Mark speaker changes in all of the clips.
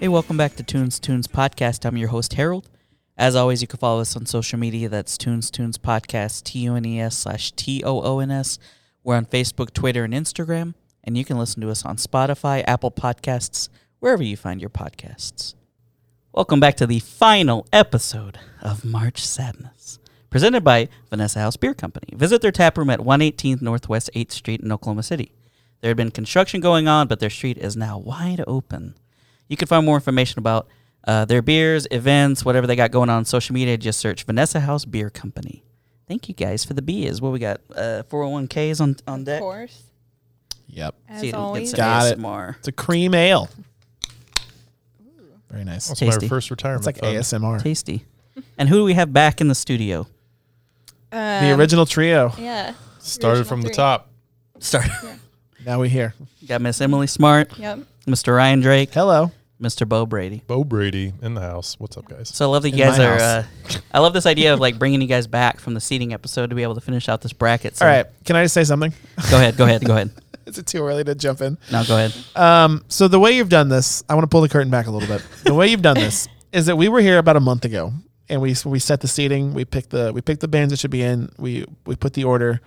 Speaker 1: Hey, welcome back to Tunes Tunes Podcast. I'm your host, Harold. As always, you can follow us on social media. That's Tunes Tunes Podcast, T U N E S slash T O O N S. We're on Facebook, Twitter, and Instagram. And you can listen to us on Spotify, Apple Podcasts, wherever you find your podcasts. Welcome back to the final episode of March Sadness, presented by Vanessa House Beer Company. Visit their tap room at 118th Northwest 8th Street in Oklahoma City. There had been construction going on, but their street is now wide open. You can find more information about uh, their beers, events, whatever they got going on, on social media. Just search Vanessa House Beer Company. Thank you guys for the beers. What we got? Uh, 401ks on, on
Speaker 2: Of
Speaker 1: deck.
Speaker 2: course.
Speaker 3: Yep.
Speaker 2: As
Speaker 1: See, it'll get
Speaker 2: always.
Speaker 1: some
Speaker 3: Got it.
Speaker 1: ASMR.
Speaker 3: It's a cream ale. Very nice.
Speaker 4: That's
Speaker 3: It's
Speaker 1: Tasty.
Speaker 4: my first retirement.
Speaker 3: like
Speaker 4: fund.
Speaker 3: ASMR.
Speaker 1: Tasty. And who do we have back in the studio?
Speaker 3: The
Speaker 2: Um,
Speaker 3: original trio.
Speaker 2: Yeah.
Speaker 4: Started
Speaker 2: Original
Speaker 4: from the
Speaker 2: three.
Speaker 4: top.
Speaker 1: Start.
Speaker 3: Now we here.
Speaker 1: got Miss Emily Smart,
Speaker 2: Yep.
Speaker 1: Mr. Ryan Drake,
Speaker 3: Hello.
Speaker 1: Mr. Bo Brady.
Speaker 4: Bo Brady in the house. What's up, guys?
Speaker 1: So I love that you
Speaker 3: In
Speaker 1: guys
Speaker 3: my
Speaker 1: are. Uh,
Speaker 3: house.
Speaker 1: I love this idea of like bringing you guys back from the seating episode to be able to finish out this bracket. So
Speaker 3: All right. Can I just say something?
Speaker 1: go ahead, go ahead, go ahead.
Speaker 3: Is it too early to jump in?
Speaker 1: No, go ahead.
Speaker 3: Um, so the way you've done this, I want to pull the curtain back a little bit. The way you've done this is that we were here about a month ago, and we we set the seating, we picked the we picked the bands that should be in, we we put the order,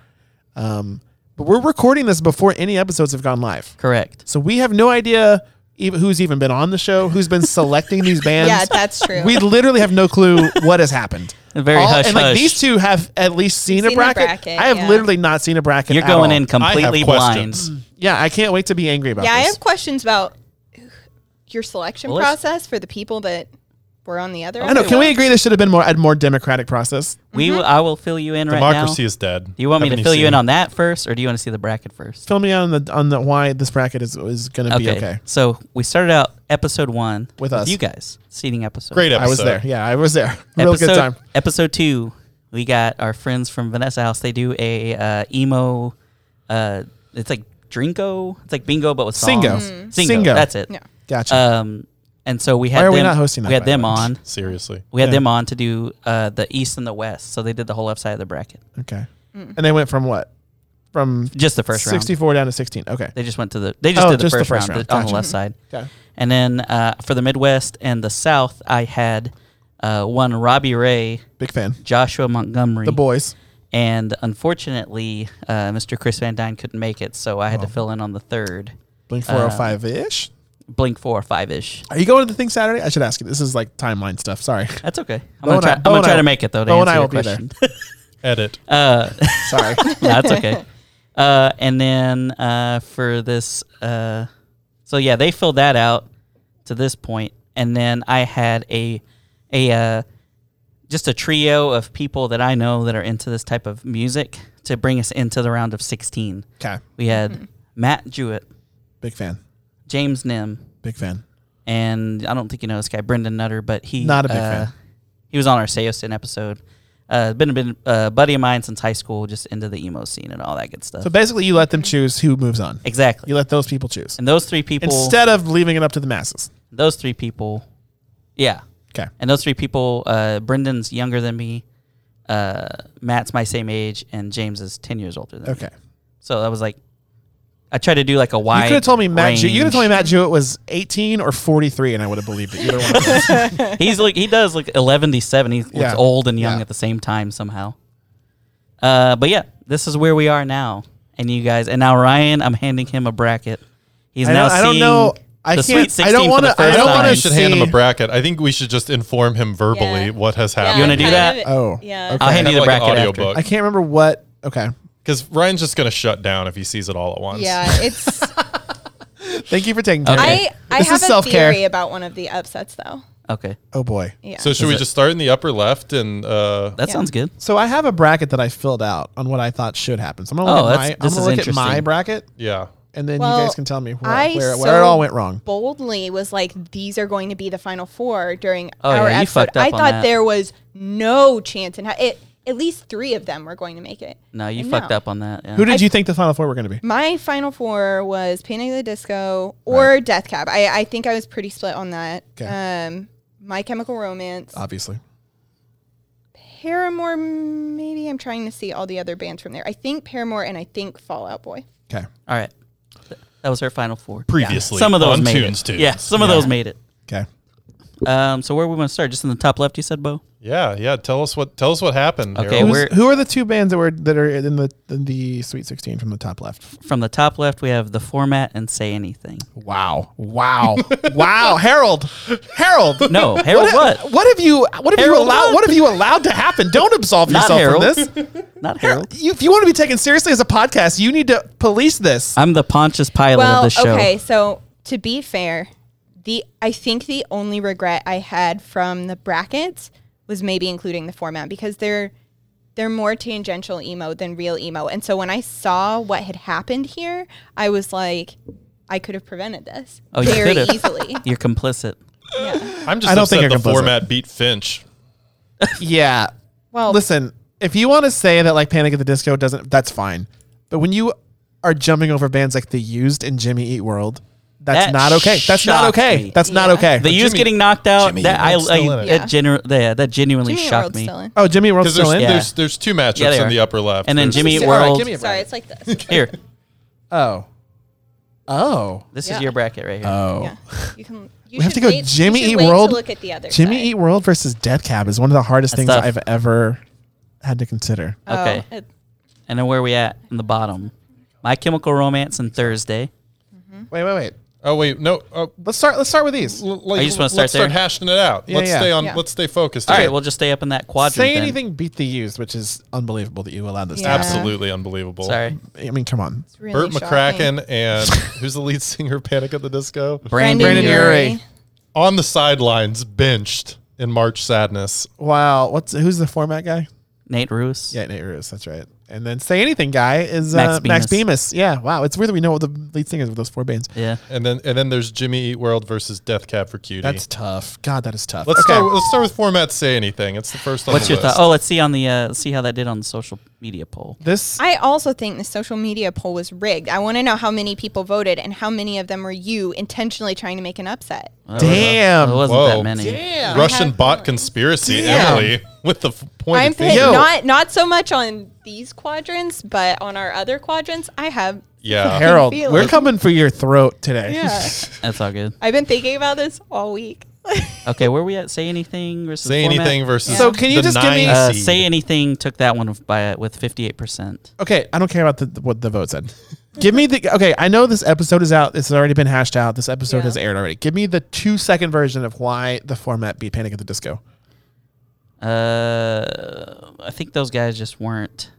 Speaker 3: um, but we're recording this before any episodes have gone live,
Speaker 1: Correct.
Speaker 3: so we have no idea even, who's even been on the show, who's been selecting these bands.
Speaker 2: Yeah, that's true.
Speaker 3: we literally have no clue what has happened.
Speaker 1: Very
Speaker 3: All-
Speaker 1: hush
Speaker 3: and like
Speaker 1: hush.
Speaker 3: these two have at least seen,
Speaker 2: Seen
Speaker 3: a
Speaker 2: a
Speaker 3: bracket.
Speaker 2: bracket,
Speaker 3: I have
Speaker 2: yeah.
Speaker 3: literally not seen a bracket.
Speaker 1: You're
Speaker 3: at
Speaker 1: going
Speaker 3: all.
Speaker 1: in completely blind.
Speaker 4: questions.
Speaker 3: Yeah, I can't wait to be angry about
Speaker 2: yeah, I
Speaker 3: this.
Speaker 2: have questions about your selection
Speaker 1: Well, let's-
Speaker 2: process for the people that were on the other.
Speaker 3: I know. Can we agree this should have been more a more democratic process?
Speaker 1: We will, I will fill you in right
Speaker 4: Democracy
Speaker 1: now.
Speaker 4: is dead.
Speaker 1: Do you want me to
Speaker 4: Haven't
Speaker 1: fill you in
Speaker 4: seen-
Speaker 1: on that first, or do you want to see the bracket first?
Speaker 3: Fill me on the on the why this bracket is is going to be okay.
Speaker 1: So we started out episode one
Speaker 3: With us.
Speaker 1: you guys seating episode.
Speaker 4: Great episode.
Speaker 3: I was there. Yeah, I was there. Real
Speaker 1: episode,
Speaker 3: good time.
Speaker 1: Episode two, we got our friends from Vanessa House. They do a uh, emo. Uh, it's like drinko. It's like bingo, but with songs.
Speaker 3: Singo.
Speaker 1: Singo.
Speaker 3: Mm. Singo.
Speaker 1: That's it.
Speaker 2: Yeah.
Speaker 3: Gotcha.
Speaker 1: Um, and so we had
Speaker 3: Why are
Speaker 1: them,
Speaker 3: we not hosting that,
Speaker 1: we had
Speaker 3: by the
Speaker 1: them
Speaker 3: way?
Speaker 1: on.
Speaker 4: Seriously.
Speaker 1: We had
Speaker 3: Yeah.
Speaker 1: them on to do uh, the east and the west. So they did the whole left side of the bracket.
Speaker 3: okay.
Speaker 2: Mm.
Speaker 3: And they went from what? From
Speaker 1: Just the first round.
Speaker 3: 64 down to 16. Okay.
Speaker 1: They just went to the. They just
Speaker 3: Oh,
Speaker 1: did the,
Speaker 3: just
Speaker 1: first round, on the
Speaker 3: Gotcha.
Speaker 1: left side.
Speaker 3: Okay.
Speaker 1: And then uh, for the Midwest and the South, I had uh, one Robbie Ray,
Speaker 3: Big fan.
Speaker 1: Joshua Montgomery,
Speaker 3: The boys.
Speaker 1: and unfortunately, uh, Mr. Chris Van Dyne couldn't make it, so I had to
Speaker 3: Oh.
Speaker 1: fill in on the third.
Speaker 3: Blink
Speaker 1: Uh,
Speaker 3: 405 ish.
Speaker 1: Blink four or five ish.
Speaker 3: Are you going to the thing Saturday? I should ask you. This is like timeline stuff. Sorry.
Speaker 1: That's okay. I'm
Speaker 3: Bo
Speaker 1: gonna
Speaker 3: and
Speaker 1: try,
Speaker 3: I-
Speaker 1: I'm
Speaker 3: Bo
Speaker 1: gonna
Speaker 3: and
Speaker 1: try
Speaker 3: I-
Speaker 1: to make it though. To
Speaker 3: Bo
Speaker 1: answer
Speaker 3: and I
Speaker 1: your
Speaker 3: will be there.
Speaker 1: question.
Speaker 4: Edit.
Speaker 1: uh,
Speaker 3: Sorry.
Speaker 1: no, that's okay. Uh, and then uh, for this, uh, so yeah, they filled that out to this point, and then I had a a uh, just a trio of people that I know that are into this type of music to bring us into the round of sixteen.
Speaker 3: okay.
Speaker 1: We had Matt Jewett,
Speaker 3: Big fan.
Speaker 1: James Nim,
Speaker 3: Big fan.
Speaker 1: and I don't think you know this guy, Brendan Nutter, but he
Speaker 3: Not a big
Speaker 1: uh,
Speaker 3: fan.
Speaker 1: He was on our Seosin episode. Uh, been a been uh, buddy of mine since high school, just into the emo scene and all that good stuff.
Speaker 3: So basically, you let them choose who moves on.
Speaker 1: exactly.
Speaker 3: You let those people choose
Speaker 1: And those three people,
Speaker 3: instead of leaving it up to the masses.
Speaker 1: those three people, yeah.
Speaker 3: Okay.
Speaker 1: And those three people, uh, Brendan's younger than me, uh, Matt's my same age, and James is ten years older than me.
Speaker 3: Okay.
Speaker 1: So that was like, I tried to do like a wide.
Speaker 3: You could have told me Matt. Jew- you could have told me
Speaker 1: range.
Speaker 3: Matt Jewett was 18 or 43, and I would have believed it. Either one. Of those.
Speaker 1: He's like he does look eleven to seven. He looks
Speaker 3: Yeah.
Speaker 1: old and young
Speaker 3: Yeah.
Speaker 1: at the same time somehow. Uh, but yeah, this is where we are now, and you guys, and now Ryan, I'm handing him a bracket. He's
Speaker 3: I,
Speaker 1: now
Speaker 3: don't, I
Speaker 1: seeing
Speaker 3: don't know. I
Speaker 1: the
Speaker 3: can't.
Speaker 1: Sweet
Speaker 3: I
Speaker 1: 16
Speaker 3: don't
Speaker 1: for
Speaker 3: want
Speaker 1: the
Speaker 3: to. I
Speaker 1: first
Speaker 3: don't want
Speaker 1: time.
Speaker 3: to
Speaker 4: We should hand him a
Speaker 3: bracket.
Speaker 4: bracket. I think we should just inform him verbally
Speaker 2: Yeah.
Speaker 4: what has
Speaker 3: Uh,
Speaker 2: Yeah,
Speaker 4: happened.
Speaker 1: You wanna do
Speaker 2: kind
Speaker 1: that?
Speaker 2: of-
Speaker 3: Oh,
Speaker 2: Yeah.
Speaker 3: okay.
Speaker 1: I'll hand
Speaker 4: Kind
Speaker 1: you
Speaker 4: of
Speaker 1: the
Speaker 4: like an
Speaker 1: bracket after.
Speaker 4: audiobook.
Speaker 3: I can't remember what. Okay.
Speaker 4: Because Ryan's just going to shut down if he sees it all at once.
Speaker 2: Yeah. It's.
Speaker 3: Thank you for taking. Time.
Speaker 1: Okay.
Speaker 2: I I
Speaker 3: This is
Speaker 2: have a
Speaker 3: self-care.
Speaker 2: theory about one of the upsets though.
Speaker 1: Okay,
Speaker 3: Oh boy.
Speaker 2: Yeah.
Speaker 4: So should we just start in the upper left and uh,
Speaker 1: that
Speaker 2: Yeah.
Speaker 1: sounds good.
Speaker 3: So I have a bracket that I filled out on what I thought should happen. So I'm gonna
Speaker 1: Oh,
Speaker 3: look, at
Speaker 1: that's-
Speaker 3: my, I'm
Speaker 1: this
Speaker 3: gonna
Speaker 1: is
Speaker 3: look at my
Speaker 1: interesting.
Speaker 3: bracket,
Speaker 4: yeah.
Speaker 3: and then
Speaker 2: Well,
Speaker 3: you guys can tell me where,
Speaker 2: I
Speaker 3: where, where it
Speaker 2: so
Speaker 3: all went wrong.
Speaker 2: boldly was like, these are going to be the final four during
Speaker 1: Oh,
Speaker 2: our
Speaker 1: yeah, you
Speaker 2: episode.
Speaker 1: fucked up
Speaker 2: I
Speaker 1: on
Speaker 2: thought
Speaker 1: that.
Speaker 2: there was no chance in how it. At least three of them were going to make it.
Speaker 1: No, you
Speaker 2: And
Speaker 1: fucked
Speaker 2: no.
Speaker 1: up on that. yeah.
Speaker 3: Who did you think the final four were going to be?
Speaker 2: My final four was Panic at the Disco or Death Cab. I, I think I was pretty split on that.
Speaker 3: 'Kay.
Speaker 2: Um, My Chemical Romance,
Speaker 3: Obviously.
Speaker 2: Paramore. Maybe I'm trying to see all the other bands from there. I think Paramore and I think Fallout Boy.
Speaker 3: Okay.
Speaker 1: All right, Th- that was her final four.
Speaker 4: Previously.
Speaker 1: Some of those
Speaker 4: on
Speaker 1: made
Speaker 4: Tunes,
Speaker 1: it.
Speaker 4: Tunes.
Speaker 1: Yeah, some of those made it.
Speaker 3: Okay.
Speaker 1: Um, so where we want to start? Just in the top left, you said, Bo.
Speaker 4: Yeah, yeah. Tell us what tell us what happened.
Speaker 1: Okay,
Speaker 4: Harold.
Speaker 1: we're-
Speaker 3: Who's- who are the two bands that were that are in the in the Sweet Sixteen from the top left?
Speaker 1: From the top left, we have the format and say anything.
Speaker 3: Wow! Wow! wow! Harold, Harold.
Speaker 1: No, Harold, what?
Speaker 3: What have you? What have you
Speaker 1: Harold,
Speaker 3: allowed?
Speaker 1: what?
Speaker 3: What have you allowed to happen? Don't absolve
Speaker 1: Not
Speaker 3: yourself
Speaker 1: Harold.
Speaker 3: from this.
Speaker 1: Not Harold.
Speaker 3: You, if you want to be taken seriously as a podcast, you need to police this.
Speaker 1: I'm the Pontius Pilate of
Speaker 2: Well,
Speaker 1: the show.
Speaker 2: okay. So to be fair, the I think the only regret I had from the brackets was maybe including the format because they're they're more tangential emo than real emo. And so when I saw what had happened here, I was like, I could have prevented this
Speaker 1: Oh, you
Speaker 2: very
Speaker 1: could've.
Speaker 2: easily.
Speaker 1: You're complicit.
Speaker 2: yeah.
Speaker 4: I'm just
Speaker 3: I don't
Speaker 4: upset
Speaker 3: think
Speaker 4: the
Speaker 3: you're complicit.
Speaker 4: format beat Finch.
Speaker 3: Yeah.
Speaker 2: Well,
Speaker 3: Listen, if you want to say that like Panic at the Disco doesn't, that's fine. But when you are jumping over bands like The Used and Jimmy Eat World, that's
Speaker 1: That
Speaker 3: not okay. That's not
Speaker 1: shocked
Speaker 3: okay.
Speaker 1: me.
Speaker 3: That's not
Speaker 2: Yeah.
Speaker 3: okay.
Speaker 1: The U's
Speaker 4: Jimmy-
Speaker 1: getting knocked out.
Speaker 4: Jimmy
Speaker 1: that I,
Speaker 4: Eat World's
Speaker 1: I
Speaker 4: still in it.
Speaker 1: that genuinely yeah, that genuinely
Speaker 2: Jimmy
Speaker 1: shocked
Speaker 2: World's
Speaker 1: me.
Speaker 2: still in.
Speaker 3: oh, Jimmy Eat World's
Speaker 4: Because there's,
Speaker 3: still in.
Speaker 1: Yeah.
Speaker 4: there's there's two matchups
Speaker 1: Yeah, they
Speaker 4: in the
Speaker 1: are.
Speaker 4: upper left.
Speaker 1: And then
Speaker 4: There's-
Speaker 1: Jimmy Eat
Speaker 3: All right,
Speaker 1: World.
Speaker 3: give me a
Speaker 2: Sorry,
Speaker 3: break.
Speaker 2: it's like this.
Speaker 1: Here,
Speaker 3: Oh, oh.
Speaker 1: this
Speaker 2: Yeah.
Speaker 1: is your bracket right here.
Speaker 3: Oh.
Speaker 2: Yeah. You can. You
Speaker 3: We have
Speaker 2: should
Speaker 3: to go
Speaker 2: wait- you
Speaker 3: Jimmy
Speaker 2: should
Speaker 3: Eat
Speaker 2: wait to
Speaker 3: World,
Speaker 2: Look at the other.
Speaker 3: Jimmy E
Speaker 2: side.
Speaker 3: Eat World versus Death Cab is one of the hardest
Speaker 1: That's
Speaker 3: things
Speaker 1: tough.
Speaker 3: I've ever had to consider.
Speaker 2: Oh,
Speaker 1: Okay.
Speaker 2: it-
Speaker 1: and then where are we at in the bottom? My Chemical Romance and Thursday.
Speaker 2: Um,
Speaker 3: Wait, wait, wait.
Speaker 4: Oh wait, no. Uh,
Speaker 3: Let's start. Let's start with these.
Speaker 4: l- like,
Speaker 1: I just wanna start
Speaker 4: let's start
Speaker 1: there.
Speaker 4: hashing it out.
Speaker 3: Yeah,
Speaker 4: let's
Speaker 3: yeah.
Speaker 4: stay on.
Speaker 2: Yeah.
Speaker 4: Let's stay focused.
Speaker 1: All
Speaker 4: here.
Speaker 1: right, we'll just stay up in that quadrant.
Speaker 3: Say
Speaker 1: then.
Speaker 3: anything beat the used, which is unbelievable that you allowed this.
Speaker 2: Yeah.
Speaker 3: To happen.
Speaker 4: Absolutely unbelievable.
Speaker 1: Sorry,
Speaker 3: I mean, come on.
Speaker 2: it's really
Speaker 4: Burt
Speaker 2: shocking.
Speaker 4: McCracken and who's the lead singer of Panic at the Disco
Speaker 1: Brandon.
Speaker 3: Brandon Urie.
Speaker 4: on the sidelines, benched in March Sadness.
Speaker 3: Wow. What's who's the format guy?
Speaker 1: Nate Roos.
Speaker 3: Yeah, Nate Ruiz. That's right. And then say anything guy is uh, Max,
Speaker 1: Max
Speaker 3: Bemis. Yeah. Wow. It's weird that we know what the lead singers of those four bands.
Speaker 1: Yeah.
Speaker 4: And then and then there's Jimmy Eat World versus Death Cab for Cutie.
Speaker 3: That's tough. God, that is tough.
Speaker 4: let's start. Let's start with format. Say anything. It's the first. On
Speaker 1: What's
Speaker 4: the
Speaker 1: your
Speaker 4: list.
Speaker 1: thought? Oh, let's see on the uh, let's see how that did on the social media poll.
Speaker 3: This.
Speaker 2: I also think the social media poll was rigged. I want to know how many people voted and how many of them were you intentionally trying to make an upset.
Speaker 1: That
Speaker 3: Damn.
Speaker 1: was- it wasn't
Speaker 4: Whoa.
Speaker 1: that many.
Speaker 3: Damn.
Speaker 4: Russian
Speaker 2: have
Speaker 4: bot
Speaker 2: feelings.
Speaker 4: conspiracy,
Speaker 3: Damn.
Speaker 4: Emily, with the f- point.
Speaker 2: I'm
Speaker 4: of finger.
Speaker 2: pissed,
Speaker 3: Yo.
Speaker 2: not not so much on these quadrants, but on our other quadrants, I have.
Speaker 4: Yeah.
Speaker 3: Harold,
Speaker 2: feeling.
Speaker 3: we're coming for your throat today.
Speaker 2: Yeah,
Speaker 1: That's all good.
Speaker 2: I've been thinking about this all week.
Speaker 1: Okay, where we at? Say anything versus
Speaker 4: Say
Speaker 1: format?
Speaker 4: anything versus.
Speaker 3: So can you
Speaker 4: the
Speaker 3: just give me-
Speaker 4: nine
Speaker 1: Uh,
Speaker 4: seed.
Speaker 1: say anything took that one of- by with fifty eight percent.
Speaker 3: Okay, I don't care about the, the- what the vote said. Give me the okay. I know this episode is out. This has already been hashed out. This episode
Speaker 2: Yeah.
Speaker 3: has aired already. Give me the two second version of why the format beat Panic at the Disco.
Speaker 1: Uh, I think those guys just weren't.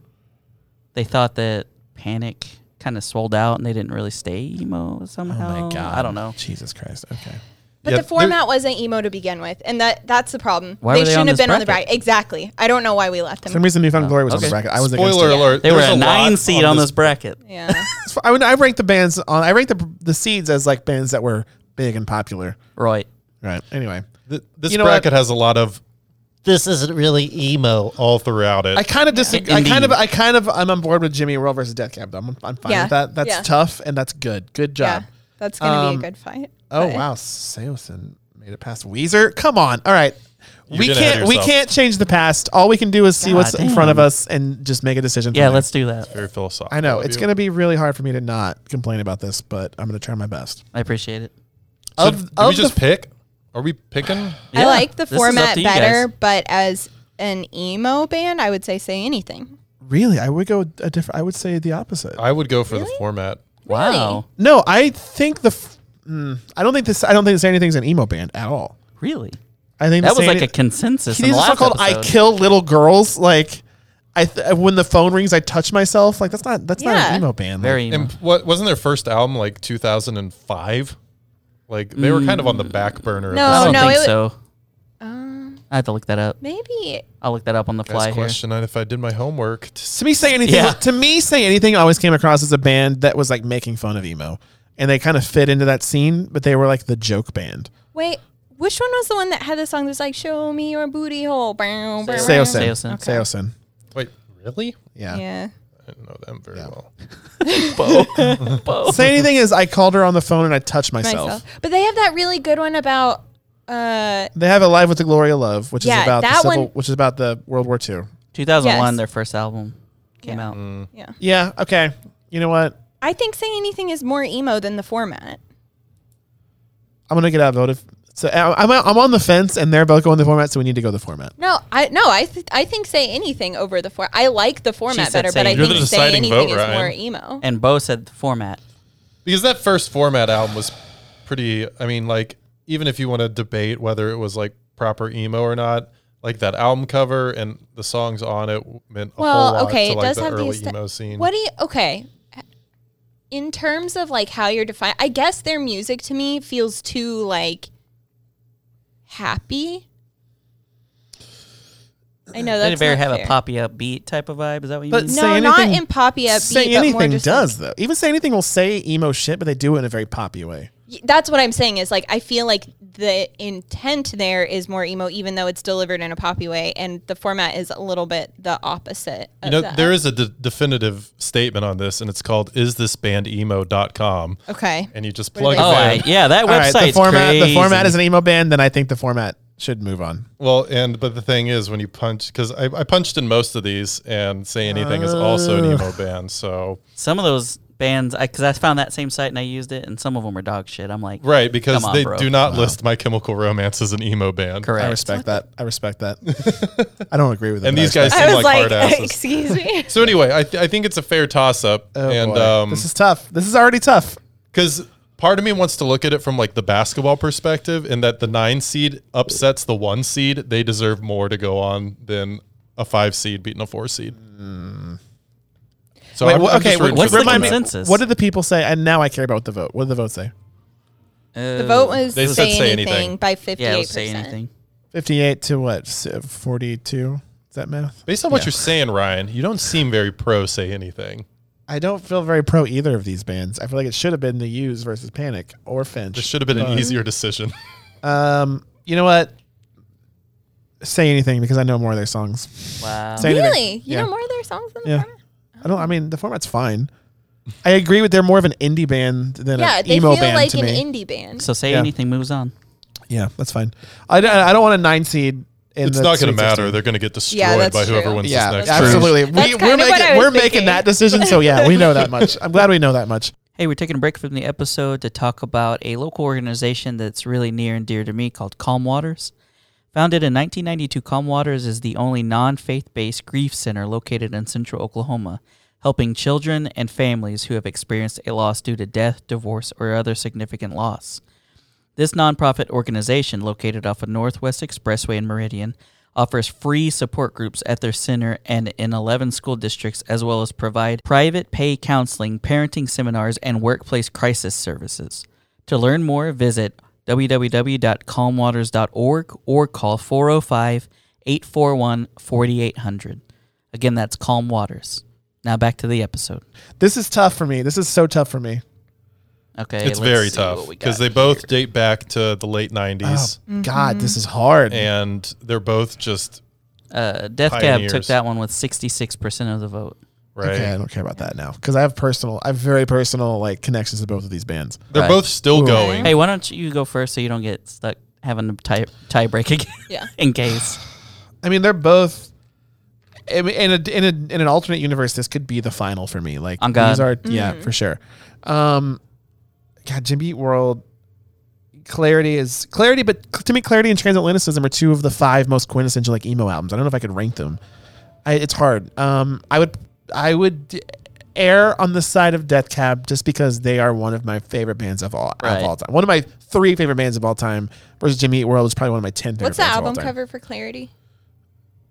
Speaker 1: They thought that panic kind of sold out, and they didn't really stay emo somehow. I don't know.
Speaker 3: Jesus Christ. Okay.
Speaker 2: But
Speaker 4: Yeah,
Speaker 2: the
Speaker 4: there-
Speaker 2: format wasn't emo to begin with, and that that's the problem.
Speaker 1: Why
Speaker 2: they
Speaker 1: were they on
Speaker 2: shouldn't have
Speaker 1: this
Speaker 2: been on the
Speaker 1: bracket?
Speaker 2: bracket. Exactly. I don't know why we left
Speaker 3: For
Speaker 2: them.
Speaker 3: some reason, Newfound
Speaker 1: Oh,
Speaker 3: Glory was on
Speaker 1: okay.
Speaker 3: the bracket. I was against
Speaker 4: Spoiler
Speaker 3: it.
Speaker 4: alert.
Speaker 1: They were
Speaker 4: there's
Speaker 1: a nine
Speaker 4: lot
Speaker 1: seed on this bracket.
Speaker 2: yeah.
Speaker 3: It's- I mean, I ranked the bands on. I ranked the, the seeds as like bands that were big and popular.
Speaker 1: Right.
Speaker 3: Right. Anyway,
Speaker 4: Th- this
Speaker 3: You know
Speaker 4: bracket has a lot of
Speaker 5: This isn't really emo.
Speaker 4: all throughout it.
Speaker 3: I kind of disagree. I
Speaker 1: Indeed.
Speaker 3: kind of, I kind of, I'm on board with Jimmy World versus Death Cab. Though. I'm, I'm fine
Speaker 2: Yeah.
Speaker 3: with that. That's
Speaker 2: Yeah.
Speaker 3: tough and that's good. Good
Speaker 2: Yeah.
Speaker 3: job.
Speaker 2: That's gonna
Speaker 3: Um,
Speaker 2: be a good fight.
Speaker 3: Oh
Speaker 2: But-
Speaker 3: wow, Seosin made it past Weezer. Come on. All right. we
Speaker 4: getting ahead
Speaker 3: can't
Speaker 4: of
Speaker 3: we
Speaker 4: yourself.
Speaker 3: can't change the past. All we can do is see
Speaker 1: God
Speaker 3: what's in front of
Speaker 1: damn.
Speaker 3: us and just make a decision. from
Speaker 1: Yeah,
Speaker 3: there.
Speaker 1: let's do that.
Speaker 4: Very philosophical.
Speaker 3: I know
Speaker 4: of
Speaker 3: it's
Speaker 4: you.
Speaker 3: going to be really hard for me to not complain about this, but I'm going to try my best.
Speaker 1: I appreciate it.
Speaker 4: So
Speaker 3: of-
Speaker 4: do
Speaker 3: of
Speaker 4: we
Speaker 3: the
Speaker 4: just
Speaker 3: f-
Speaker 4: pick? Are we picking?
Speaker 1: Yeah,
Speaker 2: I like the
Speaker 1: this is up
Speaker 2: format
Speaker 1: to you guys.
Speaker 2: better, but as an emo band, I would say say anything.
Speaker 3: Really, I would go a different. I would say the opposite.
Speaker 4: I would go for the format.
Speaker 1: Wow.
Speaker 3: No, I think the. F- mm, I don't think this. I don't think this anything's an emo band at all.
Speaker 1: Really?
Speaker 3: I think
Speaker 1: That
Speaker 3: this
Speaker 1: was like
Speaker 3: Any-
Speaker 1: a consensus. in
Speaker 3: These
Speaker 1: the
Speaker 3: are
Speaker 1: last
Speaker 3: called "I
Speaker 1: episode.
Speaker 3: Kill Little Girls." Like, I th- when the phone rings, I touch myself. Like that's not that's not an
Speaker 2: Yeah.
Speaker 3: emo band. Like,
Speaker 1: Very.
Speaker 4: And what wasn't their first album like 2005? Like they were kind of
Speaker 1: Mm.
Speaker 4: on the back burner. of
Speaker 2: No,
Speaker 4: this
Speaker 1: I don't
Speaker 2: no,
Speaker 1: think
Speaker 2: it
Speaker 1: so.
Speaker 2: Um,
Speaker 1: I have to look that up.
Speaker 2: maybe
Speaker 1: I'll look that up on the
Speaker 4: guy's
Speaker 1: fly here.
Speaker 4: question. And if I did my homework, t-
Speaker 3: to me say anything
Speaker 1: Yeah.
Speaker 3: to me say anything always came across as a band that was like making fun of emo and they kind of fit into that scene but they were like the joke band
Speaker 2: wait. Which one was the one that had the song that was like "Show me your booty hole"? Bow, bow, bow.
Speaker 3: Seosin
Speaker 1: Seosin.
Speaker 2: Okay.
Speaker 3: Seosin
Speaker 4: wait, really?
Speaker 3: yeah,
Speaker 2: Yeah.
Speaker 4: I didn't know them very well.
Speaker 3: say anything is I called her on the phone and I touched myself,
Speaker 2: myself. But they have that really good one about uh
Speaker 3: they have Alive with the Glory of Love which
Speaker 2: Yeah,
Speaker 3: is about the
Speaker 2: that
Speaker 3: civil,
Speaker 2: one-
Speaker 3: which is about the World War II
Speaker 1: 2001,
Speaker 2: Yes.
Speaker 1: their first album came
Speaker 2: Yeah.
Speaker 1: out.
Speaker 2: yeah.
Speaker 3: yeah okay you know what
Speaker 2: I think saying anything is more emo than the format.
Speaker 3: I'm gonna get outvoted So I- I'm I'm on the fence, and they're both going the format, so we need to go the format.
Speaker 2: No, I no, I th- I think say anything over the format. I like the format
Speaker 1: said
Speaker 2: better,
Speaker 1: say
Speaker 2: but I
Speaker 1: anything.
Speaker 2: think
Speaker 4: You're the
Speaker 2: say
Speaker 4: deciding
Speaker 2: anything
Speaker 4: vote,
Speaker 2: is
Speaker 4: Ryan.
Speaker 2: more emo.
Speaker 1: And Bo said the format.
Speaker 4: because that first format album was pretty i mean like even if you want to debate whether it was like proper emo or not like that album cover and the songs on it meant a whole
Speaker 2: Well,
Speaker 4: lot
Speaker 2: okay,
Speaker 4: to
Speaker 2: it
Speaker 4: like
Speaker 2: does
Speaker 4: the
Speaker 2: have
Speaker 4: early
Speaker 2: these. thi-
Speaker 4: emo scene
Speaker 2: What do you? Okay, in terms of like how you're defined, I guess their music to me feels too like happy. I know
Speaker 1: Did
Speaker 2: that's
Speaker 1: it very
Speaker 2: not
Speaker 1: have
Speaker 2: fair.
Speaker 1: a poppy up beat type of vibe? Is that what you
Speaker 3: But
Speaker 1: mean?
Speaker 2: No,
Speaker 3: Say
Speaker 2: not
Speaker 3: anything-
Speaker 2: in poppy upbeat.
Speaker 3: say
Speaker 2: but more
Speaker 3: anything
Speaker 2: just, like-
Speaker 3: does though. Even say anything will say emo shit, but they do it in a very poppy way.
Speaker 2: Y- that's what I'm saying is like I feel like the intent there is more emo, even though it's delivered in a poppy way, and the format is a little bit the opposite. Of
Speaker 4: you know
Speaker 2: that.
Speaker 4: there is a de- definitive statement on this and it's called is this band emo.com
Speaker 2: okay.
Speaker 4: and you just
Speaker 2: Where
Speaker 4: plug
Speaker 2: do they
Speaker 4: it
Speaker 1: Oh, I,
Speaker 4: in
Speaker 1: yeah, that
Speaker 3: All right,
Speaker 1: website's
Speaker 3: the format.
Speaker 1: crazy.
Speaker 3: The format is an emo band. Then I think the format should move on.
Speaker 4: well and but the thing is when you punch because I, I punched in most of these and say anything is also an
Speaker 2: Oh.
Speaker 4: emo band so
Speaker 1: Some of those bands, because I, found that same site and I used it, and some of them are dog shit. I'm like,
Speaker 4: right because
Speaker 1: Come on,
Speaker 4: they
Speaker 1: bro.
Speaker 4: do not list my chemical romance as an emo band
Speaker 1: correct.
Speaker 3: I respect that. I respect that. I don't agree with it.
Speaker 4: And
Speaker 3: but
Speaker 4: these
Speaker 3: I
Speaker 4: guys
Speaker 2: I
Speaker 3: respect
Speaker 4: seem
Speaker 2: was like,
Speaker 4: like hard asses.
Speaker 2: excuse me.
Speaker 4: so anyway I, th- I think it's a fair toss-up
Speaker 3: it. Oh,
Speaker 4: and
Speaker 3: boy.
Speaker 4: um
Speaker 3: this is tough. This is already tough.
Speaker 4: because part of me wants to look at it from like the basketball perspective in that the nine seed upsets the one seed they deserve more to go on than a five seed beating a four seed so
Speaker 3: Wait,
Speaker 4: I'm,
Speaker 3: wh-
Speaker 4: I'm
Speaker 3: okay,
Speaker 4: just rooting
Speaker 1: what's
Speaker 4: for
Speaker 1: the
Speaker 4: them.
Speaker 3: remind me,
Speaker 1: consensus?
Speaker 3: what did the people say? And now I care about the vote. What did the vote say?
Speaker 2: The vote was
Speaker 4: They
Speaker 2: say,
Speaker 4: said say
Speaker 2: anything,
Speaker 4: anything.
Speaker 2: by fifty
Speaker 1: yeah,
Speaker 2: eight
Speaker 1: it was say
Speaker 2: percent.
Speaker 1: anything.
Speaker 3: Fifty-eight to what? Forty-two. Is that math?
Speaker 4: based on what you're saying ryan you don't seem very pro say anything
Speaker 3: I don't feel very pro either of these bands. I feel like it should have been the U's versus Panic or Finch.
Speaker 4: this should have been
Speaker 3: Uh,
Speaker 4: an easier decision
Speaker 3: Um, you know what? Say anything because I know more of their songs.
Speaker 1: Wow.
Speaker 3: Say anything.
Speaker 2: Really? You
Speaker 3: Yeah.
Speaker 2: know more of their songs than
Speaker 3: Yeah.
Speaker 2: the format?
Speaker 3: I don't. I mean, the format's fine. I agree with they're more of an indie band than
Speaker 2: Yeah,
Speaker 3: an
Speaker 2: they
Speaker 3: emo
Speaker 2: feel
Speaker 3: band
Speaker 2: like
Speaker 3: to
Speaker 2: an
Speaker 3: me.
Speaker 2: indie band.
Speaker 1: so say
Speaker 3: Yeah.
Speaker 1: anything moves on.
Speaker 3: yeah, that's fine. I, don't- I don't want a nine seed. In
Speaker 4: it's
Speaker 3: the
Speaker 4: not going to
Speaker 3: Sweet
Speaker 4: matter
Speaker 3: 16.
Speaker 4: they're going to get destroyed
Speaker 2: Yeah, that's
Speaker 4: by whoever
Speaker 2: true.
Speaker 4: wins
Speaker 3: yeah,
Speaker 4: this next
Speaker 2: That's
Speaker 4: round
Speaker 3: absolutely.
Speaker 2: That's
Speaker 3: We,
Speaker 2: kinda
Speaker 3: we're
Speaker 2: what I
Speaker 3: making,
Speaker 2: was
Speaker 3: we're making that decision. So yeah, we know that much. I'm glad we know that much.
Speaker 1: Hey, we're taking a break from the episode to talk about a local organization that's really near and dear to me called Calm Waters. Founded in 1992, Calm Waters is the only non faith based grief center located in central Oklahoma, helping children and families who have experienced a loss due to death, divorce, or other significant loss. This nonprofit organization, located off of Northwest Expressway in Meridian, offers free support groups at their center and in 11 school districts, as well as provide private pay counseling, parenting seminars, and workplace crisis services. To learn more, visit www.calmwaters.org or call 405 841 4800. Again, that's Calm Waters. Now back to the episode.
Speaker 3: This is tough for me. This is so tough for me.
Speaker 1: Okay.
Speaker 4: it's
Speaker 1: let's
Speaker 4: very
Speaker 1: see
Speaker 4: tough
Speaker 1: what we
Speaker 4: because
Speaker 1: got
Speaker 4: they both
Speaker 1: here.
Speaker 4: date back to the late
Speaker 3: Oh.
Speaker 4: 90s
Speaker 2: Mm-hmm.
Speaker 3: God, this is hard.
Speaker 4: and they're both just
Speaker 1: Uh, Death Cab took
Speaker 4: Pioneers.
Speaker 1: that one with 66% of the vote.
Speaker 4: right
Speaker 3: Okay, I don't care about that now because I have personal, I have very personal like connections to both of these bands.
Speaker 4: They're
Speaker 1: Right.
Speaker 4: both still going.
Speaker 1: Hey, why don't you go first so you don't get stuck having a tie, tie break again
Speaker 2: Yeah.
Speaker 1: in case?
Speaker 3: I mean, they're both. I mean, in a in a in an alternate universe, this could be the final for me. Like
Speaker 1: On God.
Speaker 3: these are,
Speaker 2: Mm-hmm.
Speaker 3: yeah, for sure. Um, God, Jimmy Eat World, Clarity is Clarity, but to me, Clarity and Transatlanticism are two of the five most quintessential like emo albums. I don't know if I could rank them. I, it's hard. Um, I would I would err on the side of Death Cab just because they are one of my favorite bands of all
Speaker 1: Right.
Speaker 3: of all time. One of my three favorite bands of all time. Versus Jimmy Eat World is probably one of my ten. favorite
Speaker 2: What's the
Speaker 3: bands of all
Speaker 2: album
Speaker 3: time.
Speaker 2: cover for Clarity?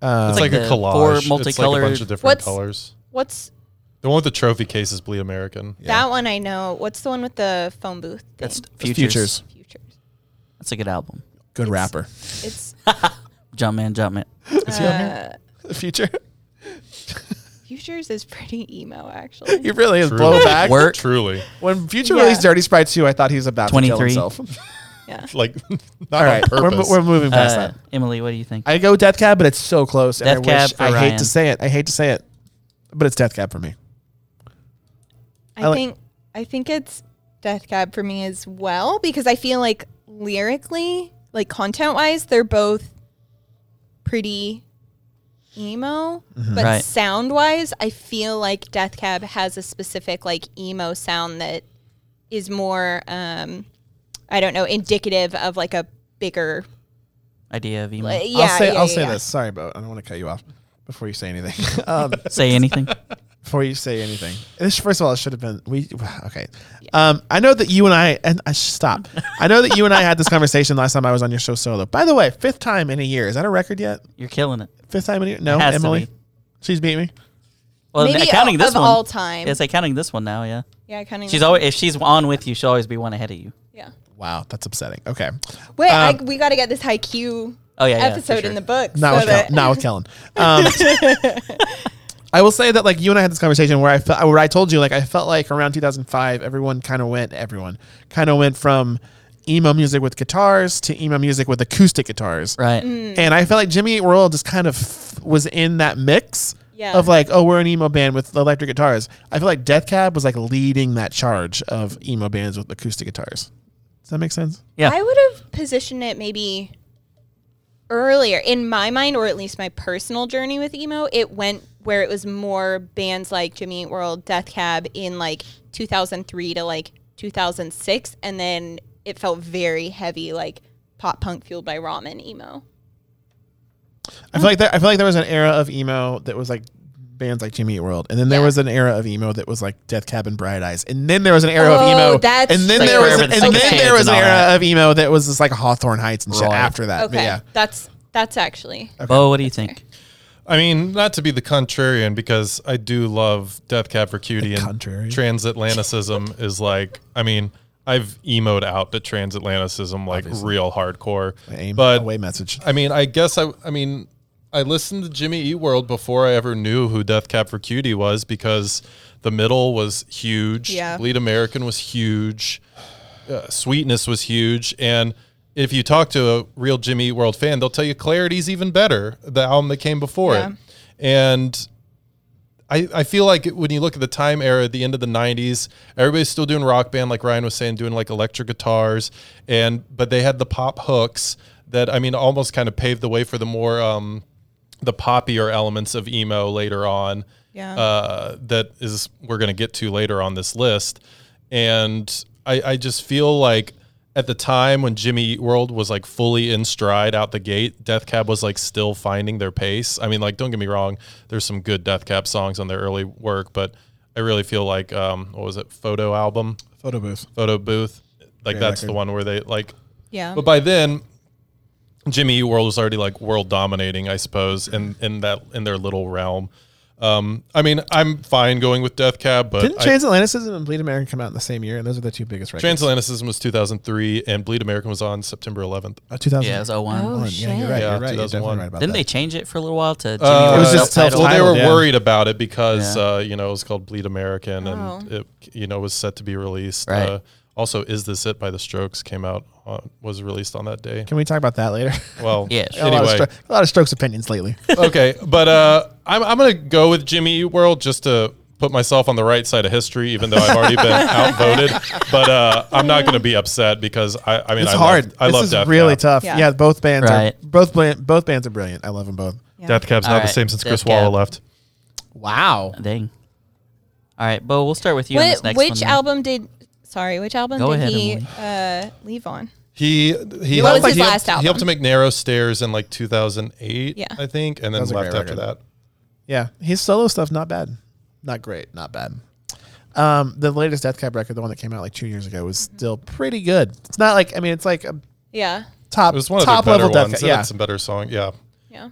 Speaker 3: Uh,
Speaker 4: It's like,
Speaker 1: like
Speaker 4: a
Speaker 1: the
Speaker 4: collage.
Speaker 1: four
Speaker 4: It's like a bunch
Speaker 1: multicolored-
Speaker 4: of different
Speaker 2: What's-
Speaker 4: colors.
Speaker 2: What's
Speaker 4: The one with the trophy case is Bleed American.
Speaker 2: that one? I know. What's the one with the phone booth? Thing?
Speaker 1: That's
Speaker 3: Futures.
Speaker 1: Futures.
Speaker 2: Futures.
Speaker 1: That's a good album.
Speaker 3: Good rapper.
Speaker 2: It's
Speaker 1: Jumpman, Jumpman.
Speaker 2: uh,
Speaker 3: The future.
Speaker 2: Futures is pretty emo actually.
Speaker 3: He really is
Speaker 4: True.
Speaker 3: blown back.
Speaker 1: Work.
Speaker 4: Truly.
Speaker 3: When Future
Speaker 2: Yeah.
Speaker 3: released Dirty Sprite 2, I thought he was about to kill
Speaker 1: 23.
Speaker 3: himself.
Speaker 2: Yeah.
Speaker 4: Like, not
Speaker 3: All right.
Speaker 4: on
Speaker 3: We're,
Speaker 4: purpose.
Speaker 3: we're moving past
Speaker 1: Uh,
Speaker 3: that.
Speaker 1: Emily, what do you think?
Speaker 3: I go Death Cab, but it's so close. and I,
Speaker 1: Death Cab
Speaker 3: wish-
Speaker 1: for
Speaker 3: I hate
Speaker 1: Ryan.
Speaker 3: to say it. I hate to say it. But it's Death Cab for me. I
Speaker 2: I,
Speaker 3: like-
Speaker 2: think I think it's Death Cab for me as well because I feel like lyrically, like content wise, they're both pretty emo,
Speaker 3: Mm-hmm.
Speaker 2: but
Speaker 1: Right.
Speaker 2: sound wise, I feel like Death Cab has a specific like emo sound that is more um I don't know indicative of like a bigger.
Speaker 1: idea of emo.
Speaker 2: uh, yeah,
Speaker 3: I'll say
Speaker 2: yeah,
Speaker 3: I'll
Speaker 2: yeah,
Speaker 3: say
Speaker 2: yeah.
Speaker 3: this. Sorry, but I don't want to cut you off before you say anything. um,
Speaker 1: Say anything.
Speaker 3: before you say anything, this first of all, it should have been we. Okay, um, I know that you and I and I stop. I know that you and I had this conversation last time I was on your show solo. By the way, fifth time in a year. Is that a record yet?
Speaker 1: You're killing it.
Speaker 3: Fifth time in a year? No,
Speaker 1: Has to
Speaker 3: Emily.
Speaker 1: be.
Speaker 3: She's beat me.
Speaker 1: Well,
Speaker 2: Maybe
Speaker 1: counting
Speaker 2: of-
Speaker 1: this
Speaker 2: of
Speaker 1: one
Speaker 2: all time.
Speaker 1: Yeah, say counting this one now. Yeah,
Speaker 2: Yeah, I kind of.
Speaker 1: she's always if she's on with you, she'll always be one ahead of you.
Speaker 2: Yeah.
Speaker 3: Wow, that's upsetting. Okay,
Speaker 2: Wait,
Speaker 3: Um,
Speaker 2: I, we got to get this high Q
Speaker 1: Oh yeah, yeah, for
Speaker 2: episode
Speaker 1: sure.
Speaker 2: in the book.
Speaker 3: not
Speaker 2: so
Speaker 3: with Kel-
Speaker 2: that-
Speaker 3: not with Kellen. Um, I will say that like you and I had this conversation where I felt where I told you like I felt like around 2005 everyone kind of went everyone kind of went from emo music with guitars to emo music with acoustic guitars.
Speaker 1: Right.
Speaker 2: Mm.
Speaker 3: Mm. And I felt like Jimmy Eat World just kind of f- was in that mix
Speaker 2: Yeah.
Speaker 3: of like, oh, we're an emo band with electric guitars. I feel like Death Cab was like leading that charge of emo bands with acoustic guitars. Does that make sense?
Speaker 1: Yeah.
Speaker 2: I would have positioned it maybe earlier in my mind, or at least my personal journey with emo. It went where it was more bands like Jimmy Eat World, Death Cab in like 2003 to like 2006, and then it felt very heavy, like pop punk fueled by ramen emo.
Speaker 3: I feel like there, I feel like there was an era of emo that was like bands like Jimmy Eat World, and then there
Speaker 2: Yeah.
Speaker 3: was an era of emo that was like Death Cab and Bright Eyes, and then there was an era of
Speaker 2: Oh,
Speaker 3: emo,
Speaker 2: that's
Speaker 3: and then
Speaker 2: Like
Speaker 3: there was
Speaker 1: Forever
Speaker 3: and
Speaker 1: the Second
Speaker 3: then there
Speaker 1: Kids
Speaker 3: was an
Speaker 1: and all
Speaker 3: era
Speaker 1: that.
Speaker 3: of emo that was just like Hawthorne Heights and shit
Speaker 1: Right.
Speaker 3: after
Speaker 2: Okay,
Speaker 3: that.
Speaker 2: Uh,
Speaker 3: But yeah,
Speaker 2: that's that's actually
Speaker 1: Bo, what do you think?
Speaker 4: I mean, not to be the contrarian, because I do love Death Cab for
Speaker 3: The
Speaker 4: Cutie and
Speaker 3: contrarian.
Speaker 4: transatlanticism is like, I mean, I've emoed out to transatlanticism like real hardcore.
Speaker 3: Aim,
Speaker 4: but
Speaker 3: away message.
Speaker 4: I mean, I guess I, I mean, I listened to Jimmy Eat World before I ever knew who Death Cab for Cutie was because the middle was huge.
Speaker 2: Yeah.
Speaker 4: Bleed American was huge. Uh, sweetness was huge. And if you talk to a real Jimmy Eat World fan, they'll tell you Clarity's even better, the album that came before
Speaker 2: Yeah.
Speaker 4: it. And I, I feel like when you look at the time era, the end of the '90s, everybody's still doing rock band, like Ryan was saying, doing like electric guitars, and but they had the pop hooks that I mean almost kind of paved the way for the more um, the poppier elements of emo later on.
Speaker 2: Yeah.
Speaker 4: uh, that is we're gonna get to later on this list, and I, I just feel like at the time when Jimmy Eat World was like fully in stride out the gate, Death Cab was like still finding their pace. I mean, like, don't get me wrong, there's some good Death Cab songs on their early work, but I really feel like, um, what was it, Photo Album,
Speaker 3: Photo booth.
Speaker 4: Photo Booth? Like,
Speaker 3: Great
Speaker 4: that's the
Speaker 3: record.
Speaker 4: one where they like,
Speaker 2: yeah.
Speaker 4: but by then, Jimmy Eat World was already like world dominating, I suppose, in, in that, in their little realm. Um, I mean, I'm fine going with Death Cab, but
Speaker 3: Didn't
Speaker 4: I-
Speaker 3: Transatlanticism and Bleed American come out in the same year? And those are the two biggest records.
Speaker 4: Transatlanticism was 2003 and Bleed American was on September 11th.
Speaker 3: Uh, 2000.
Speaker 1: Yeah, it was 01.
Speaker 2: Oh,
Speaker 3: yeah, you're
Speaker 2: shit.
Speaker 3: right.
Speaker 4: Yeah,
Speaker 3: you're right. You're definitely
Speaker 4: 2001.
Speaker 3: right about
Speaker 1: Didn't
Speaker 3: that.
Speaker 1: they change it for a little while to Jimmy?
Speaker 4: Uh,
Speaker 1: Eat World
Speaker 4: it was
Speaker 3: just
Speaker 1: self-titled?
Speaker 3: self-titled.
Speaker 4: Well, they
Speaker 3: titled,
Speaker 4: were
Speaker 3: yeah.
Speaker 4: worried about it because
Speaker 1: Yeah.
Speaker 4: uh, you know it was called Bleed American, and it you know was set to be released.
Speaker 1: Right.
Speaker 4: Uh, also, Is This It by The Strokes came out on, was released on that day.
Speaker 3: Can we talk about that later?
Speaker 4: Well,
Speaker 1: Yeah, sure.
Speaker 3: a, lot of
Speaker 4: Anyway,
Speaker 3: Stro- a lot of Strokes opinions lately.
Speaker 4: okay, but uh, I'm I'm gonna go with Jimmy Eat World just to put myself on the right side of history, even though I've already been outvoted. But uh, I'm not gonna be upset because I I mean
Speaker 3: it's
Speaker 4: I
Speaker 3: hard.
Speaker 4: Loved, I
Speaker 3: this
Speaker 4: love
Speaker 3: is
Speaker 4: Death
Speaker 3: really
Speaker 4: Cab.
Speaker 3: tough. Yeah.
Speaker 2: Yeah.
Speaker 3: both bands
Speaker 1: Right.
Speaker 3: are both blan- both bands are brilliant. I love them both.
Speaker 2: Yeah.
Speaker 4: Death Cab's
Speaker 1: All
Speaker 4: not the
Speaker 1: right,
Speaker 4: same since
Speaker 1: Death
Speaker 4: Chris Walla
Speaker 1: Cab.
Speaker 4: left.
Speaker 3: Wow.
Speaker 1: Dang. All right, Bo, we'll start with you on
Speaker 2: What,
Speaker 1: this next
Speaker 2: which
Speaker 1: one. then.
Speaker 2: album did? Sorry, which album
Speaker 1: Go
Speaker 2: did
Speaker 1: ahead,
Speaker 2: he uh, leave on?
Speaker 4: He he
Speaker 2: What
Speaker 4: helped,
Speaker 2: was his
Speaker 4: he helped-
Speaker 2: last
Speaker 4: He helped
Speaker 2: album?
Speaker 4: to make Narrow Stairs in like 2008,
Speaker 2: Yeah.
Speaker 4: I think, and then
Speaker 3: was a
Speaker 4: left
Speaker 3: great
Speaker 4: after
Speaker 3: record.
Speaker 4: that.
Speaker 3: Yeah, his solo stuff not bad, not great, not bad. Um, the latest Death Cab record, the one that came out like two years ago, was still pretty good. It's not like I mean, it's like a
Speaker 2: Yeah,
Speaker 3: top
Speaker 4: It was one of
Speaker 3: top
Speaker 4: the better
Speaker 3: level Death
Speaker 4: ones.
Speaker 3: Cab.
Speaker 4: It
Speaker 3: Yeah,
Speaker 4: had some better song. Yeah,
Speaker 2: yeah.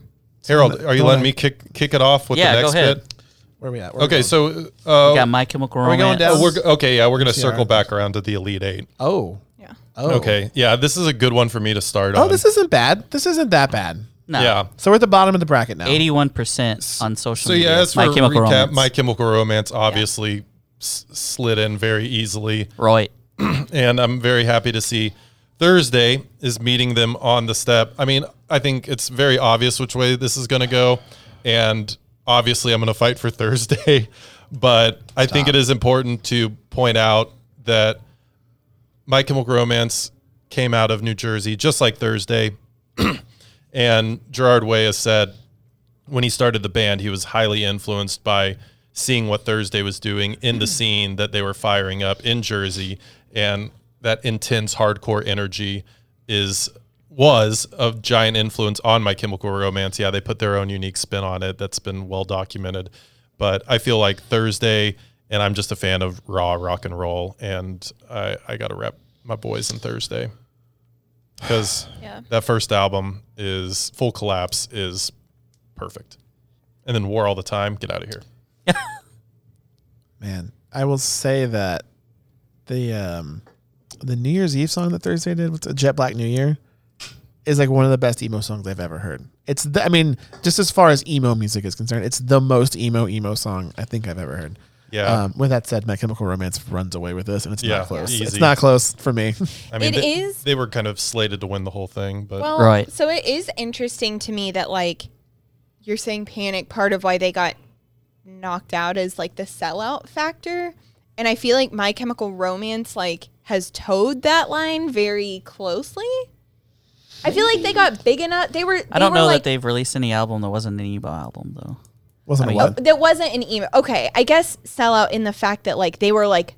Speaker 4: Harold, are you
Speaker 3: Don't
Speaker 4: letting
Speaker 3: I-
Speaker 4: me kick kick it off with
Speaker 1: Yeah,
Speaker 4: the
Speaker 1: go
Speaker 4: next
Speaker 1: ahead.
Speaker 4: bit?
Speaker 3: where are we at? Where are we
Speaker 4: Okay,
Speaker 3: going?
Speaker 4: so uh,
Speaker 1: We got My Chemical Romance.
Speaker 3: we going down?
Speaker 4: uh, we're g- okay. Yeah, we're gonna circle
Speaker 3: ours.
Speaker 4: back around to the Elite Eight.
Speaker 3: oh,
Speaker 2: Yeah.
Speaker 3: oh,
Speaker 4: Okay, yeah, this is a good one for me to start
Speaker 3: Oh,
Speaker 4: on.
Speaker 3: this isn't bad. This isn't that bad.
Speaker 1: No.
Speaker 4: yeah.
Speaker 3: So we're at the bottom of the bracket now.
Speaker 1: Eighty-one percent on social
Speaker 4: So
Speaker 1: media.
Speaker 4: yeah, as for
Speaker 1: My
Speaker 4: recap,
Speaker 1: Chemical Romance.
Speaker 4: My Chemical Romance obviously s- slid in very easily.
Speaker 1: Right.
Speaker 4: and I'm very happy to see Thursday is meeting them on the step. I mean, I think it's very obvious which way this is going to go, and obviously I'm going to fight for Thursday, but I think it is important to point out that My Chemical Romance came out of New Jersey just like Thursday, and Gerard Way has said when he started the band, he was highly influenced by seeing what Thursday was doing in the scene that they were firing up in Jersey, and that intense hardcore energy is was a giant influence on My Chemical Romance. Yeah, they put their own unique spin on it that's been well documented. But I feel like Thursday, and I'm just a fan of raw rock and roll, and I, I got to rep my boys in Thursday because
Speaker 2: Yeah.
Speaker 4: that first album is Full Collapse is perfect. And then War All the Time, get out of here.
Speaker 3: Man, I will say that the um the New Year's Eve song that Thursday did with the Jet Black New Year is like one of the best emo songs I've ever heard. It's the, I mean, just as far as emo music is concerned, it's the most emo emo song I think I've ever heard.
Speaker 4: Yeah.
Speaker 3: Um, with that said, My Chemical Romance runs away with this, and it's
Speaker 4: Yeah,
Speaker 3: not close. It's
Speaker 4: easy.
Speaker 3: not close for me.
Speaker 4: I mean,
Speaker 2: It
Speaker 4: they,
Speaker 2: is-
Speaker 4: they were kind of slated to win the whole thing, but
Speaker 2: Well,
Speaker 1: Right.
Speaker 2: so it is interesting to me that like you're saying panic part of why they got knocked out is like the sellout factor. And I feel like my chemical romance like has towed that line very closely. I feel like they got big enough. They were.
Speaker 1: I don't
Speaker 2: were,
Speaker 1: know
Speaker 2: like,
Speaker 1: that they've released any album that wasn't an emo album though.
Speaker 3: Wasn't
Speaker 1: I
Speaker 3: a
Speaker 1: mean-
Speaker 3: lot.
Speaker 2: That oh, wasn't an email. Okay, I guess sellout in the fact that like they were like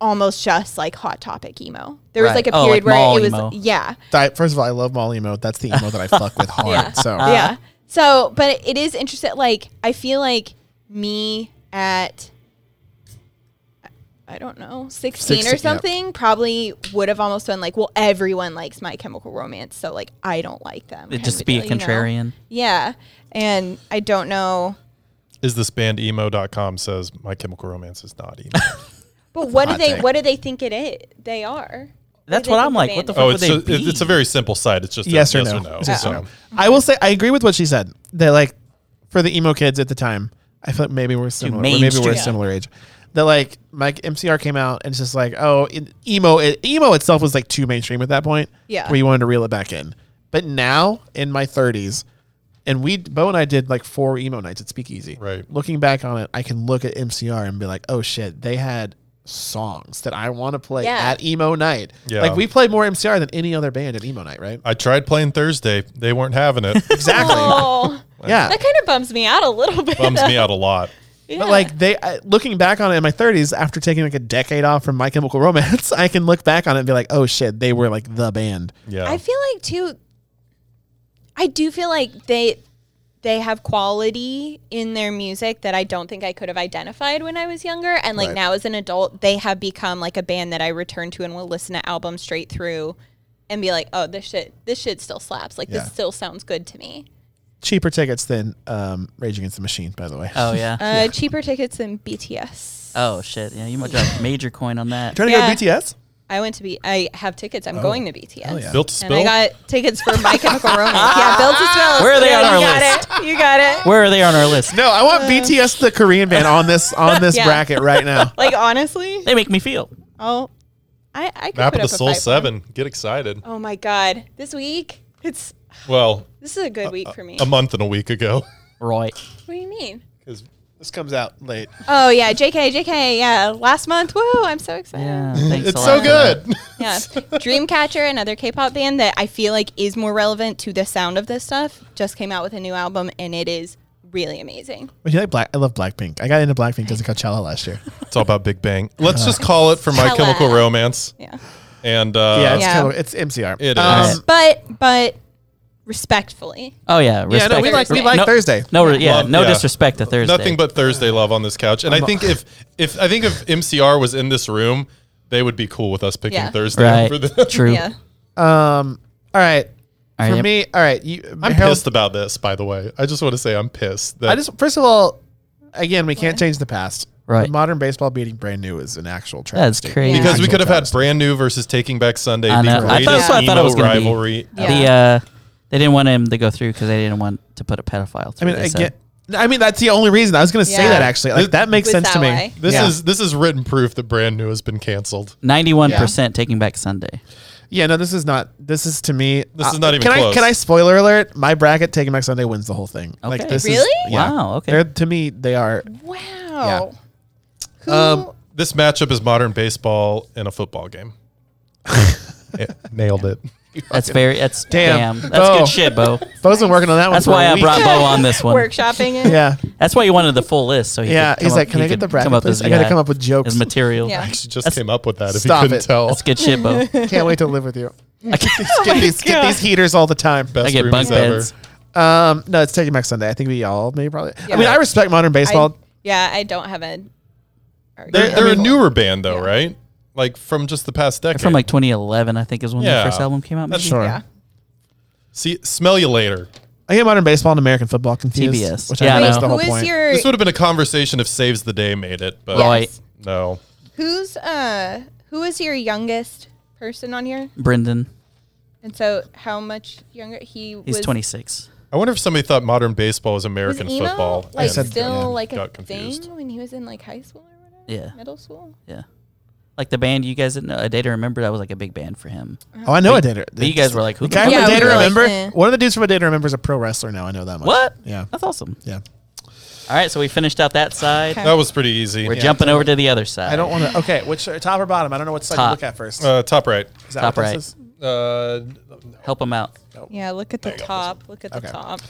Speaker 2: almost just like hot topic emo. There was
Speaker 1: Right.
Speaker 2: like a
Speaker 1: Oh, like
Speaker 2: period where
Speaker 1: mall
Speaker 2: it was
Speaker 1: emo.
Speaker 2: yeah.
Speaker 3: I, first of all, I love mall emo. That's the emo that I fuck with hard.
Speaker 2: Yeah.
Speaker 3: So
Speaker 1: Uh,
Speaker 2: yeah. So, but it is interesting. Like, I feel like me at, I don't know, 16
Speaker 3: 16,
Speaker 2: or
Speaker 3: yep.
Speaker 2: something probably would have almost been like, well, everyone likes My Chemical Romance. So, like, I don't like them.
Speaker 1: It'd
Speaker 2: kind
Speaker 1: just
Speaker 2: of
Speaker 1: be
Speaker 2: deal,
Speaker 1: a
Speaker 2: you know?
Speaker 1: contrarian.
Speaker 2: Yeah. And I don't know.
Speaker 4: is this band emo.com says My Chemical Romance is not emo. Oh,
Speaker 2: But what do
Speaker 3: hot
Speaker 2: they,
Speaker 3: take.
Speaker 2: what do they think it is? They are.
Speaker 1: That's
Speaker 2: they
Speaker 1: what
Speaker 2: think
Speaker 1: I'm
Speaker 2: the
Speaker 1: like.
Speaker 2: band
Speaker 1: What the
Speaker 2: is.
Speaker 1: fuck
Speaker 4: oh,
Speaker 1: would
Speaker 4: it's
Speaker 1: they
Speaker 4: a,
Speaker 1: be?
Speaker 4: it's a very simple site. It's just a
Speaker 3: yes, or, no.
Speaker 4: Yes
Speaker 3: It's yes
Speaker 4: so.
Speaker 3: or no. I will say I agree with what she said. That like for the emo kids at the time, I feel like maybe we're similar. or Maybe we're
Speaker 1: mainstream.
Speaker 3: a similar age. That like my MCR came out and it's just like oh in, emo it, emo itself was like too mainstream at that point.
Speaker 2: Yeah.
Speaker 3: where you wanted to reel it back in. But now in my 30s, and we Bo and I did like four emo nights at Speakeasy.
Speaker 4: Right.
Speaker 3: Looking back on it, I can look at MCR and be like, oh shit, they had songs that I want to play
Speaker 2: Yeah.
Speaker 3: at emo night.
Speaker 4: Yeah.
Speaker 3: Like we played more MCR than any other band at emo night, right?
Speaker 4: I tried playing Thursday. They weren't having it.
Speaker 3: Exactly.
Speaker 2: Oh,
Speaker 3: Yeah.
Speaker 2: that kind of bums me out a little bit.
Speaker 4: Bums me out a lot.
Speaker 2: Yeah.
Speaker 3: But like they, I, looking back on it in my 30s, after taking like a decade off from My Chemical Romance, I can look back on it and be like, oh shit, they were like the band.
Speaker 4: Yeah.
Speaker 2: I feel like too. I do feel like they they have quality in their music that I don't think I could have identified when I was younger, and like
Speaker 3: Right.
Speaker 2: now as an adult, they have become like a band that I return to and will listen to albums straight through, and be like, oh, this shit, this shit still slaps. Like
Speaker 3: Yeah.
Speaker 2: this still sounds good to me.
Speaker 3: Cheaper tickets than um, Rage Against the Machine, by the way.
Speaker 1: Oh yeah.
Speaker 2: Uh, Cheaper tickets than BTS.
Speaker 1: oh shit. Yeah, you might drop a major coin on that.
Speaker 3: Trying
Speaker 2: yeah.
Speaker 3: to go BTS?
Speaker 2: I went to be. I have tickets.
Speaker 1: Oh.
Speaker 2: I'm going to BTS.
Speaker 3: yeah.
Speaker 4: Built to
Speaker 2: And
Speaker 4: spill.
Speaker 2: I got tickets for My Chemical Romance. Yeah, Built to Spill.
Speaker 1: Where are they on
Speaker 2: you
Speaker 1: our
Speaker 2: got it. You got it.
Speaker 1: Where are they on our list?
Speaker 3: No, I want BTS, the Korean band, on this on this
Speaker 2: Uh. Yeah.
Speaker 3: bracket right now.
Speaker 2: Like honestly,
Speaker 1: They make me feel.
Speaker 2: Oh, I I could
Speaker 4: Map
Speaker 2: put
Speaker 4: of
Speaker 2: up
Speaker 4: the
Speaker 2: a
Speaker 4: Soul
Speaker 2: five for him.
Speaker 4: 7. Get excited.
Speaker 2: Oh my god, this week it's
Speaker 4: Well,
Speaker 2: this is a good week for me.
Speaker 4: a month and a week ago.
Speaker 1: Roy.
Speaker 2: what do you mean?
Speaker 4: Because
Speaker 3: This comes out late.
Speaker 2: Oh yeah, Jk Jk yeah, last month. Woo, I'm so excited.
Speaker 1: Yeah. Thanks
Speaker 4: it's
Speaker 1: a
Speaker 4: so
Speaker 1: lot for that.
Speaker 4: good.
Speaker 2: Yeah. Dreamcatcher, another K-pop band that I feel like is more relevant to the sound of this stuff, just came out with a new album and it is really amazing.
Speaker 3: But you like Black? I love Blackpink. I got into Blackpink because of Coachella last year.
Speaker 4: it's all about Big Bang. Let's just call it for My
Speaker 2: Hella.
Speaker 4: Chemical Romance.
Speaker 2: Yeah.
Speaker 4: And uh,
Speaker 3: yeah, it's,
Speaker 2: Yeah.
Speaker 3: Kind of, it's MCR.
Speaker 4: It is.
Speaker 2: But but respectfully,
Speaker 1: Oh yeah. Respect.
Speaker 3: Yeah, no, we like we
Speaker 2: Thursday.
Speaker 3: like
Speaker 1: no,
Speaker 3: Thursday.
Speaker 1: No, re- yeah,
Speaker 4: Love-
Speaker 1: no
Speaker 4: yeah.
Speaker 1: disrespect to Thursday.
Speaker 4: nothing but Thursday love on this couch. And i think if if I think if MCR was in this room, they would be cool with us picking
Speaker 2: Yeah.
Speaker 4: Thursday
Speaker 1: right.
Speaker 4: for the
Speaker 1: True.
Speaker 2: yeah.
Speaker 3: Um. All right.
Speaker 1: All right,
Speaker 3: For
Speaker 1: yep.
Speaker 3: me, all right. You,
Speaker 4: I'm
Speaker 3: Harold-
Speaker 4: pissed about this, by the way. I just want to say I'm pissed. That
Speaker 3: I just first of all, again, we can't change the past.
Speaker 1: Right.
Speaker 3: But modern baseball beating brand new is an actual
Speaker 1: That's
Speaker 3: travesty.
Speaker 1: crazy.
Speaker 4: because we
Speaker 3: Actual
Speaker 4: could have had
Speaker 3: travesty.
Speaker 4: brand new versus Taking Back Sunday,
Speaker 1: I know.
Speaker 4: the
Speaker 1: I
Speaker 4: greatest
Speaker 1: thought, that's what I thought it
Speaker 4: emo
Speaker 1: was going to
Speaker 4: rivalry.
Speaker 1: be.
Speaker 2: Yeah.
Speaker 1: The uh, they didn't want him to go through because they didn't want to put a pedophile.
Speaker 3: I
Speaker 1: Through,
Speaker 3: mean,
Speaker 1: they said.
Speaker 3: again, I mean that's the only reason I was going to say
Speaker 2: Yeah.
Speaker 3: that actually. Like that makes
Speaker 2: Was
Speaker 3: sense to
Speaker 2: that
Speaker 3: me.
Speaker 2: why?
Speaker 4: This
Speaker 3: Yeah.
Speaker 4: is this is written proof that brand new has been canceled.
Speaker 1: ninety-one percent taking back Sunday.
Speaker 3: yeah. No, this is not. This is to me. uh,
Speaker 4: This is not even
Speaker 3: Can
Speaker 4: close.
Speaker 3: I can I spoiler alert? My bracket taking back Sunday wins the whole thing. Like
Speaker 1: Okay.
Speaker 3: this
Speaker 2: Really?
Speaker 3: Is, yeah.
Speaker 1: Wow, okay.
Speaker 3: They're, to me, they are.
Speaker 2: Wow. Who
Speaker 3: Um,
Speaker 4: This matchup is modern baseball in a football game. Yeah, nailed it.
Speaker 1: That's very. That's
Speaker 3: Damn. Oh.
Speaker 1: damn. That's
Speaker 3: Bo.
Speaker 1: good shit, Bo.
Speaker 3: Bo's been working on that one.
Speaker 1: That's
Speaker 3: for a
Speaker 1: why I
Speaker 3: week.
Speaker 1: brought Bo on this one.
Speaker 2: workshopping it?
Speaker 3: Yeah.
Speaker 1: That's why you wanted the full list. So he
Speaker 3: Yeah,
Speaker 1: could come
Speaker 3: he's like,
Speaker 1: up-
Speaker 3: "Can
Speaker 1: he
Speaker 3: I get
Speaker 1: could
Speaker 3: the
Speaker 1: come
Speaker 3: bracket,
Speaker 1: up
Speaker 3: please?
Speaker 1: his-
Speaker 3: I gotta
Speaker 1: yeah,
Speaker 3: come up with jokes."
Speaker 1: His material.
Speaker 2: Yeah.
Speaker 4: She just came up with that. If you
Speaker 3: Stop
Speaker 4: couldn't
Speaker 3: it.
Speaker 4: tell,
Speaker 1: That's good shit, Bo.
Speaker 3: Can't wait to live with you. get these get these heaters all the time.
Speaker 4: Best
Speaker 1: I get
Speaker 4: roomies
Speaker 1: bunk beds.
Speaker 4: ever.
Speaker 3: Um, no, it's Take Back Sunday. I think we all maybe probably. I
Speaker 2: Yeah.
Speaker 3: mean, I respect modern
Speaker 2: I,
Speaker 3: baseball.
Speaker 2: yeah, I don't have a.
Speaker 4: They're,
Speaker 2: argument.
Speaker 4: they're a newer band though, right? Like from just the past decade.
Speaker 1: From like 2011, I think is when
Speaker 4: Yeah.
Speaker 1: the first album came out. Maybe?
Speaker 3: sure.
Speaker 2: Yeah.
Speaker 4: see, smell you later.
Speaker 3: I get modern baseball and American football confused.
Speaker 1: TBS.
Speaker 3: Which
Speaker 1: Yeah,
Speaker 3: I
Speaker 1: I
Speaker 3: know is
Speaker 1: know.
Speaker 3: the whole
Speaker 2: Who is
Speaker 3: point.
Speaker 2: your?
Speaker 4: This would have been a conversation if Saves the Day made it, but
Speaker 1: Right.
Speaker 4: no.
Speaker 2: Who's uh? Who is your youngest person on here?
Speaker 1: Brendan,
Speaker 2: And so, how much younger he
Speaker 1: he's
Speaker 2: was?
Speaker 1: 26.
Speaker 4: I wonder if somebody thought modern baseball was
Speaker 2: Was
Speaker 4: American
Speaker 2: emo
Speaker 4: football.
Speaker 2: like
Speaker 4: and
Speaker 3: said-
Speaker 2: still
Speaker 3: yeah,
Speaker 2: like a
Speaker 4: got confused.
Speaker 2: thing when he was in like high school or whatever?
Speaker 1: Yeah.
Speaker 2: Middle school.
Speaker 1: Yeah. Like the band you guys didn't know, A Day to Remember, that was like a big band for him.
Speaker 3: Oh, I know I did it.
Speaker 1: But you guys were like, who
Speaker 3: The
Speaker 1: the
Speaker 3: guy
Speaker 1: fuck
Speaker 2: Yeah,
Speaker 3: from
Speaker 1: is
Speaker 3: A Day
Speaker 2: we
Speaker 3: to
Speaker 1: that?
Speaker 2: were like,
Speaker 3: Remember.
Speaker 2: eh.
Speaker 3: One of the dudes from A Day to Remember is a pro wrestler now. I know that much.
Speaker 1: What?
Speaker 3: Yeah.
Speaker 1: That's awesome.
Speaker 3: Yeah.
Speaker 1: All right, so we finished out that side.
Speaker 2: Okay.
Speaker 4: That was pretty easy.
Speaker 1: We're jumping over to the other side.
Speaker 3: I don't want to. Okay, which top or bottom? I don't know what side to
Speaker 1: Top.
Speaker 3: look at first.
Speaker 4: Uh, top right.
Speaker 3: is that
Speaker 1: top
Speaker 3: what this
Speaker 1: right.
Speaker 3: is?
Speaker 4: Uh,
Speaker 1: help him out.
Speaker 3: Oh.
Speaker 2: Yeah, look at the top. Look at
Speaker 3: Okay.
Speaker 2: the top.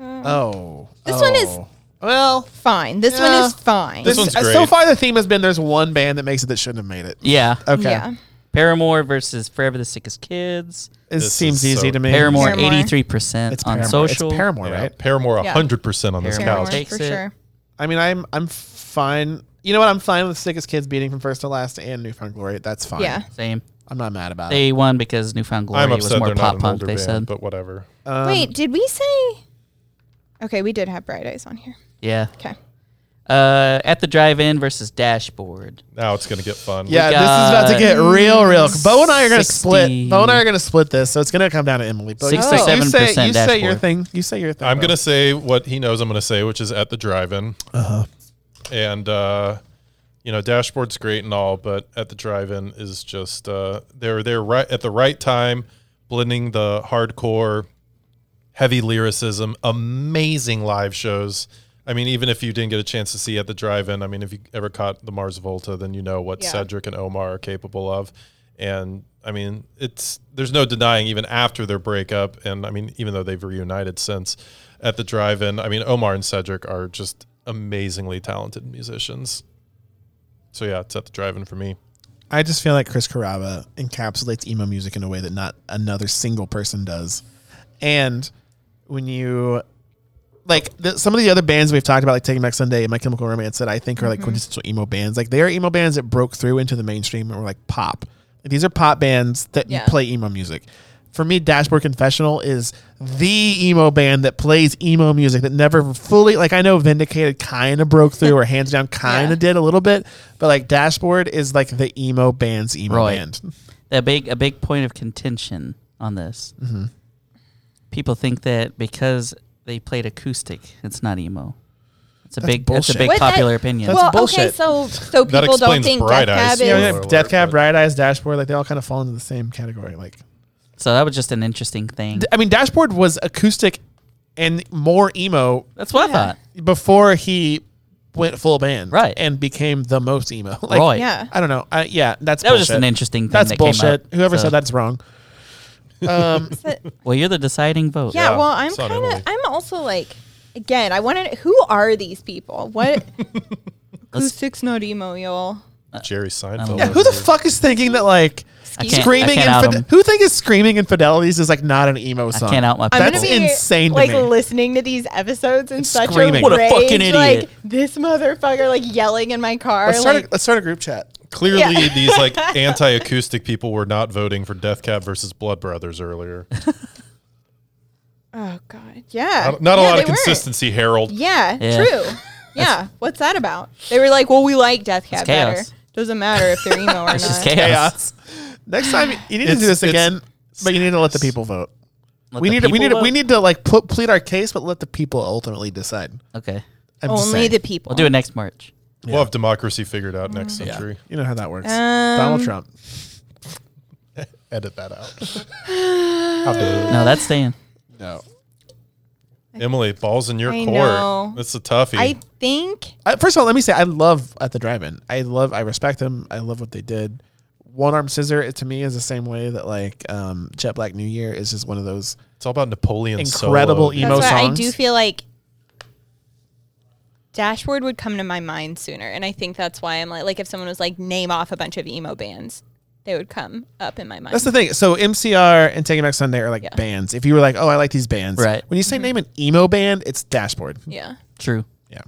Speaker 3: Oh.
Speaker 2: This one is-
Speaker 3: Oh. well.
Speaker 2: Fine. This
Speaker 3: Yeah.
Speaker 2: one is fine.
Speaker 4: This one's
Speaker 3: uh, So
Speaker 4: great.
Speaker 3: far, the theme has been there's one band that makes it that shouldn't have made it.
Speaker 1: Yeah.
Speaker 3: Okay.
Speaker 2: Yeah.
Speaker 1: Paramore versus Forever the Sickest Kids.
Speaker 3: It
Speaker 4: This
Speaker 3: seems
Speaker 4: is
Speaker 3: easy
Speaker 4: so-
Speaker 3: to me.
Speaker 1: Paramore,
Speaker 2: Paramore.
Speaker 1: 83%
Speaker 3: It's
Speaker 1: on
Speaker 3: Paramore.
Speaker 1: social.
Speaker 3: It's Paramore,
Speaker 4: yeah,
Speaker 3: right?
Speaker 4: Paramore
Speaker 2: Yeah.
Speaker 4: 100% on this
Speaker 1: Paramore.
Speaker 4: couch.
Speaker 2: Paramore,
Speaker 1: takes
Speaker 2: for
Speaker 1: it.
Speaker 2: sure.
Speaker 3: I mean, I'm I'm fine. You know what? I'm fine with Sickest Kids beating from first to last and Newfound Glory. That's fine.
Speaker 2: Yeah.
Speaker 1: Same.
Speaker 3: I'm not mad about it.
Speaker 1: They won because Newfound Glory
Speaker 4: I'm
Speaker 1: was
Speaker 4: upset
Speaker 1: more
Speaker 4: they're not
Speaker 1: pop
Speaker 4: an
Speaker 1: punk,
Speaker 4: older
Speaker 1: they
Speaker 4: band,
Speaker 1: said.
Speaker 4: but whatever.
Speaker 3: Um,
Speaker 2: Wait, did we say? Okay, we did have bright eyes on here.
Speaker 1: yeah.
Speaker 2: Okay.
Speaker 1: Uh, at the drive in versus Dashboard.
Speaker 4: Now it's going to get fun.
Speaker 3: Yeah, this is about to
Speaker 1: got
Speaker 3: get real, real. Bo and I are gonna
Speaker 1: 60.
Speaker 3: split. Bo and I are gonna split this, so it's gonna come down to Emily. Bo, you say- you say,
Speaker 1: 67%
Speaker 3: you say your
Speaker 1: dashboard.
Speaker 3: thing. You say your thing.
Speaker 4: I'm
Speaker 3: Bo.
Speaker 4: going to say what he knows I'm going to say, which is at the drive-in. Uh-huh. And, uh, you know, dashboard's great and all, but at the drive-in is just uh, they're there right at the right time, blending the hardcore, heavy lyricism, amazing live shows. I mean, even if you didn't get a chance to see at the drive-in, I mean, if you ever caught the Mars Volta, then you know what
Speaker 2: Yeah.
Speaker 4: Cedric and Omar are capable of. And I mean, it's there's no denying even after their breakup, and I mean, even though they've reunited since at the drive-in, I mean, Omar and Cedric are just amazingly talented musicians. So yeah, it's at the drive-in for me.
Speaker 3: I just feel like Chris Caraba encapsulates emo music in a way that not another single person does. And when you like the, some of the other bands we've talked about, like Taking Back Sunday and My Chemical Romance, that I think are like quintessential emo bands. Like they are emo bands that broke through into the mainstream and were like pop. Like, these are pop bands that
Speaker 2: Yeah.
Speaker 3: play emo music. For me, Dashboard Confessional is the emo band that plays emo music that never fully like I know Vindicated kind of broke through or Hands Down kind
Speaker 2: Yeah.
Speaker 3: of did a little bit, but like Dashboard is like the emo band's emo
Speaker 1: Right.
Speaker 3: band.
Speaker 1: A big, a big point of contention on this.
Speaker 3: Mm-hmm.
Speaker 1: People think that because they played acoustic, it's not emo. It's a
Speaker 3: That's
Speaker 1: big, that's
Speaker 3: bullshit.
Speaker 1: a big
Speaker 2: What? That-
Speaker 1: popular opinion.
Speaker 3: That's
Speaker 2: well,
Speaker 3: bullshit.
Speaker 2: okay, so so
Speaker 4: That
Speaker 2: people don't
Speaker 4: explains
Speaker 2: think
Speaker 4: bright
Speaker 2: Death
Speaker 4: eyes.
Speaker 2: Cab
Speaker 4: Yeah,
Speaker 2: is
Speaker 3: Yeah,
Speaker 4: Spoiler alert,
Speaker 3: Death Cab,
Speaker 4: but-
Speaker 3: Bright Eyes, Dashboard, like they all kind of fall into the same category. Like,
Speaker 1: so that was just an interesting thing.
Speaker 3: I mean, Dashboard was acoustic and more emo
Speaker 1: That's what I thought.
Speaker 3: before he went full band,
Speaker 1: Right.
Speaker 3: and became the most emo. like,
Speaker 1: right.
Speaker 2: Yeah.
Speaker 3: I don't know. I, yeah, that's
Speaker 1: That was just
Speaker 3: bullshit.
Speaker 1: an interesting thing
Speaker 3: That's
Speaker 1: that came up,
Speaker 3: bullshit. Whoever
Speaker 1: so-
Speaker 3: said that's wrong. Um,
Speaker 1: Well, you're the deciding vote.
Speaker 2: Yeah,
Speaker 4: Yeah,
Speaker 2: well, I'm
Speaker 4: it's on
Speaker 2: kind of.
Speaker 4: Emily.
Speaker 2: I'm also like, again, I want to. Who are these people? What? Acoustic's not emo, y'all.
Speaker 1: Uh,
Speaker 4: Jerry Seinfeld.
Speaker 1: know.
Speaker 3: yeah, who the fuck is thinking that like
Speaker 1: I can't,
Speaker 3: screaming?
Speaker 1: I can't out
Speaker 3: Infide-
Speaker 1: 'em.
Speaker 3: who think is screaming infidelities is like not an emo song?
Speaker 1: can't out my
Speaker 2: I'm
Speaker 3: That's
Speaker 2: gonna be
Speaker 3: insane to
Speaker 2: like
Speaker 3: me.
Speaker 2: listening to these episodes and such
Speaker 3: screaming.
Speaker 2: a
Speaker 3: What
Speaker 1: a
Speaker 2: rage,
Speaker 1: fucking idiot.
Speaker 2: Like this motherfucker, like yelling in my car.
Speaker 3: Let's start.
Speaker 2: like,
Speaker 3: A, let's start a group chat.
Speaker 4: Clearly,
Speaker 2: Yeah.
Speaker 4: these like anti-acoustic people were not voting for Death Cab versus Blood Brothers earlier.
Speaker 2: oh god, yeah.
Speaker 4: Not, not a
Speaker 2: Yeah,
Speaker 4: lot
Speaker 2: they
Speaker 4: of
Speaker 2: weren't.
Speaker 4: consistency, Harold.
Speaker 2: Yeah,
Speaker 1: Yeah.
Speaker 2: true. Yeah, what's that about? They were like, well, we like Death Cab
Speaker 1: chaos.
Speaker 2: better. Doesn't matter if they're emo or not.
Speaker 1: It's just chaos.
Speaker 3: Chaos. Next time you need to
Speaker 4: It's-
Speaker 3: do this
Speaker 4: it's-
Speaker 3: again, but you need to let the people vote.
Speaker 1: Let
Speaker 3: we
Speaker 1: the
Speaker 3: need to, we
Speaker 1: people
Speaker 3: need to, we
Speaker 1: vote.
Speaker 3: need to like put, plead our case, but let the people ultimately decide.
Speaker 1: Okay,
Speaker 3: I'm just
Speaker 2: Only
Speaker 3: saying.
Speaker 2: the people.
Speaker 1: we'll do it next March.
Speaker 4: We'll have democracy figured out next
Speaker 3: Yeah.
Speaker 4: century.
Speaker 3: You know how that works.
Speaker 2: Um,
Speaker 3: Donald Trump.
Speaker 4: Edit that out.
Speaker 1: No, that's staying.
Speaker 3: No,
Speaker 4: Emily, balls in your
Speaker 2: I
Speaker 4: court.
Speaker 2: know.
Speaker 4: That's a toughie.
Speaker 2: I think
Speaker 3: I, first of all, let me say I love at the drive-in. I love, I respect them. I love what they did. One arm scissor it, to me is the same way that like um, Jet Black New Year is just one of those.
Speaker 4: it's all about Napoleon.
Speaker 3: Incredible
Speaker 4: Solo.
Speaker 3: emo-
Speaker 2: that's why I
Speaker 3: songs.
Speaker 2: do feel like Dashboard would come to my mind sooner, and I think that's why I'm like, like if someone was like, name off a bunch of emo bands, they would come up in my mind.
Speaker 3: That's the thing. So MCR and Taking Back Sunday are like
Speaker 2: Yeah. Mm-hmm.
Speaker 3: bands. If you were like, oh, I like these bands.
Speaker 1: Right.
Speaker 3: When you say name an emo band, it's Dashboard.
Speaker 2: yeah.
Speaker 1: True.
Speaker 3: Yeah.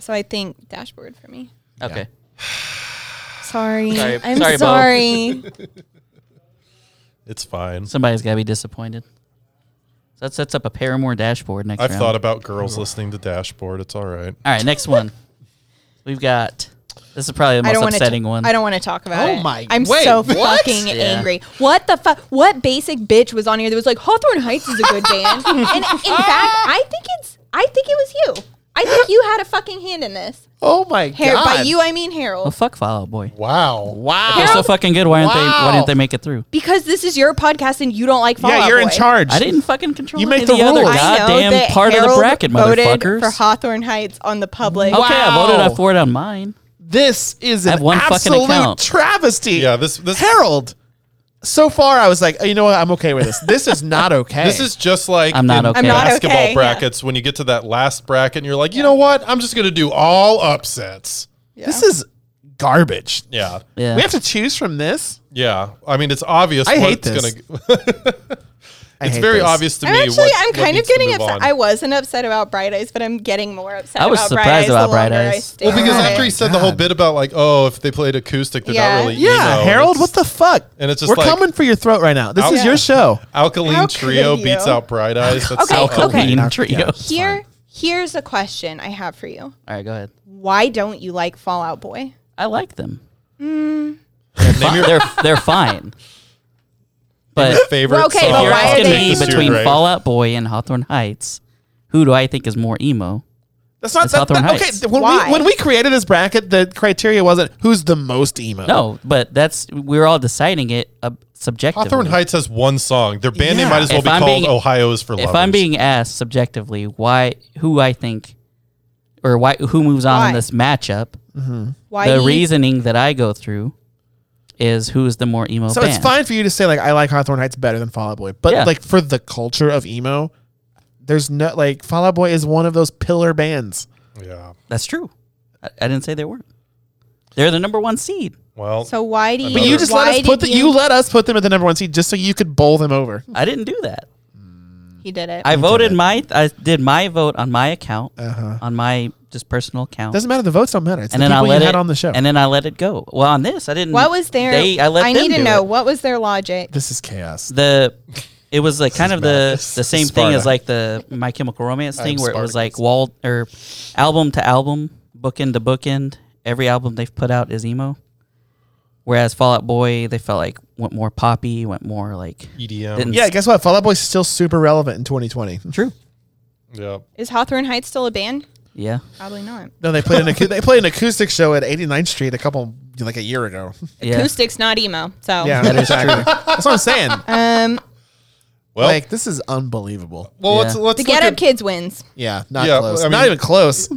Speaker 2: So I think dashboard for me.
Speaker 1: Okay.
Speaker 2: Sorry.
Speaker 1: Sorry-
Speaker 2: I'm
Speaker 1: sorry, Bo.
Speaker 2: sorry.
Speaker 4: It's fine.
Speaker 1: Somebody's got to be disappointed. So that sets up a Paramore dashboard next
Speaker 4: I've
Speaker 1: round.
Speaker 4: thought about girls listening to Dashboard. It's all right.
Speaker 1: All right, next one. We've got. This is probably the
Speaker 2: I don't
Speaker 1: most
Speaker 2: want
Speaker 1: upsetting
Speaker 2: to.
Speaker 1: one.
Speaker 2: I don't want to talk about
Speaker 3: Oh
Speaker 2: it.
Speaker 3: my-
Speaker 2: I'm
Speaker 3: wait,
Speaker 2: so
Speaker 3: what?
Speaker 2: fucking
Speaker 1: Yeah.
Speaker 2: angry. What the fuck? What basic bitch was on here that was like Hawthorne Heights is a good band? and in fact, I think it's. I think it was you. I think you had a fucking hand in this.
Speaker 3: Oh my
Speaker 2: Har-
Speaker 3: god.
Speaker 2: by you, I mean
Speaker 1: Well,
Speaker 2: Harold,
Speaker 1: Oh, fuck Fall Out Boy.
Speaker 4: Wow.
Speaker 3: wow.
Speaker 1: They're so fucking good. Why aren't they? Why
Speaker 3: Wow.
Speaker 1: didn't they make it through?
Speaker 2: because this is your podcast and you don't like Fallout
Speaker 3: yeah, you're in
Speaker 2: Boy.
Speaker 3: charge.
Speaker 1: I didn't fucking control
Speaker 3: You make
Speaker 1: any
Speaker 3: the
Speaker 1: other
Speaker 3: rules.
Speaker 2: I know
Speaker 1: goddamn
Speaker 2: that
Speaker 1: part of the
Speaker 2: Harold
Speaker 1: bracket,
Speaker 2: voted
Speaker 1: motherfuckers. Oh,
Speaker 2: For Hawthorne Heights on the public.
Speaker 1: okay, I voted. I
Speaker 3: Wow.
Speaker 1: forward on mine.
Speaker 3: This is
Speaker 1: have
Speaker 3: an
Speaker 1: one fucking
Speaker 3: absolute
Speaker 1: account.
Speaker 3: travesty.
Speaker 4: Yeah, this this
Speaker 3: Harold. So far, I was like, oh, you know what? I'm okay with this. This is not okay.
Speaker 4: this is just like
Speaker 1: I'm not
Speaker 4: in
Speaker 1: okay. I'm
Speaker 2: not
Speaker 4: basketball
Speaker 2: okay, yeah.
Speaker 4: brackets when you get to that last bracket and you're like, you know what? I'm just gonna do all upsets.
Speaker 3: this is garbage.
Speaker 4: Yeah.
Speaker 1: Yeah.
Speaker 3: We have to choose from this.
Speaker 4: Yeah. I mean it's obvious
Speaker 3: I
Speaker 4: what
Speaker 3: hate
Speaker 4: it's
Speaker 3: this.
Speaker 4: gonna
Speaker 3: I
Speaker 4: it's
Speaker 3: hate
Speaker 4: very
Speaker 3: this.
Speaker 4: obvious to
Speaker 2: I'm
Speaker 4: me.
Speaker 2: actually,
Speaker 4: what-
Speaker 2: I'm
Speaker 4: what
Speaker 2: kind of
Speaker 4: needs to
Speaker 2: getting
Speaker 4: move
Speaker 2: upset.
Speaker 4: on.
Speaker 2: I wasn't upset about Bright Eyes, but I'm getting more upset.
Speaker 1: I was
Speaker 2: about
Speaker 1: surprised
Speaker 2: Bright Eyes
Speaker 1: about
Speaker 2: the
Speaker 1: Bright
Speaker 2: longer I
Speaker 1: Eyes.
Speaker 2: stay
Speaker 4: well, because
Speaker 2: with it.
Speaker 4: after he said the whole bit about like, oh, if they played acoustic, they're
Speaker 2: Yeah.
Speaker 4: not really
Speaker 3: Yeah,
Speaker 4: emo.
Speaker 3: Harold,
Speaker 4: It's
Speaker 3: what the fuck?
Speaker 4: and it's just
Speaker 3: We're
Speaker 4: like-
Speaker 3: coming for your throat right now. This is
Speaker 4: Yeah.
Speaker 3: your show.
Speaker 4: Alkaline
Speaker 2: How could
Speaker 4: Trio
Speaker 2: you?
Speaker 4: beats out Bright Eyes. That's
Speaker 2: Okay,
Speaker 4: so
Speaker 2: okay.
Speaker 1: Alkaline
Speaker 3: Yeah.
Speaker 1: trio.
Speaker 3: Yeah.
Speaker 2: here, here's a question I have for you.
Speaker 1: All right, go ahead.
Speaker 2: Why don't you like Fallout Boy?
Speaker 1: I like them.
Speaker 4: Name your,
Speaker 1: They're they're fine. But
Speaker 4: your favorite
Speaker 2: Well, okay,
Speaker 4: song.
Speaker 1: if
Speaker 2: but
Speaker 1: you're
Speaker 2: why are
Speaker 1: asking
Speaker 2: they
Speaker 1: me
Speaker 2: emo?
Speaker 1: between
Speaker 4: Right.
Speaker 1: Fall Out Boy and Hawthorne Heights, who do I think is more emo?
Speaker 3: That's not
Speaker 1: It's
Speaker 3: that,
Speaker 1: Hawthorne
Speaker 3: that- okay.
Speaker 1: Heights.
Speaker 3: th- When
Speaker 2: Why?
Speaker 3: we when we created this bracket, the criteria wasn't who's the most emo.
Speaker 1: No, but that's we're all deciding it uh, subjectively.
Speaker 4: Hawthorne Heights has one song. Their band name
Speaker 3: Yeah.
Speaker 4: might as well
Speaker 1: If
Speaker 4: be
Speaker 1: I'm
Speaker 4: called
Speaker 1: being-
Speaker 4: "Ohio is for Lovers."
Speaker 1: If I'm being asked subjectively why who I think or why who moves on
Speaker 2: Why?
Speaker 1: in this matchup,
Speaker 2: Why
Speaker 1: the
Speaker 2: do you-
Speaker 1: reasoning that I go through is who is the more emo
Speaker 3: So
Speaker 1: band.
Speaker 3: it's fine for you to say like I like Hawthorne Heights better than Fall Out Boy, but
Speaker 1: Oh, Yeah.
Speaker 3: like for the culture of emo, there's no like Fall Out Boy is one of those pillar bands.
Speaker 4: yeah,
Speaker 1: That's true. I, I didn't say they weren't. They're the number one seed.
Speaker 4: well,
Speaker 2: So why do you?
Speaker 4: But
Speaker 3: You just
Speaker 2: why
Speaker 3: let us put the,
Speaker 2: did
Speaker 3: you let us put them at the number one seed just so you could bowl them over.
Speaker 1: I didn't do that.
Speaker 2: He did it.
Speaker 1: I voted my I did my vote on my account on my just personal account.
Speaker 3: Doesn't matter. The votes don't matter. It's
Speaker 1: and
Speaker 3: the
Speaker 1: then I
Speaker 3: people
Speaker 1: let
Speaker 3: you
Speaker 1: it
Speaker 3: had on the show.
Speaker 1: And then I let it go. Well, on this I didn't.
Speaker 2: what was their?
Speaker 1: They, I let them
Speaker 2: need to
Speaker 1: do
Speaker 2: know
Speaker 1: it.
Speaker 2: what was their logic.
Speaker 3: this is chaos.
Speaker 1: the. It was like kind of the
Speaker 4: madness.
Speaker 1: the same thing
Speaker 4: Sparta.
Speaker 1: as like the My Chemical Romance thing, where it was like
Speaker 4: Spartacus.
Speaker 1: wall or album to album, bookend to bookend. Every album they've put out is emo. Whereas Fall Out Boy, they felt like went more poppy, went more like
Speaker 4: EDM.
Speaker 1: didn't-
Speaker 3: Yeah, guess what? Fall Out Boy's still super relevant in 2020.
Speaker 1: true.
Speaker 4: yeah,
Speaker 2: Is Hawthorne Heights still a band?
Speaker 1: Yeah,
Speaker 2: Probably not.
Speaker 3: No, they played an acou- they played an acoustic show at 89th Street a couple like a year ago.
Speaker 1: yeah.
Speaker 2: Acoustics, not emo. So
Speaker 3: Yeah, exactly. That's what I'm saying.
Speaker 2: um,
Speaker 4: Well,
Speaker 3: like this is unbelievable.
Speaker 4: well, let's
Speaker 1: Yeah.
Speaker 4: let's
Speaker 2: the
Speaker 4: look
Speaker 2: Get Up
Speaker 4: at-
Speaker 2: Kids wins.
Speaker 3: Yeah, not
Speaker 4: Yeah,
Speaker 3: close.
Speaker 4: I mean-
Speaker 3: not even close.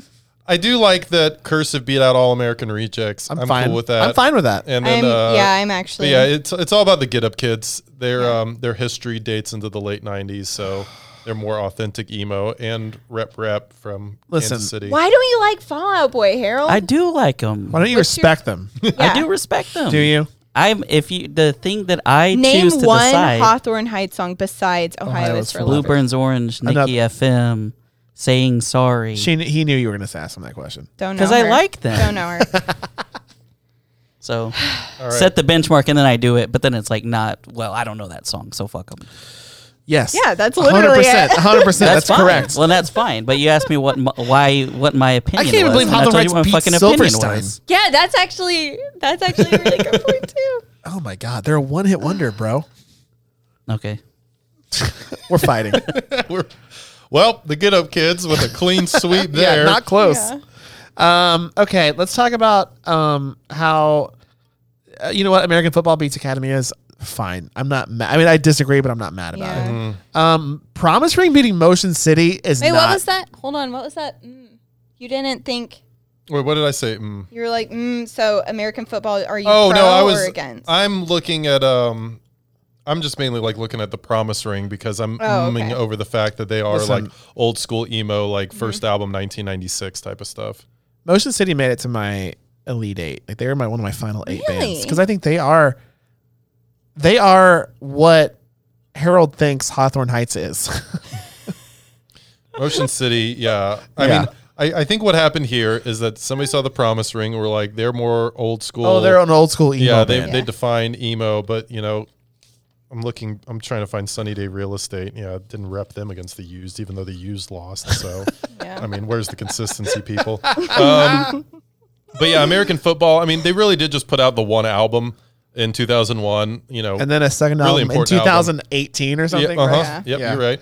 Speaker 4: I do like that cursive beat out all American rejects.
Speaker 3: I'm, fine
Speaker 4: cool with that.
Speaker 3: I'm fine with that.
Speaker 4: And then,
Speaker 2: I'm,
Speaker 4: uh,
Speaker 2: yeah, I'm
Speaker 4: but
Speaker 2: actually.
Speaker 4: yeah, it's it's all about the Get Up Kids. Their um their history dates into the late '90s, so they're more authentic emo and rep rep from
Speaker 3: Listen,
Speaker 4: Kansas City.
Speaker 2: why don't you like Fallout Boy, Harold?
Speaker 1: I do like them.
Speaker 3: Why don't you respect them?
Speaker 2: Yeah.
Speaker 1: I do respect them.
Speaker 3: Do you?
Speaker 1: I'm if you the thing that I
Speaker 2: Name
Speaker 1: choose to
Speaker 2: one
Speaker 1: decide.
Speaker 2: Hawthorne Heights song besides Ohio,
Speaker 3: Ohio
Speaker 2: is
Speaker 3: is
Speaker 2: for
Speaker 3: for
Speaker 2: Lovers.
Speaker 1: Bluebirds Orange, Nikki
Speaker 3: Another-
Speaker 1: FM, saying sorry.
Speaker 3: She kn- he knew you were going to ask him that question.
Speaker 2: Don't know.
Speaker 1: Because I
Speaker 2: her.
Speaker 1: like them.
Speaker 2: Don't know her.
Speaker 1: So
Speaker 4: All right.
Speaker 1: set the benchmark and then I do it, but then it's like not well. I don't know that song, so fuck them.
Speaker 3: Yes.
Speaker 2: Yeah, that's literally
Speaker 3: 100%.
Speaker 2: it.
Speaker 3: 100%. That's,
Speaker 1: fine.
Speaker 3: correct.
Speaker 1: Well, that's fine. But you asked me what my, why what my
Speaker 3: I
Speaker 1: opinion.
Speaker 3: can't even
Speaker 1: was,
Speaker 3: believe
Speaker 1: and I told
Speaker 3: Hawthorne
Speaker 1: you
Speaker 3: Heights
Speaker 1: what my
Speaker 3: beat
Speaker 1: fucking opinion was.
Speaker 3: Silverstein.
Speaker 2: Yeah, that's actually that's actually a really good point too.
Speaker 3: Oh my God, they're a one-hit wonder, bro.
Speaker 1: Okay.
Speaker 3: We're fighting.
Speaker 4: We're- well, the Get Up Kids with a clean sweep there.
Speaker 3: yeah, not close.
Speaker 2: Yeah.
Speaker 3: Um, okay, let's talk about um, how uh, you know what American Football Beats Academy is. Fine, I'm not. Ma- I mean, I disagree, but I'm not mad about
Speaker 2: Yeah.
Speaker 3: it. Um, Promise Ring beating Motion City is
Speaker 2: Wait,
Speaker 3: not.
Speaker 2: what was that? Hold on, what was that? Mm. You didn't think
Speaker 4: Wait, what did I say? Mm.
Speaker 2: you were like, mm, so American football? Are you
Speaker 4: Oh
Speaker 2: pro
Speaker 4: no, I was.
Speaker 2: or against?
Speaker 4: I'm looking at um. I'm just mainly like looking at the promise ring because I'm
Speaker 2: Oh,
Speaker 4: umming
Speaker 2: okay.
Speaker 4: over the fact that they are
Speaker 3: Listen.
Speaker 4: like old school emo,
Speaker 2: Mm-hmm.
Speaker 4: like 1st album 1996 type of stuff.
Speaker 3: Motion City made it to my elite eight. Like they were my one of my final eight
Speaker 2: Really?
Speaker 3: bands because I think they are They are what Harold thinks Hawthorne Heights is.
Speaker 4: Motion City, yeah. I
Speaker 3: Yeah.
Speaker 4: mean, I, I think what happened here is that somebody saw the promise ring. We're like, they're more old school.
Speaker 3: oh, they're an old school emo
Speaker 4: yeah. They
Speaker 3: band.
Speaker 4: they define emo, but you know, I'm looking. I'm trying to find Sunny Day Real Estate. Yeah, didn't rep them against the used, even though the used lost. So,
Speaker 2: Yeah.
Speaker 4: I mean, where's the consistency, people? Um, but yeah, American football. I mean, they really did just put out the one album in 2001. You know,
Speaker 3: and then a second
Speaker 4: Really
Speaker 3: album in
Speaker 4: important album.
Speaker 3: 2018 or something.
Speaker 4: yeah, uh-huh.
Speaker 3: right?
Speaker 2: right?
Speaker 4: Yep,
Speaker 3: Yeah.
Speaker 4: you're right.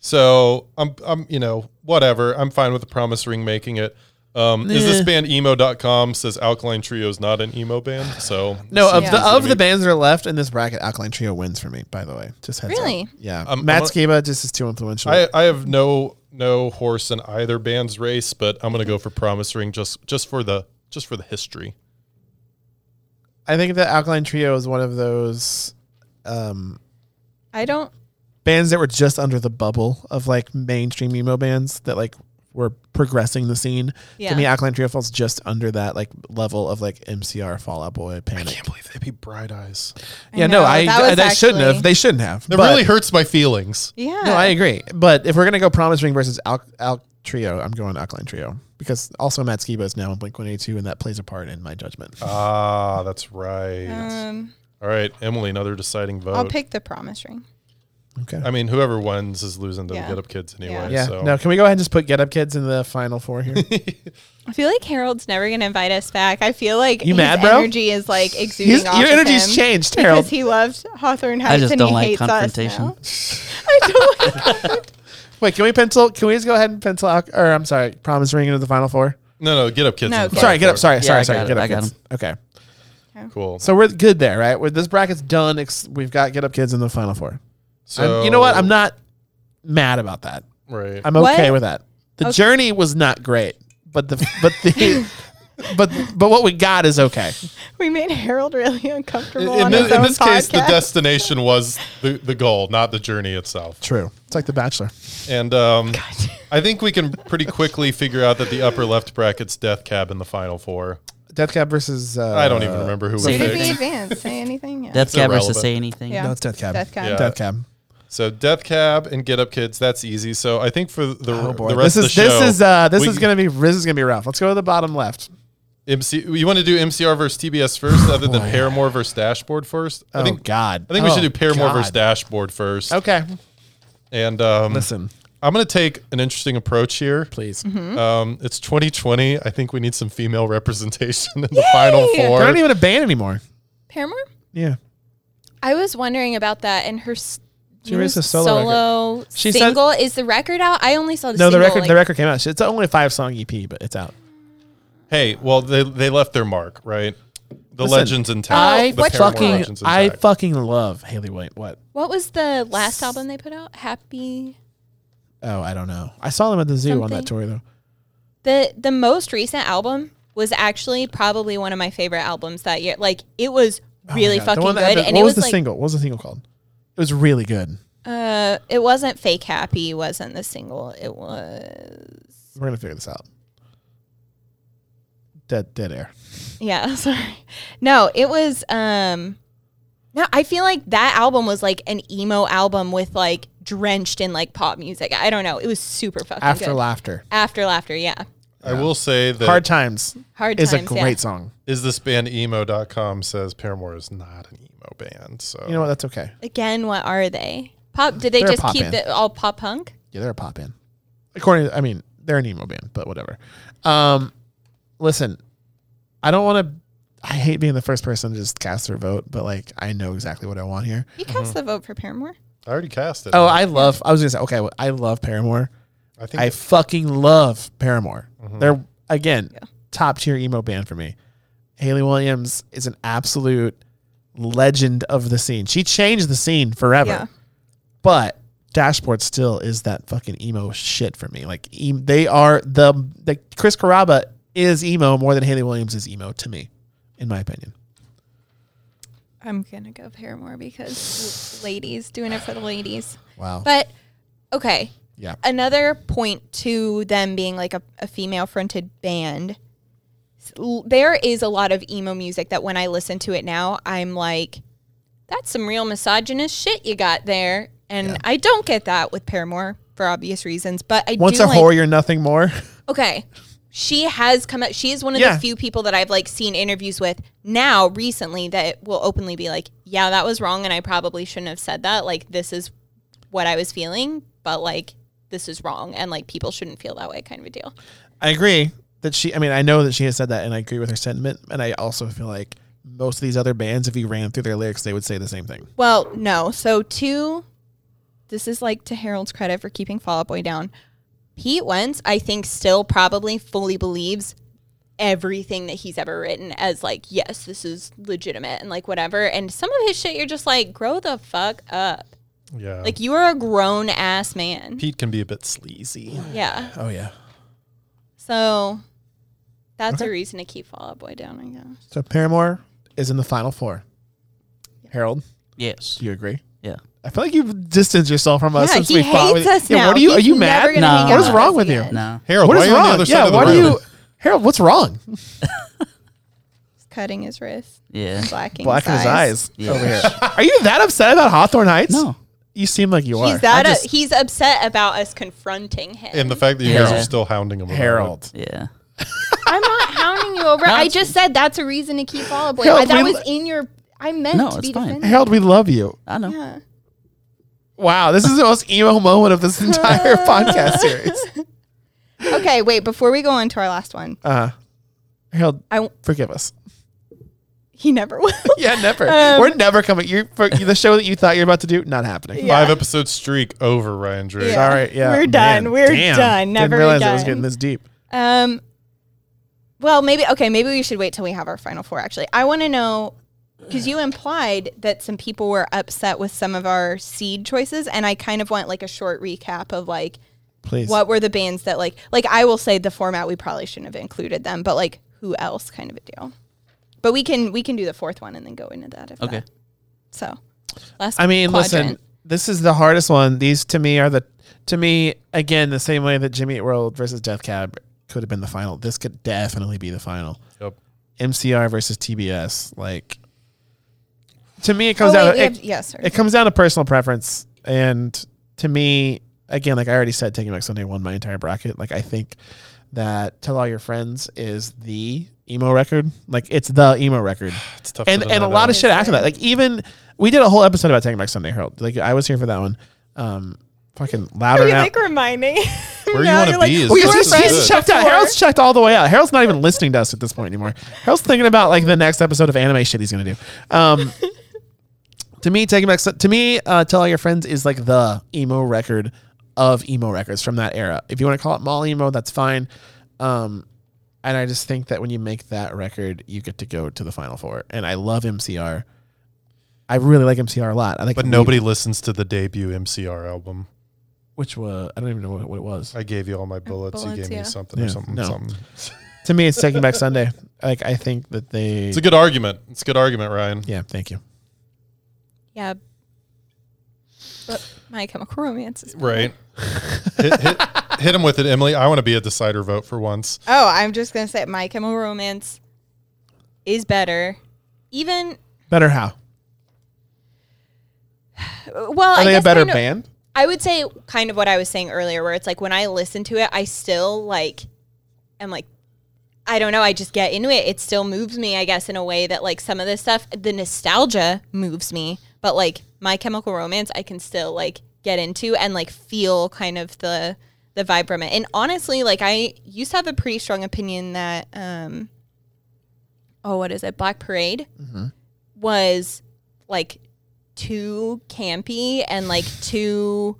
Speaker 4: So I'm, I'm, you know, whatever. I'm fine with the promise ring making it. Um, Is this band emo.com says Alkaline Trio is not an emo band? So
Speaker 3: No, of
Speaker 2: Yeah.
Speaker 3: the of the bands that are left in this bracket, Alkaline Trio wins for me. By the way, just heads
Speaker 2: Really?
Speaker 3: up. Yeah,
Speaker 4: Um,
Speaker 3: Matt
Speaker 4: I'm
Speaker 3: Skiba just is too influential.
Speaker 4: I, I have no no horse in either band's race, but I'm gonna go for promise ring just just for the just for the history.
Speaker 3: I think that Alkaline Trio is one of those um,
Speaker 2: I don't.
Speaker 3: bands that were just under the bubble of like mainstream emo bands that like were progressing the scene.
Speaker 2: Yeah.
Speaker 3: To me, Alkaline Trio falls just under that like level of like MCR, Fallout Boy, Panic.
Speaker 4: believe they beat Bright Eyes.
Speaker 3: yeah, no,
Speaker 2: know,
Speaker 3: I,
Speaker 2: that
Speaker 3: I
Speaker 2: was
Speaker 3: they shouldn't
Speaker 2: actually-
Speaker 3: have. They shouldn't have.
Speaker 4: That
Speaker 3: But-
Speaker 4: really hurts my feelings.
Speaker 2: Yeah.
Speaker 3: No, I agree. But if we're gonna go Promise Ring versus Al, Al Trio, I'm going Alkaline Trio because also Matt Skiba is now in Blink 182, and that plays a part in my judgment.
Speaker 4: Ah, that's right.
Speaker 2: Um,
Speaker 4: All right, Emily, another deciding vote.
Speaker 2: I'll pick the promise ring.
Speaker 3: okay.
Speaker 4: I mean, whoever wins is losing to
Speaker 2: Yeah.
Speaker 4: the Get Up Kids anyway.
Speaker 3: yeah.
Speaker 4: So.
Speaker 3: Now, can we go ahead and just put Get Up Kids in the final four here?
Speaker 2: I feel like Harold's never gonna invite us back. I feel like
Speaker 3: You
Speaker 2: his
Speaker 3: mad, bro?
Speaker 2: energy is like exuding
Speaker 3: His-
Speaker 2: off
Speaker 3: your
Speaker 2: of
Speaker 3: energy's
Speaker 2: him
Speaker 3: changed, Harold.
Speaker 2: because he loved Hawthorne Heights
Speaker 1: I just
Speaker 2: and
Speaker 1: don't
Speaker 2: he
Speaker 1: like
Speaker 2: hates
Speaker 1: confrontation.
Speaker 2: Us now. I don't like
Speaker 3: Wait, can we pencil? Can we just go ahead and pencil? Al- or I'm sorry, Promise Ring into the final four.
Speaker 4: No, no, get up, kids.
Speaker 2: No,
Speaker 4: in the
Speaker 2: Get
Speaker 3: sorry,
Speaker 4: final
Speaker 3: Get Up.
Speaker 4: four.
Speaker 3: Sorry, sorry,
Speaker 1: I
Speaker 3: sorry.
Speaker 1: got it,
Speaker 3: Get Up
Speaker 1: I got
Speaker 3: Kids. Okay,
Speaker 4: Cool.
Speaker 3: so we're good there, right? We're, this bracket's done. Ex- we've got Get Up Kids in the final four.
Speaker 4: So
Speaker 3: I'm, you know what? I'm not mad about that.
Speaker 4: right.
Speaker 3: I'm
Speaker 2: What?
Speaker 3: okay with that. The journey was not great, but the but the but but what we got is okay.
Speaker 2: We made Harold really
Speaker 4: in,
Speaker 2: uncomfortable
Speaker 4: in
Speaker 2: on
Speaker 4: this,
Speaker 2: his own
Speaker 4: in this case, the
Speaker 2: podcast.
Speaker 4: destination was the, the goal, not the journey itself.
Speaker 3: True. It's like The Bachelor.
Speaker 4: And um, I think we can pretty quickly figure out that the upper left bracket's death cab in the final four.
Speaker 3: Death Cab versus uh,
Speaker 4: I don't even remember who
Speaker 1: so
Speaker 4: we
Speaker 1: you
Speaker 2: Did we
Speaker 1: Six.
Speaker 4: picked.
Speaker 2: advance? Say anything? Yeah.
Speaker 1: Death Cab versus
Speaker 4: irrelevant.
Speaker 1: Say Anything.
Speaker 2: Yeah.
Speaker 3: No, it's Death Cab.
Speaker 2: Death Cab.
Speaker 4: Yeah.
Speaker 3: Death Cab.
Speaker 4: So death cab and get up, kids. That's easy. So I think for the, the rest
Speaker 3: Oh, this is
Speaker 4: of the show,
Speaker 3: this is uh, this
Speaker 4: we-
Speaker 3: is gonna be this is gonna be rough. Let's go to the bottom left.
Speaker 4: MC, you want to do MCR versus TBS first, other than Paramore versus Dashboard first. I
Speaker 3: Oh
Speaker 4: think
Speaker 3: God.
Speaker 4: I think we
Speaker 3: Oh,
Speaker 4: should do Paramore
Speaker 3: God.
Speaker 4: versus Dashboard first.
Speaker 3: Okay.
Speaker 4: And um,
Speaker 3: Listen,
Speaker 4: I'm going to take an interesting approach here.
Speaker 3: please.
Speaker 4: Um, it's 2020. I think we need some female representation in the final
Speaker 2: Yay!
Speaker 4: four.
Speaker 3: They're not even a band anymore.
Speaker 2: Paramore?
Speaker 3: Yeah.
Speaker 2: I was wondering about that and her. s-
Speaker 3: She
Speaker 2: new
Speaker 3: released a solo She said-
Speaker 2: single. Is the record out? I only saw the
Speaker 3: No, the
Speaker 2: single.
Speaker 3: record
Speaker 2: like-
Speaker 3: the record came out. It's only a five song EP, but it's out.
Speaker 4: hey, well, they, they left their mark, right? The
Speaker 3: Listen,
Speaker 4: legends in town.
Speaker 3: I
Speaker 4: the Paramore
Speaker 3: fucking
Speaker 4: legends
Speaker 3: I
Speaker 4: intact.
Speaker 3: fucking love Haley White. What?
Speaker 2: What was the last album they put out? Happy.
Speaker 3: Oh, I don't know. I saw them at the zoo on
Speaker 2: Something.
Speaker 3: that tour though. Oh
Speaker 2: The the most recent album was actually probably one of my favorite albums that year. Like it was really
Speaker 3: Yeah, Oh the
Speaker 2: fucking
Speaker 3: one
Speaker 2: good,
Speaker 3: that had the-
Speaker 2: and
Speaker 3: what
Speaker 2: it was,
Speaker 3: was, the
Speaker 2: like
Speaker 3: single? What was the single called? It was really good.
Speaker 2: uh, it wasn't fake happy. Wasn't the single? It was
Speaker 3: We're gonna figure this out. Dead dead air.
Speaker 2: yeah. Sorry, no, it was um. No, I feel like that album was like an emo album with like drenched in like pop music. I don't know. It was super fucking
Speaker 3: After
Speaker 2: good.
Speaker 3: laughter.
Speaker 2: After laughter, yeah.
Speaker 4: I will say that is
Speaker 3: Hard times
Speaker 2: Hard
Speaker 3: is a
Speaker 2: times,
Speaker 3: great
Speaker 2: yeah.
Speaker 3: song.
Speaker 4: this band emo.com says Paramore is not an emo band. So
Speaker 3: You know what? That's okay.
Speaker 2: Again, what are they? Pop? Did they
Speaker 3: They're a
Speaker 2: just
Speaker 3: pop
Speaker 2: keep
Speaker 3: band.
Speaker 2: it all pop punk?
Speaker 3: Yeah, they're a pop band. According, I mean, they're an emo band, but whatever. Um, listen, I don't want to. I hate being the first person to just cast their vote, but like I know exactly what I want here.
Speaker 2: You cast the vote for Paramore.
Speaker 4: I already cast it.
Speaker 3: Oh, I love. I was gonna say, okay, well, I love Paramore.
Speaker 4: I think
Speaker 3: I fucking love Paramore. They're again top tier emo band for me. Haley Williams is an absolute legend of the scene. She changed the scene forever.
Speaker 2: Yeah.
Speaker 3: But Dashboard still is that fucking emo shit for me. Like em- they are the the Chris Caraba is emo more than Haley Williams is emo to me, in my opinion.
Speaker 2: I'm gonna go Paramore because l- ladies doing it for the ladies.
Speaker 3: Wow.
Speaker 2: But okay,
Speaker 3: yeah.
Speaker 2: another point to them being like a, a female fronted band. s- l- There is a lot of emo music that when I listen to it now, I'm like, that's some real misogynist shit you got there. And I don't get that with Paramore for obvious reasons, but I
Speaker 3: Once
Speaker 2: do
Speaker 3: a
Speaker 2: like,
Speaker 3: whore, you're nothing more.
Speaker 2: Okay. She has come out. She is one of
Speaker 3: Yeah.
Speaker 2: the few people that I've like seen interviews with now recently that will openly be like, "Yeah, that was wrong and I probably shouldn't have said that. Like this is what I was feeling, but like this is wrong and like people shouldn't feel that way kind of a deal."
Speaker 3: I agree that she. I mean, I know that she has said that, and I agree with her sentiment. And I also feel like most of these other bands, if you ran through their lyrics, they would say the same thing.
Speaker 2: Well, no. So two, this is like to Harold's credit for keeping Fall Out Boy down. Pete Wentz, I think, still probably fully believes everything that he's ever written as like, yes, this is legitimate and like whatever. And some of his shit, you're just like, grow the fuck up.
Speaker 4: Yeah.
Speaker 2: Like you are a grown ass man.
Speaker 4: Pete can be a bit sleazy.
Speaker 2: yeah.
Speaker 3: Oh yeah.
Speaker 2: So that's a reason to keep Fall Out Boy down. I guess.
Speaker 3: So Paramore is in the final four. Harold,
Speaker 1: Yes.
Speaker 3: do you agree?
Speaker 1: Yeah.
Speaker 3: I feel like you've distanced yourself from us
Speaker 2: yeah,
Speaker 3: Uh, since
Speaker 2: he
Speaker 3: we fought.
Speaker 2: hates
Speaker 3: with-
Speaker 2: us
Speaker 3: yeah,
Speaker 2: now.
Speaker 3: What are you?
Speaker 2: He's
Speaker 3: are you
Speaker 2: never gonna
Speaker 3: mad?
Speaker 2: hang
Speaker 1: Nah.
Speaker 2: out
Speaker 1: What is
Speaker 2: with
Speaker 3: wrong
Speaker 2: us
Speaker 3: with you?
Speaker 2: again.
Speaker 1: No.
Speaker 4: Harold,
Speaker 3: What
Speaker 4: why
Speaker 3: is
Speaker 4: are you on the
Speaker 3: wrong?
Speaker 4: other
Speaker 3: Yeah.
Speaker 4: side of the
Speaker 3: Why do
Speaker 4: room?
Speaker 3: you? Harold, what's wrong?
Speaker 2: He's cutting his wrist,
Speaker 1: Yeah.
Speaker 2: blacking,
Speaker 3: Blacking his eyes
Speaker 1: Yeah.
Speaker 3: over here. Are you that upset about Hawthorne Heights?
Speaker 1: No.
Speaker 3: You seem like you are.
Speaker 2: He's that
Speaker 3: I
Speaker 2: uh,
Speaker 3: just-
Speaker 2: he's upset about us confronting him.
Speaker 4: And the fact that you guys
Speaker 1: Yeah.
Speaker 4: are still hounding him. about it.
Speaker 3: Harold.
Speaker 1: Yeah.
Speaker 2: I'm not hounding you over. I
Speaker 1: it's-
Speaker 2: just said that's a reason to keep Fall Out Boy.
Speaker 3: No,
Speaker 2: I- that
Speaker 3: we-
Speaker 2: was in your. I meant
Speaker 1: No,
Speaker 2: to
Speaker 1: it's
Speaker 2: be
Speaker 1: fine.
Speaker 2: defending.
Speaker 3: Harold, we love you.
Speaker 1: I know.
Speaker 2: Yeah.
Speaker 3: Wow, this is the most emo moment of this entire podcast series.
Speaker 2: Okay, wait. Before we go on to our last one,
Speaker 3: Uh, Harold,
Speaker 2: I w-
Speaker 3: forgive us.
Speaker 2: he never will.
Speaker 3: Yeah, never.
Speaker 2: Um,
Speaker 3: We're never coming. You for the show that you thought you were about to do, not happening.
Speaker 2: Yeah.
Speaker 4: Five episode streak over, Ryan Drake.
Speaker 2: Yeah.
Speaker 3: Sorry. Yeah,
Speaker 2: We're done. We're done.
Speaker 3: Didn't
Speaker 2: Never
Speaker 3: realize it was
Speaker 2: done.
Speaker 3: getting this deep.
Speaker 2: Um. Well, maybe okay. Maybe we should wait till we have our final four. Actually, I want to know because you implied that some people were upset with some of our seed choices, and I kind of want like a short recap of like
Speaker 3: Please.
Speaker 2: what were the bands that like like I will say the format we probably shouldn't have included them, but like who else kind of a deal. But we can we can do the fourth one and then go into that. If
Speaker 1: Okay.
Speaker 2: That. So last
Speaker 3: I mean, listen.
Speaker 2: quadrant. Oh,
Speaker 3: This is the hardest one. These to me are the to me again the same way that Jimmy Eat World versus Death Cab could have been the final. This could definitely be the final.
Speaker 4: Yep.
Speaker 3: MCR versus TBS. Like to me, it comes
Speaker 2: oh,
Speaker 3: out.
Speaker 2: wait,
Speaker 3: down.
Speaker 2: we
Speaker 3: to- it-
Speaker 2: have, yeah, sorry.
Speaker 3: it comes down to personal preference and to me again like i already said taking back sunday won my entire bracket like i think that tell all your friends is the emo record like it's the emo record
Speaker 4: It's tough.
Speaker 3: and
Speaker 4: to
Speaker 3: and
Speaker 4: deny
Speaker 3: a lot
Speaker 4: that.
Speaker 3: of shit after that like even we did a whole episode about taking back sunday herald like i was here for that one um fucking louder
Speaker 2: Are Oh, you
Speaker 3: now
Speaker 2: like reminding?
Speaker 4: Where you
Speaker 2: now
Speaker 4: wanna
Speaker 2: you're like,
Speaker 4: be is
Speaker 2: we
Speaker 3: well,
Speaker 2: were
Speaker 4: just
Speaker 3: he's,
Speaker 4: as
Speaker 2: friends
Speaker 3: he's
Speaker 4: good.
Speaker 3: checked out.
Speaker 2: before.
Speaker 3: Harold's checked all the way out. Harold's not even listening to us at this point anymore. Harold's thinking about like the next episode of anime shit he's gonna do. Um, to me, taking back to me, uh, tell all your friends is like the emo record of emo records from that era. If you want to call it mall emo, that's fine. Um, and I just think that when you make that record, you get to go to the final four. And I love MCR. I really like MCR a lot. I like,
Speaker 4: But nobody listens to the debut MCR album.
Speaker 3: which was I don't even know what, what it was.
Speaker 4: I gave you all my bullets. you
Speaker 2: bullets,
Speaker 4: gave
Speaker 2: yeah.
Speaker 4: me something
Speaker 3: Yeah,
Speaker 4: or something.
Speaker 3: no.
Speaker 4: something.
Speaker 3: to me, it's Taking Back Sunday. Like I think that they.
Speaker 4: It's a good argument. It's a good argument, Ryan.
Speaker 3: yeah, thank you.
Speaker 2: Yeah. But My Chemical Romance is
Speaker 4: Right. hit, hit, hit him with it, Emily. I want to be a decider vote for once.
Speaker 2: Oh, I'm just gonna say My Chemical Romance is better. Even
Speaker 3: Better how?
Speaker 2: well,
Speaker 3: Are
Speaker 2: I
Speaker 3: they a
Speaker 2: guess
Speaker 3: better
Speaker 2: kind of-
Speaker 3: band?
Speaker 2: I would say kind of what I was saying earlier, where it's like when I listen to it, I still like, am like, I don't know. I just get into it. It still moves me, I guess, in a way that like some of this stuff, the nostalgia moves me, but like My Chemical Romance, I can still like get into and like feel kind of the the vibe from it. And honestly, like I used to have a pretty strong opinion that, um, oh, what is it, Black Parade was like too campy and like too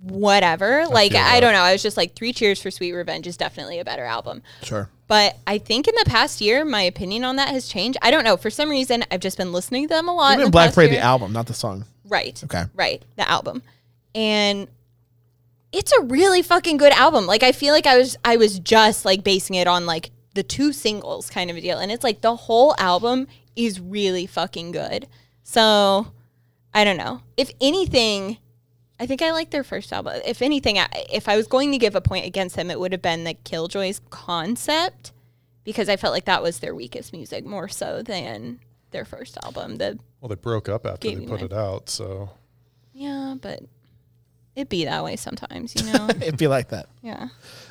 Speaker 2: whatever. like
Speaker 4: feel
Speaker 2: I
Speaker 4: that.
Speaker 2: don't know. I was just like Three Cheers for Sweet Revenge is definitely a better album.
Speaker 3: Sure.
Speaker 2: But I think in the past year, my opinion on that has changed. I don't know. For some reason, I've just been listening to them a lot.
Speaker 3: I
Speaker 2: in the
Speaker 3: mean, Black
Speaker 2: past
Speaker 3: Parade,
Speaker 2: year.
Speaker 3: the album, not the song.
Speaker 2: Right.
Speaker 3: Okay.
Speaker 2: Right. The album. And it's a really fucking good album. Like I feel like I was I was just like basing it on like the two singles kind of a deal. And it's like the whole album is really fucking good. So I don't know. If anything, I think I like their first album. If anything, I, if I was going to give a point against them, it would have been the Killjoys concept because I felt like that was their weakest music more so than their first album. The
Speaker 4: Well, they broke up after
Speaker 2: Gave
Speaker 4: they
Speaker 2: me
Speaker 4: put
Speaker 2: mine.
Speaker 4: it out, so
Speaker 2: yeah, but it be that way sometimes, you know.
Speaker 3: It'd be like that.
Speaker 2: yeah.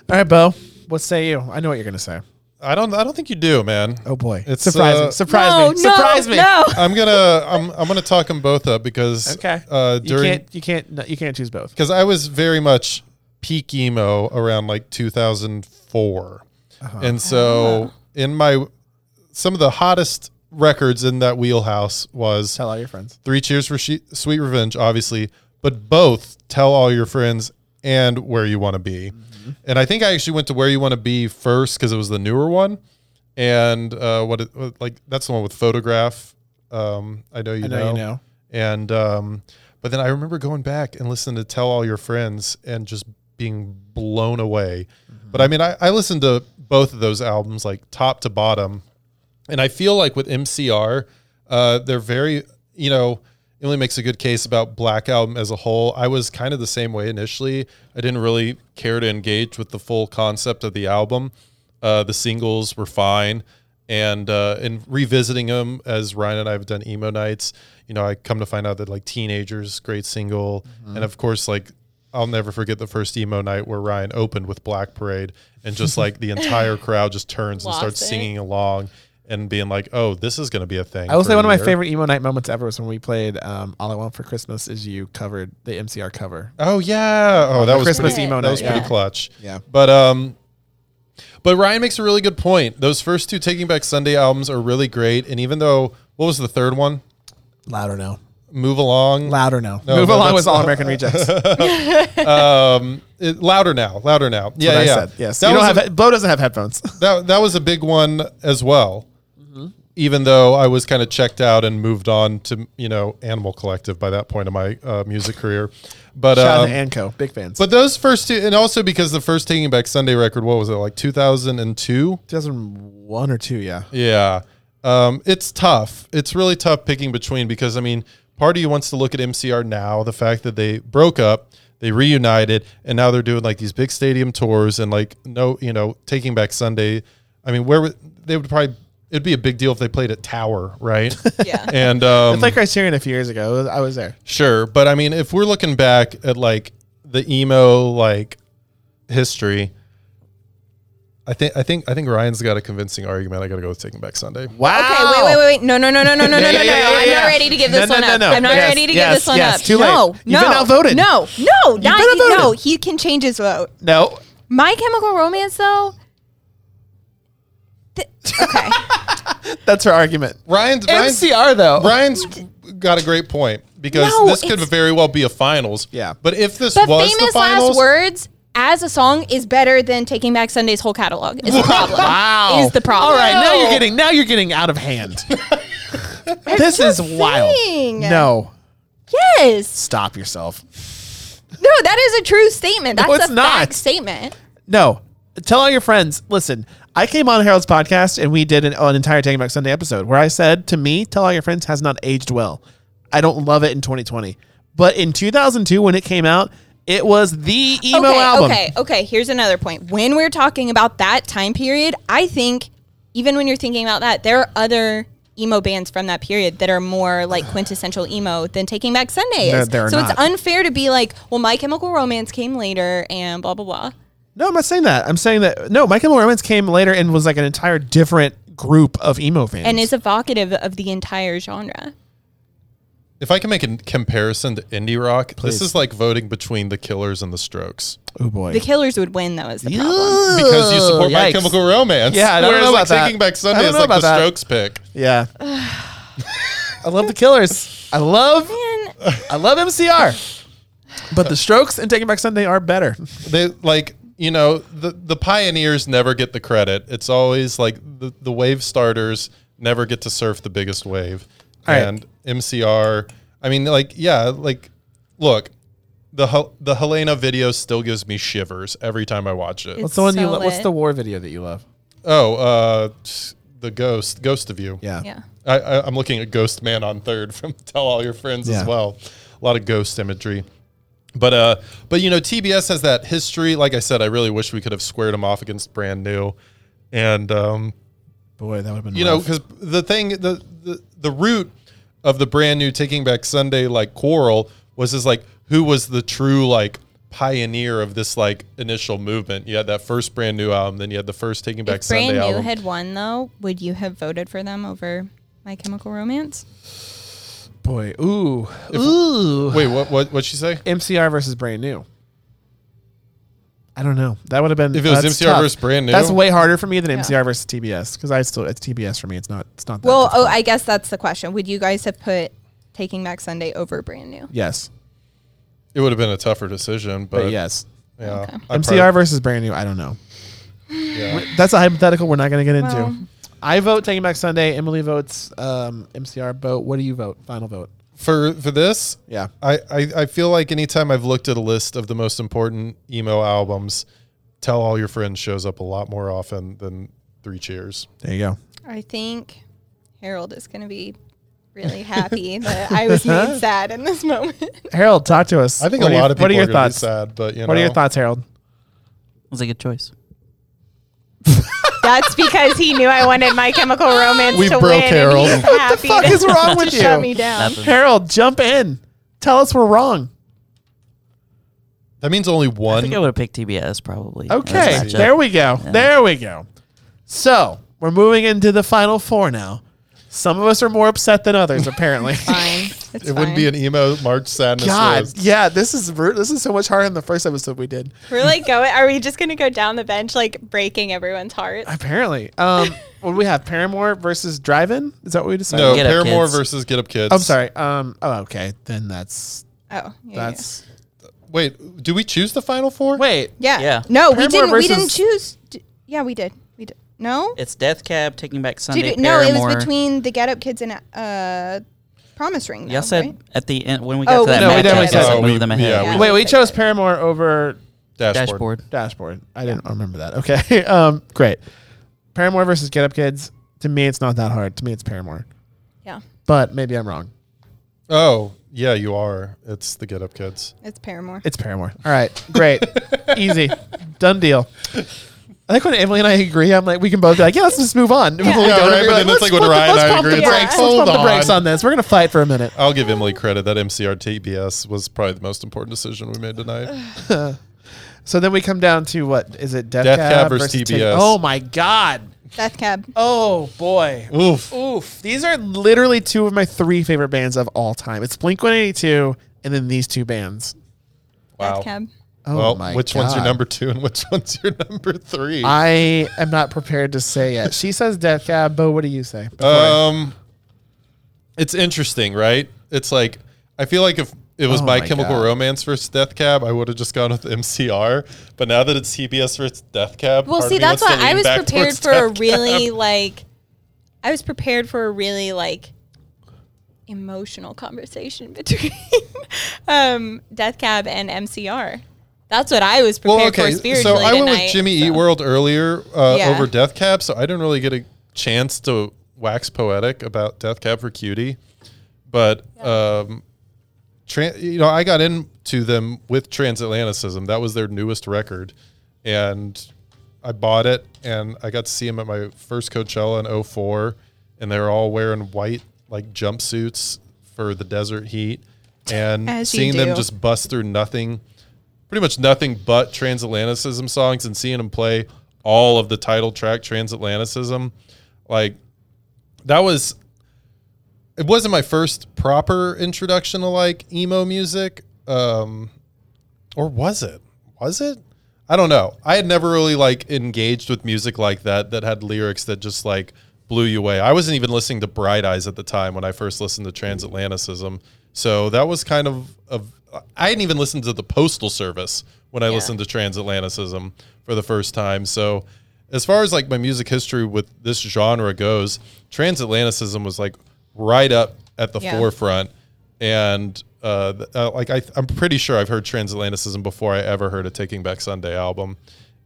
Speaker 3: All right, Bo. What say you? I know what you're gonna say.
Speaker 4: I don't. I don't think you do, man.
Speaker 3: Oh boy,
Speaker 4: It's,
Speaker 3: surprise me!
Speaker 4: uh,
Speaker 3: Surprise
Speaker 2: no,
Speaker 3: me! Surprise
Speaker 2: no,
Speaker 3: me!
Speaker 2: No.
Speaker 4: I'm gonna. I'm. I'm gonna talk them both up because.
Speaker 3: Okay.
Speaker 4: Uh,
Speaker 3: You
Speaker 4: during
Speaker 3: can't. You can't. No, you can't choose both.
Speaker 4: because I was very much peak emo around like 2004,
Speaker 3: Uh-huh.
Speaker 4: and so in my some of the hottest records in that wheelhouse was
Speaker 3: Tell all your friends.
Speaker 4: Three Cheers for she- Sweet Revenge, obviously, but both Tell All Your Friends and Where You Want to Be.
Speaker 3: Mm-hmm.
Speaker 4: And I think I actually went to Where You Want to Be first because it was the newer one. And uh, what, it, what- like that's the one with photograph. Um, I know you
Speaker 3: I know, you know.
Speaker 4: and um, but then I remember going back and listening to Tell All Your Friends and just being blown away.
Speaker 3: Mm-hmm.
Speaker 4: But I mean, I, I listened to both of those albums like top to bottom, and I feel like with MCR, uh, they're very you know. Emily makes a good case about Black Album as a whole. I was kind of the same way initially. I didn't really care to engage with the full concept of the album. Uh, the singles were fine, and uh, and revisiting them as Ryan and I have done emo nights. You know, I come to find out that like Teenagers, great single,
Speaker 2: Mm-hmm.
Speaker 4: and of course like I'll never forget the first emo night where Ryan opened with Black Parade, and just like the entire crowd just turns and
Speaker 2: Lost
Speaker 4: starts
Speaker 2: it.
Speaker 4: singing along and being like, oh, this is going to be a thing.
Speaker 3: I will
Speaker 4: for
Speaker 3: say
Speaker 4: a
Speaker 3: one of my
Speaker 4: year.
Speaker 3: favorite emo night moments ever was when we played um, "All I Want for Christmas Is You" covered the MCR cover.
Speaker 4: Oh yeah. Oh, that was
Speaker 3: Christmas
Speaker 4: pretty,
Speaker 3: emo
Speaker 4: That was
Speaker 3: night,
Speaker 4: pretty
Speaker 2: yeah.
Speaker 4: clutch.
Speaker 3: Yeah.
Speaker 4: But um, but Ryan makes a really good point. Those first two Taking Back Sunday albums are really great, and even though what was the third one?
Speaker 3: Louder now.
Speaker 4: Move along.
Speaker 3: Louder now.
Speaker 4: No,
Speaker 3: Move
Speaker 4: no,
Speaker 3: along
Speaker 4: that's-
Speaker 3: with All American Rejects. That's
Speaker 4: Um, it- louder now. Louder now. yeah,
Speaker 3: what I
Speaker 4: yeah.
Speaker 3: said. Yes.
Speaker 4: That
Speaker 3: you don't
Speaker 4: was
Speaker 3: have.
Speaker 4: a-
Speaker 3: he- Bo doesn't have headphones.
Speaker 4: that that was a big one as well.
Speaker 3: Mm-hmm.
Speaker 4: Even though I was kind of checked out and moved on to you know Animal Collective by that point in my uh, music career, but
Speaker 3: Shout out
Speaker 4: um,
Speaker 3: to Anco, big fans.
Speaker 4: but those first two, and also because the first Taking Back Sunday record, what was it like two thousand and two?
Speaker 3: 2001 or two, yeah.
Speaker 4: Yeah. Um, it's tough. It's really tough picking between because, I mean, part of you wants to look at MCR now, the fact that they broke up, they reunited, and now they're doing like these big stadium tours and like, no, you know, Taking Back Sunday. I mean, where would they would probably, it'd be a big deal if they played at Tower, right?
Speaker 2: Yeah.
Speaker 4: and, um,
Speaker 3: It's like Criterion a few years ago. It was- I was there.
Speaker 4: Sure, but I mean, if we're looking back at like the emo like history, I think I think I think Ryan's got a convincing argument. I got to go with Taking Back Sunday.
Speaker 3: Wow.
Speaker 2: Okay, wait, wait, wait, wait. No, no, no, no, no, no, no, no, no. I'm not ready to give this one up. I'm not
Speaker 3: Yes,
Speaker 2: ready to give
Speaker 3: yes,
Speaker 2: this one
Speaker 3: yes.
Speaker 2: up.
Speaker 3: Too late.
Speaker 2: No,
Speaker 3: You've
Speaker 2: no.
Speaker 3: been outvoted.
Speaker 2: No, no, not
Speaker 3: been
Speaker 2: he, no.
Speaker 3: outvoted.
Speaker 2: He can change his vote.
Speaker 3: No.
Speaker 2: My Chemical Romance, though. Th- okay.
Speaker 3: That's her argument.
Speaker 4: Ryan's Ryan's,
Speaker 3: MCR, though.
Speaker 4: Ryan's got a great point because
Speaker 2: No,
Speaker 4: this could
Speaker 2: it's-
Speaker 4: very well be a finals.
Speaker 3: Yeah.
Speaker 4: but if this
Speaker 2: But
Speaker 4: was the
Speaker 2: famous
Speaker 4: finals,
Speaker 2: last words as a song is better than Taking Back Sunday's whole catalog. Is the problem.
Speaker 3: Wow.
Speaker 2: Is the problem.
Speaker 3: All right, now you're getting now you're getting out of hand. this is wild.
Speaker 2: saying.
Speaker 3: No.
Speaker 2: Yes.
Speaker 3: Stop yourself.
Speaker 2: No, that is a true statement. That's
Speaker 3: No, it's
Speaker 2: a
Speaker 3: not.
Speaker 2: fact statement.
Speaker 3: No. Tell all your friends. Listen, I came on Harold's podcast and we did an, an entire Taking Back Sunday episode where I said to me, "Tell all your friends" has not aged well. I don't love it in 2020, but in 2002 when it came out, it was the emo
Speaker 2: okay,
Speaker 3: album.
Speaker 2: Okay, okay. Here's another point. When we're talking about that time period, I think even when you're thinking about that, there are other emo bands from that period that are more like quintessential emo than Taking Back Sunday
Speaker 3: No,
Speaker 2: is.
Speaker 3: they're
Speaker 2: so
Speaker 3: not.
Speaker 2: it's unfair to be like, well, My Chemical Romance came later and blah blah blah.
Speaker 3: No, I'm not saying that. I'm saying that no, My Chemical Romance came later and was like an entire different group of emo fans.
Speaker 2: And is evocative of the entire genre.
Speaker 4: if I can make a comparison to indie rock, this is like voting between the Killers and the Strokes
Speaker 3: oh boy,
Speaker 2: The Killers would win though is the problem.
Speaker 4: because you support My
Speaker 3: yikes.
Speaker 4: Chemical Romance.
Speaker 3: Yeah, I don't
Speaker 4: whereas
Speaker 3: know
Speaker 4: like
Speaker 3: about that.
Speaker 4: Taking Back
Speaker 3: I
Speaker 4: Sunday
Speaker 3: don't
Speaker 4: is
Speaker 3: know
Speaker 4: like the
Speaker 3: about that.
Speaker 4: Strokes pick.
Speaker 3: yeah. I love the Killers. I love
Speaker 2: And
Speaker 3: I love MCR. But the Strokes and Taking Back Sunday are better.
Speaker 4: they like you know the the pioneers never get the credit it's always like the, the wave starters never get to surf the biggest wave
Speaker 3: All right.
Speaker 4: and mcr i mean like yeah like look the Hel- the helena video still gives me shivers every time i watch it
Speaker 2: It's-
Speaker 3: What's the one you
Speaker 2: so
Speaker 3: love? What's
Speaker 2: lit.
Speaker 3: the war video that you love?
Speaker 4: oh uh t- the ghost ghost of you
Speaker 3: Yeah.
Speaker 2: yeah.
Speaker 4: I, I i'm looking at ghost man on third from tell all your friends
Speaker 3: Yeah.
Speaker 4: as well a lot of ghost imagery But uh, but you know, TBS has that history. Like I said, I really wish we could have squared them off against brand new, and um,
Speaker 3: Boy, that would have been
Speaker 4: you know
Speaker 3: rough.
Speaker 4: because the thing the, the the root of the brand new taking back sunday like quarrel was is like who was the true like pioneer of this like initial movement you had that first brand new album then you had the first taking back
Speaker 2: If
Speaker 4: sunday
Speaker 2: Brand New
Speaker 4: album
Speaker 2: had won, though, would you have voted for them over My Chemical Romance?
Speaker 3: boy. Ooh, ooh.
Speaker 4: wait what what what'd she say
Speaker 3: MCR versus brand new. I don't know. That would have been
Speaker 4: If it was
Speaker 3: that's
Speaker 4: MCR
Speaker 3: tough.
Speaker 4: versus Brand New?
Speaker 3: That's way harder for me than MCR versus TBS because I still it's TBS for me. It's not. It's not. That
Speaker 2: Well,
Speaker 3: difficult.
Speaker 2: oh, I guess that's the question. Would you guys have put Taking Back Sunday over Brand New?
Speaker 3: yes,
Speaker 4: it would have been a tougher decision but,
Speaker 3: but, yes.
Speaker 4: yeah I
Speaker 3: MCR
Speaker 4: probably-
Speaker 3: versus brand new. I don't know.
Speaker 4: yeah.
Speaker 3: That's a hypothetical. We're not going to get into.
Speaker 2: Well.
Speaker 3: I vote Taking Back Sunday. Emily votes um, MCR. Vote. What do you vote? Final vote.
Speaker 4: for for this
Speaker 3: Yeah.
Speaker 4: I, I, I feel like anytime I've looked at a list of the most important emo albums, Tell All Your Friends shows up a lot more often than Three Cheers.
Speaker 3: There you go.
Speaker 2: I think Harold is going to be really happy that I was made sad in this moment.
Speaker 3: Harold, talk to us.
Speaker 4: I think
Speaker 3: What are
Speaker 4: a lot
Speaker 3: your-
Speaker 4: of people
Speaker 3: What are your
Speaker 4: gonna be
Speaker 3: thoughts?
Speaker 4: sad, but you know,
Speaker 3: What are your thoughts, Harold?
Speaker 1: was a good choice.
Speaker 2: That's because he knew I wanted My Chemical Romance
Speaker 4: We
Speaker 2: to
Speaker 4: broke
Speaker 2: win.
Speaker 4: Harold.
Speaker 2: And he's happy
Speaker 3: fuck
Speaker 2: to,
Speaker 3: is wrong
Speaker 2: to
Speaker 3: with you?
Speaker 2: Shut me down.
Speaker 1: Nothing.
Speaker 3: Harold, jump in. Tell us we're wrong.
Speaker 4: That means only
Speaker 1: I think I
Speaker 4: one.
Speaker 1: would have picked TBS probably.
Speaker 3: Okay,
Speaker 1: That's matchup.
Speaker 3: there we go. There we go. So we're moving into the final four now. Some of us are more upset than others, apparently.
Speaker 2: Fine. It's
Speaker 4: It wouldn't be an emo March sadness
Speaker 3: God,
Speaker 4: list.
Speaker 3: yeah, this is bru- this is so much harder than the first episode we did.
Speaker 2: We're like going. Are we just going to go down the bench, like breaking everyone's heart?
Speaker 3: Apparently, um, what do we have? Paramore versus Drive-In. Is that what we decided?
Speaker 4: No,
Speaker 1: Get Up
Speaker 4: Paramore
Speaker 1: Kids.
Speaker 4: versus Get Up Kids.
Speaker 3: I'm sorry. Um, oh, okay. Then that's
Speaker 2: Oh, yeah,
Speaker 3: that's.
Speaker 4: Wait, do we choose the final four?
Speaker 3: Wait,
Speaker 2: yeah.
Speaker 1: Yeah.
Speaker 2: No, we
Speaker 3: Paramore
Speaker 2: didn't. We didn't
Speaker 3: versus-
Speaker 2: choose. D- yeah, we did. We did. No.
Speaker 1: It's Death Cab, Taking Back Sunday.
Speaker 2: Did it- no, it was
Speaker 1: Paramore.
Speaker 2: between the Get Up Kids and uh, Promise Ring. Though,
Speaker 1: Y'all said
Speaker 2: right?
Speaker 1: at the end when we got
Speaker 2: Oh,
Speaker 1: to that
Speaker 3: no, we
Speaker 1: matchup,
Speaker 3: definitely
Speaker 1: we said,
Speaker 3: said-
Speaker 1: like,
Speaker 4: Oh,
Speaker 1: move
Speaker 4: we-
Speaker 1: them ahead.
Speaker 4: yeah, we-
Speaker 3: wait. We chose Paramore over
Speaker 4: Dashboard.
Speaker 1: Dashboard.
Speaker 3: Dashboard. I didn't remember that. Okay. Um, great. Paramore versus Get Up Kids. To me, it's not that hard. To me, it's Paramore.
Speaker 2: Yeah,
Speaker 3: But maybe I'm wrong.
Speaker 4: Oh, yeah, you are. It's the Get Up Kids.
Speaker 2: it's Paramore.
Speaker 3: It's Paramore. All right. Great. Easy. Done deal. I think when Emily and I agree, I'm like, we can both be like, yeah, let's just move on. Yeah,
Speaker 4: Yeah, right, but then it's like when Ryan and I agree,
Speaker 3: The
Speaker 2: it's like,
Speaker 3: brakes.
Speaker 4: hold
Speaker 3: let's pump
Speaker 4: on.
Speaker 3: the brakes on this. We're going to fight for a minute.
Speaker 4: I'll give Emily credit. That MCR TBS was probably the most important decision we made tonight.
Speaker 3: So then we come down to what? Is it Death,
Speaker 4: Death
Speaker 3: Cab,
Speaker 4: Cab versus
Speaker 3: versus
Speaker 4: TBS.
Speaker 3: Oh, my God.
Speaker 2: Death Cab.
Speaker 3: Oh, boy.
Speaker 4: Oof.
Speaker 2: Oh
Speaker 3: Oof. These are literally two of my three favorite bands of all time. It's Blink 182 and then these two bands.
Speaker 4: Wow.
Speaker 2: Death Cab.
Speaker 3: Oh
Speaker 4: well,
Speaker 3: my
Speaker 4: which one's your
Speaker 3: God.
Speaker 4: number two and which one's your number three?
Speaker 3: I am not prepared to say yet. She says Death Cab, but what do you say? Before I-
Speaker 4: Um, it's interesting, right? It's like I feel like if it was
Speaker 3: Oh
Speaker 4: My
Speaker 3: my
Speaker 4: Chemical
Speaker 3: God.
Speaker 4: Romance versus Death Cab, I would have just gone with MCR. But now that it's TBS versus Death Cab,
Speaker 2: Well,
Speaker 4: part of
Speaker 2: see,
Speaker 4: me
Speaker 2: that's why
Speaker 4: wants to
Speaker 2: I
Speaker 4: lean
Speaker 2: was
Speaker 4: back
Speaker 2: prepared
Speaker 4: towards
Speaker 2: for a
Speaker 4: Death
Speaker 2: really like. I was prepared for a really like emotional conversation between um, Death Cab and MCR. That's what I was
Speaker 4: Well,
Speaker 2: prepared for
Speaker 4: so
Speaker 2: spiritually.
Speaker 4: I went with
Speaker 2: tonight,
Speaker 4: Jimmy E
Speaker 2: so.
Speaker 4: Eat World earlier uh,
Speaker 2: Yeah.
Speaker 4: over Death Cab, so I didn't really get a chance to wax poetic about Death Cab for Cutie, but um, tran you know, I got into them with Transatlanticism. That was their newest record, and I bought it, and I got to see them at my first Coachella in 04, and they were all wearing white like jumpsuits for the desert heat, and
Speaker 2: As you
Speaker 4: seeing them
Speaker 2: do.
Speaker 4: just bust through nothing pretty much nothing but transatlanticism songs and seeing him play all of the title track transatlanticism like that was it wasn't my first proper introduction to like emo music um or was it was it i don't know i had never really like engaged with music like that that had lyrics that just like blew you away i wasn't even listening to bright eyes at the time when i first listened to transatlanticism so that was kind of of i hadn't even listened to the postal service when i listened to transatlanticism for the first time so as far as like my music history with this genre goes transatlanticism was like right up at the
Speaker 2: Yeah.
Speaker 4: forefront and uh, th- uh, like I, I'm pretty sure I've heard Transatlanticism before I ever heard a Taking Back Sunday album,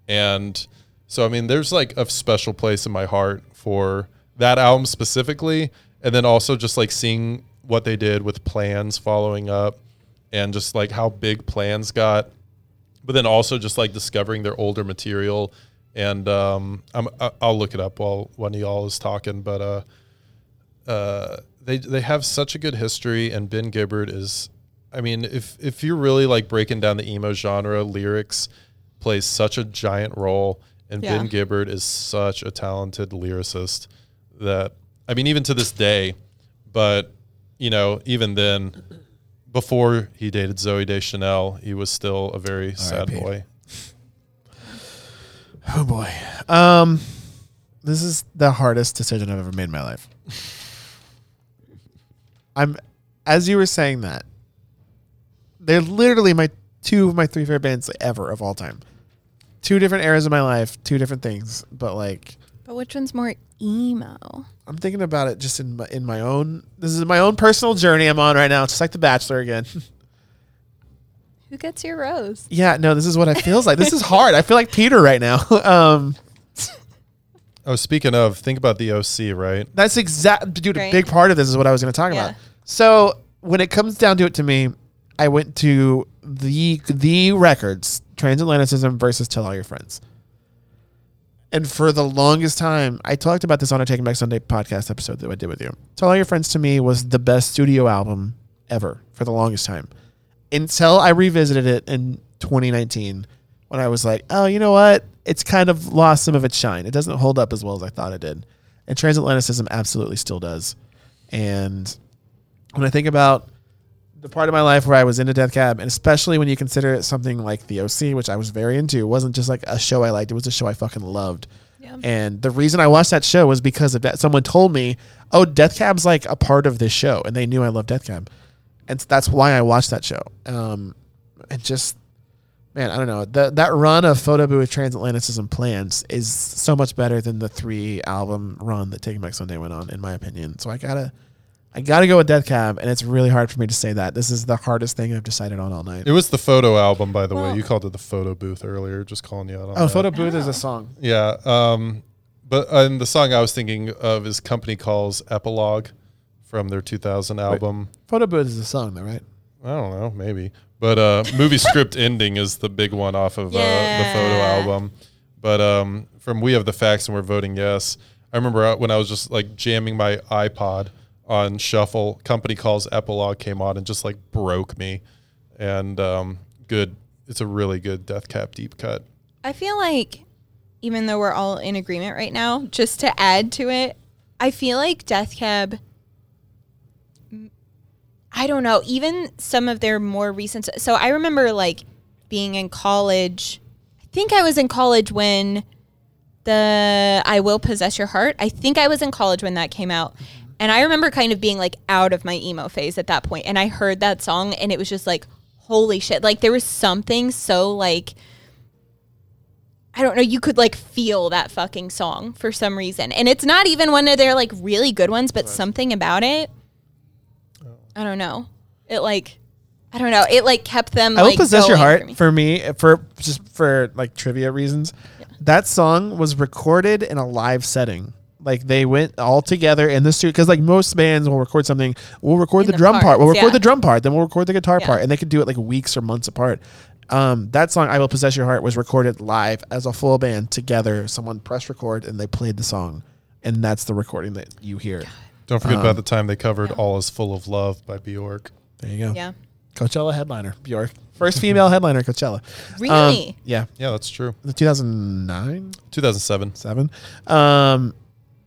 Speaker 4: and so I mean, there's like a special place in my heart for that album specifically, and then also just like seeing what they did with Plans following up, and just like how big Plans got, but then also just like discovering their older material and um, I'm, I- I'll look it up while one of y'all is talking. But uh, uh, they they have such a good history, and Ben Gibbard is, I mean, if if you're really like breaking down the emo genre, lyrics plays such a giant role, and Ben Gibbard is such a talented lyricist that I mean, even to this day, but you know, even then. Before he dated Zoe Deschanel, he was still a very sad
Speaker 3: R.I.P..
Speaker 4: boy.
Speaker 3: Oh boy. Um, this is the hardest decision I've ever made in my life. I'm, as you were saying that, they're literally my two of my three favorite bands ever of all time. Two different eras of my life, two different things, but like
Speaker 2: But which one's more emo?
Speaker 3: I'm thinking about it just in my, in my own. This is my own personal journey I'm on right now. It's just like The Bachelor again.
Speaker 2: Who gets your rose?
Speaker 3: yeah, no, this is what it feels like. This is hard. I feel like Peter right now. um,
Speaker 4: Oh, speaking of, think about the OC, right?
Speaker 3: That's exact, dude. A
Speaker 2: Right.
Speaker 3: big part of this is what I was going to talk
Speaker 2: Yeah.
Speaker 3: about. So when it comes down to it, to me, I went to the the records Transatlanticism versus Tell All Your Friends, and for the longest time, I talked about this on a Taking Back Sunday podcast episode that I did with you. Tell All Your Friends to me was the best studio album ever for the longest time, until I revisited it in 2019 when I was like, oh, you know what? It's kind of lost some of its shine. It doesn't hold up as well as I thought it did. And transatlanticism absolutely still does. And when I think about the part of my life where I was into Death Cab, and especially when you consider it something like The OC, which I was very into, it wasn't just like a show I liked, it was a show I fucking loved. And the reason I watched that show was because of that. Someone told me, oh, Death Cab's like a part of this show. And they knew I loved Death Cab. And s- that's why I watched that show. Um, and just man, I don't know. That that run of Photo Booth Transatlanticism plans is so much better than the three album run that Taking Back Sunday went on, in my opinion. So I gotta I gotta go with Death Cab, and it's really hard for me to say that. This is the hardest thing I've decided on all night.
Speaker 4: It was the photo album, by the way.
Speaker 2: Well-
Speaker 4: You called it the photo booth earlier. Just calling you out on
Speaker 3: Oh,
Speaker 4: that.
Speaker 3: Photo Booth is a song.
Speaker 4: Yeah. Um, but and the song I was thinking of is Company Calls Epilogue from their 2000 album.
Speaker 3: Photo Booth is a song, though, right?
Speaker 4: I don't know, maybe. But uh, movie script ending is the big one off of uh, the photo
Speaker 2: Yeah.
Speaker 4: album. But um, from We Have the Facts and We're Voting Yes, I remember uh, when I was just like jamming my iPod on shuffle, Company Calls Epilogue came on and just like broke me. And um, good, it's a really good Death Cap deep cut.
Speaker 2: I feel like even though we're all in agreement right now, just to add to it, I feel like Death Cab I don't know, even some of their more recent so I remember like being in college. I think I was in college when the I Will Possess Your Heart. I think I was in college when that came out. And I remember kind of being like out of my emo phase at that point and I heard that song and it was just like holy shit. Like there was something so like I don't know, you could like feel that fucking song for some reason. And it's not even one of their like really good ones, but something about it. I don't know. It like I don't know. It like kept them.
Speaker 3: I will
Speaker 2: like,
Speaker 3: possess your
Speaker 2: going
Speaker 3: heart
Speaker 2: for me.
Speaker 3: for me. for just for like trivia reasons. That song was recorded in a live setting. Like they went all together in the studio because like most bands will record something. We'll record
Speaker 2: In
Speaker 3: the,
Speaker 2: the
Speaker 3: drum part. We'll
Speaker 2: parts,
Speaker 3: record
Speaker 2: yeah.
Speaker 3: the drum part. Then we'll record the guitar
Speaker 2: Yeah.
Speaker 3: part, and they could do it like weeks or months apart. Um, that song "I Will Possess Your Heart" was recorded live as a full band together. Someone pressed record and they played the song, and that's the recording that you hear.
Speaker 4: Don't forget about the time they covered All Is Full of Love by Bjork.
Speaker 3: There you go.
Speaker 2: Yeah.
Speaker 3: Coachella headliner Bjork, first female headliner at Coachella. Um,
Speaker 2: Really?
Speaker 3: yeah,
Speaker 4: Yeah, that's true.
Speaker 3: the 2009.
Speaker 4: 2007.
Speaker 3: seven. Um,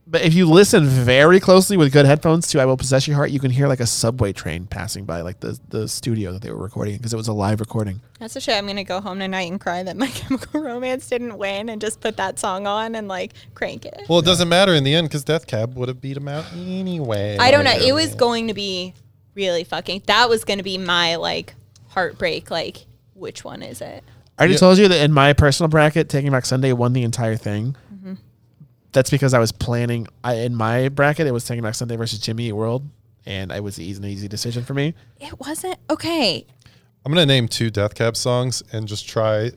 Speaker 3: but if you listen very closely with good headphones to "I Will Possess Your Heart," you can hear like a subway train passing by, like the the studio that they were recording because it was a live recording.
Speaker 2: That's a shit. I'm gonna go home tonight and cry that my chemical romance didn't win and just put that song on and like crank it.
Speaker 4: Well, it doesn't matter in the end because Death Cab would have beat him out anyway.
Speaker 2: I don't know. It was going to be really fucking that was gonna be my like heartbreak, like which one is it?
Speaker 3: I already
Speaker 4: Yeah.
Speaker 3: told you that in my personal bracket, Taking Back Sunday won the entire thing. That's because I was planning. I in my bracket, it was Taking Back Sunday versus Jimmy Eat World, and it was easy, an easy decision for me.
Speaker 2: It wasn't okay.
Speaker 4: I'm gonna name two Death Cab songs and just try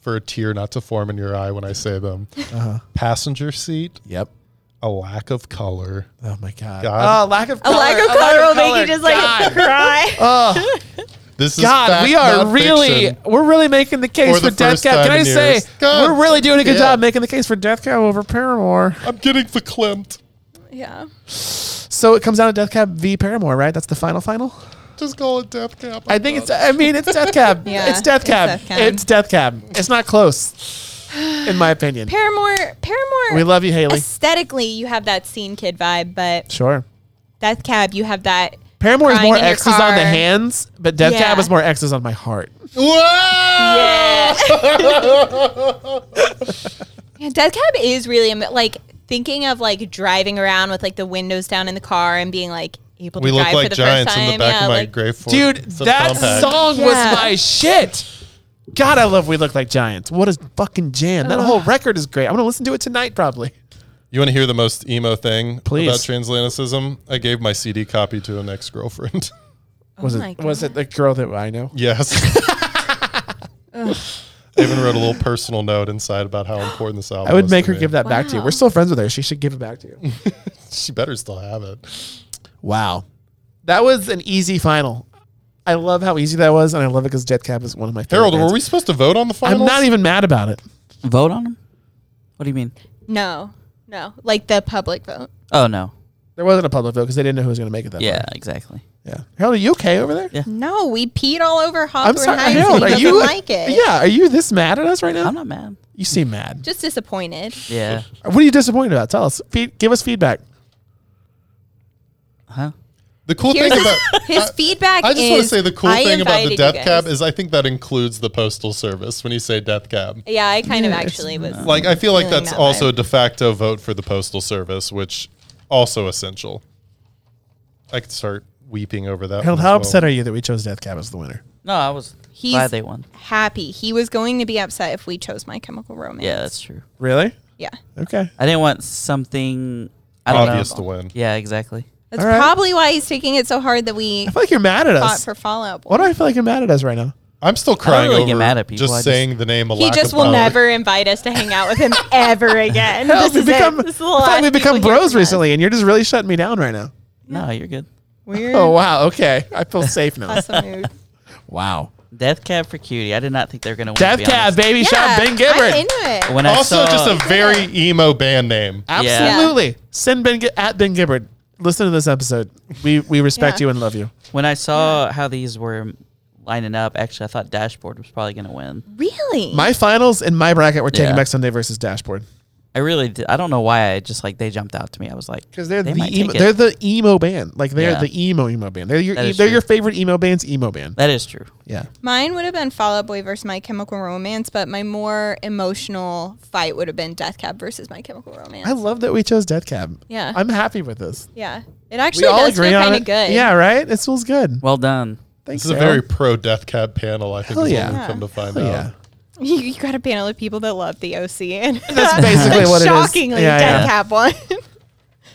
Speaker 4: for a tear not to form in your eye when I say them. Passenger seat,
Speaker 3: Yep.
Speaker 4: a lack of color.
Speaker 3: Oh my god.
Speaker 4: God.
Speaker 3: Oh, lack of
Speaker 2: A
Speaker 3: color.
Speaker 2: Uh, lack of color will make you just like cry.
Speaker 3: Oh,
Speaker 4: This is
Speaker 3: God,
Speaker 4: fact,
Speaker 3: we are
Speaker 4: not
Speaker 3: really
Speaker 4: fiction.
Speaker 3: we're really making the case
Speaker 4: For
Speaker 3: for,
Speaker 4: the
Speaker 3: Death
Speaker 4: first
Speaker 3: Cab. Can
Speaker 4: time
Speaker 3: I
Speaker 4: in
Speaker 3: say
Speaker 4: years. God,
Speaker 3: we're really doing a good
Speaker 4: yeah.
Speaker 3: job making the case for Death Cab over Paramore?
Speaker 4: I'm getting verklempt.
Speaker 2: Yeah.
Speaker 3: So it comes down to Death Cab v Paramore, right? That's the final final.
Speaker 4: Just call it Death Cab.
Speaker 3: I think it's. I mean, it's Death Cab.
Speaker 2: Yeah,
Speaker 3: it's Death
Speaker 2: it's
Speaker 3: Cab.
Speaker 2: Death Cab.
Speaker 3: It's Death Cab. It's not close, in my opinion.
Speaker 2: Paramore. Paramore.
Speaker 3: We love you, Haley.
Speaker 2: aesthetically, you have that scene kid vibe, but
Speaker 3: Sure.
Speaker 2: Death Cab, you have that.
Speaker 3: Paramore is
Speaker 2: Crying
Speaker 3: more
Speaker 2: in your
Speaker 3: X's on the
Speaker 2: car.
Speaker 3: hands, but Death Cab
Speaker 2: Yeah.
Speaker 3: is more X's on my heart.
Speaker 4: Whoa!
Speaker 2: Yeah. yeah, Death Cab is really am- like thinking of like driving around with like the windows down in the car and being like able to
Speaker 4: We look
Speaker 2: drive for
Speaker 4: like
Speaker 2: the
Speaker 4: giants
Speaker 2: first time.
Speaker 4: in the back
Speaker 2: yeah,
Speaker 4: of my
Speaker 2: like,
Speaker 4: gray Ford
Speaker 3: Dude, that
Speaker 4: subcompact.
Speaker 3: song
Speaker 2: Yeah.
Speaker 3: was my shit. God, I love We Look Like Giants. What a fucking jam. That whole record is great. I'm going to listen to it tonight, probably.
Speaker 2: Oh
Speaker 4: You want to hear the most emo thing
Speaker 3: Please.
Speaker 4: about transatlanticism? I gave my CD copy to an ex girlfriend.
Speaker 3: was
Speaker 2: oh my
Speaker 3: it was it the girl that I know?
Speaker 4: yes. I even wrote a little personal note inside about how important this album.
Speaker 3: I would
Speaker 4: was
Speaker 3: make
Speaker 4: to
Speaker 3: her
Speaker 4: me.
Speaker 3: give that back to you.
Speaker 2: Wow.
Speaker 3: We're still friends with her. She should give it back to you.
Speaker 4: She better still have it.
Speaker 3: wow. That was an easy final. I love how easy that was, and I love it because Jet Cab is one of my favorite.
Speaker 4: Harold,
Speaker 3: bands.
Speaker 4: were we supposed to vote on the
Speaker 3: I'm
Speaker 4: finals?
Speaker 3: not even mad about it.
Speaker 1: Vote on him? What do you mean?
Speaker 2: No, no, like the public vote.
Speaker 1: Oh, no.
Speaker 3: There wasn't a public vote because they didn't know who was going to make it that
Speaker 1: Yeah,
Speaker 3: far.
Speaker 1: exactly.
Speaker 3: Yeah. Harold, are you okay over there?
Speaker 1: Yeah.
Speaker 2: No, we peed all over
Speaker 3: I'm
Speaker 2: Hawthorne
Speaker 3: sorry.
Speaker 2: Heights.
Speaker 3: Harold,
Speaker 2: and
Speaker 3: are
Speaker 2: he
Speaker 3: you
Speaker 2: doesn't like it.
Speaker 3: Yeah, are you this mad at us right now?
Speaker 1: I'm not mad.
Speaker 3: you seem mad.
Speaker 2: just disappointed.
Speaker 1: Yeah.
Speaker 3: What are you disappointed about? Tell us. Feed, give us feedback.
Speaker 1: Huh?
Speaker 4: The cool
Speaker 2: Here's
Speaker 4: thing
Speaker 2: his,
Speaker 4: about
Speaker 2: his feedback.
Speaker 4: I just
Speaker 2: is,
Speaker 4: want to say the cool
Speaker 2: "I
Speaker 4: thing about
Speaker 2: invited
Speaker 4: the
Speaker 2: you
Speaker 4: death
Speaker 2: guys."
Speaker 4: cab is I think that includes the postal service when you say death cab.
Speaker 2: Yeah, I kind of actually was.
Speaker 4: Like I feel like
Speaker 2: Feeling
Speaker 4: that's
Speaker 2: that
Speaker 4: also
Speaker 2: vibe.
Speaker 4: a de facto vote for the postal service, which also essential. I could start weeping over that.
Speaker 3: Harold,
Speaker 4: one
Speaker 3: how
Speaker 4: as
Speaker 3: upset
Speaker 4: well.
Speaker 3: are you that we chose Death Cab as the winner?
Speaker 1: No, I was
Speaker 2: He's
Speaker 1: glad they won.
Speaker 2: happy. He was going to be upset if we chose My Chemical Romance.
Speaker 1: Yeah, that's true.
Speaker 3: Really?
Speaker 2: yeah.
Speaker 3: Okay.
Speaker 1: I didn't want something I don't
Speaker 4: Obvious
Speaker 1: know.
Speaker 4: to win.
Speaker 1: Yeah, exactly.
Speaker 2: That's
Speaker 3: All right.
Speaker 2: probably why he's taking it so hard that we
Speaker 3: I feel like you're mad at
Speaker 2: fought
Speaker 3: us.
Speaker 2: for Fallout Boy.
Speaker 3: Why do I feel like you're mad at us right now?
Speaker 4: I'm still crying
Speaker 1: really
Speaker 4: over
Speaker 1: get mad at people.
Speaker 4: just
Speaker 1: I just-
Speaker 4: saying the name.
Speaker 2: He just will never invite us to hang out with him ever again.
Speaker 3: Hell,
Speaker 2: this
Speaker 3: we
Speaker 2: is it.
Speaker 3: become,
Speaker 2: This is the
Speaker 3: I thought
Speaker 2: last
Speaker 3: we become
Speaker 2: people hear
Speaker 3: bros
Speaker 2: from us.
Speaker 3: recently, and you're just really shutting me down right now.
Speaker 1: No, you're good.
Speaker 2: Weird.
Speaker 3: Oh, wow. Okay. I feel safe now.
Speaker 2: Awesome move.
Speaker 3: Wow.
Speaker 1: Death Cab for Cutie. I did not think they were gonna win. to
Speaker 3: Death
Speaker 1: be
Speaker 3: Cab,
Speaker 1: honest.
Speaker 3: baby. Shot Ben
Speaker 2: I'm
Speaker 3: Gibbard.
Speaker 2: into it.
Speaker 1: When I
Speaker 4: Also,
Speaker 1: saw,
Speaker 4: just a very emo band name.
Speaker 3: Absolutely. Send Ben Gi- at Ben Gibbard. Listen to this episode. We we respect
Speaker 2: Yeah.
Speaker 3: you and love you.
Speaker 1: when I saw how these were lining up, actually, I thought Dashboard was probably gonna win.
Speaker 2: Really?
Speaker 3: My finals and my bracket were taking
Speaker 1: Yeah.
Speaker 3: back Sunday versus Dashboard
Speaker 1: I really did. I don't know why. I just like they jumped out to me. I was like,
Speaker 3: because they're
Speaker 1: They might
Speaker 3: the emo,
Speaker 1: take it.
Speaker 3: they're the emo band. Like they're
Speaker 1: Yeah.
Speaker 3: the emo emo band. They're your
Speaker 1: That
Speaker 3: e-
Speaker 1: is
Speaker 3: they're
Speaker 1: true.
Speaker 3: your favorite emo band's emo band.
Speaker 1: that is true.
Speaker 3: Yeah.
Speaker 2: Mine would have been Fall Out Boy versus My Chemical Romance, but my more emotional fight would have been Death Cab versus My Chemical Romance.
Speaker 3: I love that we chose Death Cab.
Speaker 2: Yeah.
Speaker 3: I'm happy with this.
Speaker 2: yeah, it
Speaker 3: We
Speaker 2: actually
Speaker 3: all
Speaker 2: does
Speaker 3: agree
Speaker 2: feel
Speaker 3: on
Speaker 2: kind
Speaker 3: it.
Speaker 2: of good.
Speaker 3: Yeah, right. This feels good.
Speaker 1: Well done.
Speaker 3: Thanks.
Speaker 4: This is a very pro death cab panel. I think
Speaker 3: Hell
Speaker 4: is
Speaker 3: yeah.
Speaker 4: what we've come to find
Speaker 3: Harold.
Speaker 4: out.
Speaker 3: yeah.
Speaker 2: you, you got a panel of people that love the OC, and
Speaker 3: That's basically what it is.
Speaker 2: shockingly
Speaker 3: Yeah,
Speaker 2: Death
Speaker 3: yeah.
Speaker 2: Cab one.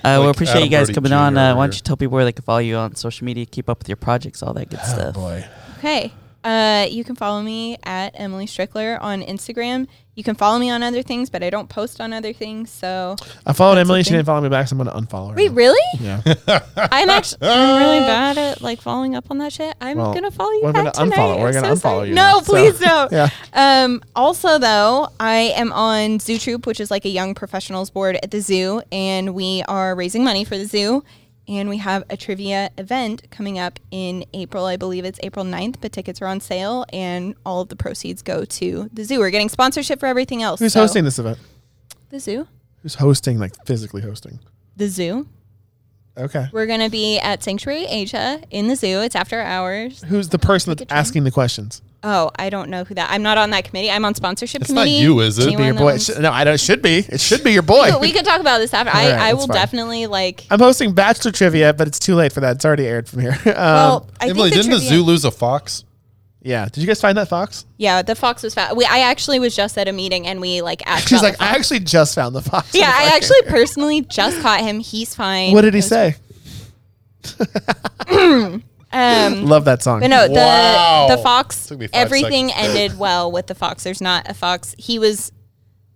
Speaker 1: Uh, we
Speaker 4: Like
Speaker 1: appreciate
Speaker 4: Adam
Speaker 1: you guys
Speaker 4: Brody
Speaker 1: coming on.
Speaker 4: Jr.
Speaker 1: Uh,
Speaker 4: over
Speaker 1: why don't
Speaker 4: here.
Speaker 1: you tell people where they can follow you on social media, keep up with your projects, all that good stuff.
Speaker 3: Boy.
Speaker 2: Okay. Uh, you can follow me at Emily Strickler on Instagram. You can follow me on other things, but I don't post on other things. So
Speaker 3: I followed
Speaker 2: That's
Speaker 3: Emily.
Speaker 2: the
Speaker 3: She
Speaker 2: thing.
Speaker 3: didn't follow me back, so I'm gonna unfollow her.
Speaker 2: wait,
Speaker 3: now.
Speaker 2: really?
Speaker 3: Yeah.
Speaker 2: I'm actually I'm really bad at like following up on that shit. I'm
Speaker 3: Well,
Speaker 2: gonna follow you
Speaker 3: we're
Speaker 2: back
Speaker 3: gonna unfollow-
Speaker 2: tonight. I'm
Speaker 3: we're
Speaker 2: so
Speaker 3: gonna unfollow
Speaker 2: sorry.
Speaker 3: you now,
Speaker 2: No,
Speaker 3: so-
Speaker 2: please don't.
Speaker 3: Yeah.
Speaker 2: Um, also, though, I am on Zoo Troop, which is like a young professionals board at the zoo, and we are raising money for the zoo. And we have a trivia event coming up in April. I believe it's April 9th, but tickets are on sale, and all of the proceeds go to the zoo. We're getting sponsorship for everything else.
Speaker 3: Who's
Speaker 2: so-
Speaker 3: hosting this event?
Speaker 2: The zoo.
Speaker 3: Who's hosting? Like physically hosting?
Speaker 2: The zoo.
Speaker 3: Okay.
Speaker 2: We're going to be at Sanctuary Asia in the zoo. It's after hours.
Speaker 3: Who's the person that's asking the questions?
Speaker 2: Oh, I don't know who that. I'm not on that committee. I'm on sponsorship
Speaker 4: It's not
Speaker 2: committee.
Speaker 4: you, is it? Be
Speaker 2: Anyone
Speaker 3: Your
Speaker 2: that
Speaker 3: boy.
Speaker 2: wants-
Speaker 3: Sh- no, I don't. It should be. It should be your boy.
Speaker 2: But we can talk about this after. I,
Speaker 3: All right,
Speaker 2: I
Speaker 3: that's
Speaker 2: will
Speaker 3: fine. Um,
Speaker 2: definitely like.
Speaker 3: I'm hosting Bachelor Trivia, but it's too late for that. It's already aired from here. Um,
Speaker 2: well, I
Speaker 4: Emily,
Speaker 2: think the
Speaker 4: didn't the
Speaker 2: trivia-
Speaker 4: zoo lose a fox?
Speaker 3: yeah. Did you guys find that fox?
Speaker 2: Yeah, the fox was fat. We, I actually was just at a meeting and we like asked.
Speaker 3: She's
Speaker 2: about
Speaker 3: like,
Speaker 2: the fox.
Speaker 3: I actually just found the fox.
Speaker 2: yeah,
Speaker 3: I'm
Speaker 2: I
Speaker 3: like,
Speaker 2: actually personally just caught him. He's fine.
Speaker 3: What did
Speaker 2: It was-
Speaker 3: he say?
Speaker 2: Um,
Speaker 3: Love that song.
Speaker 2: but no, the
Speaker 4: Wow.
Speaker 2: the fox.
Speaker 4: Took me five
Speaker 2: Everything ended well with the fox. There's not a fox. He was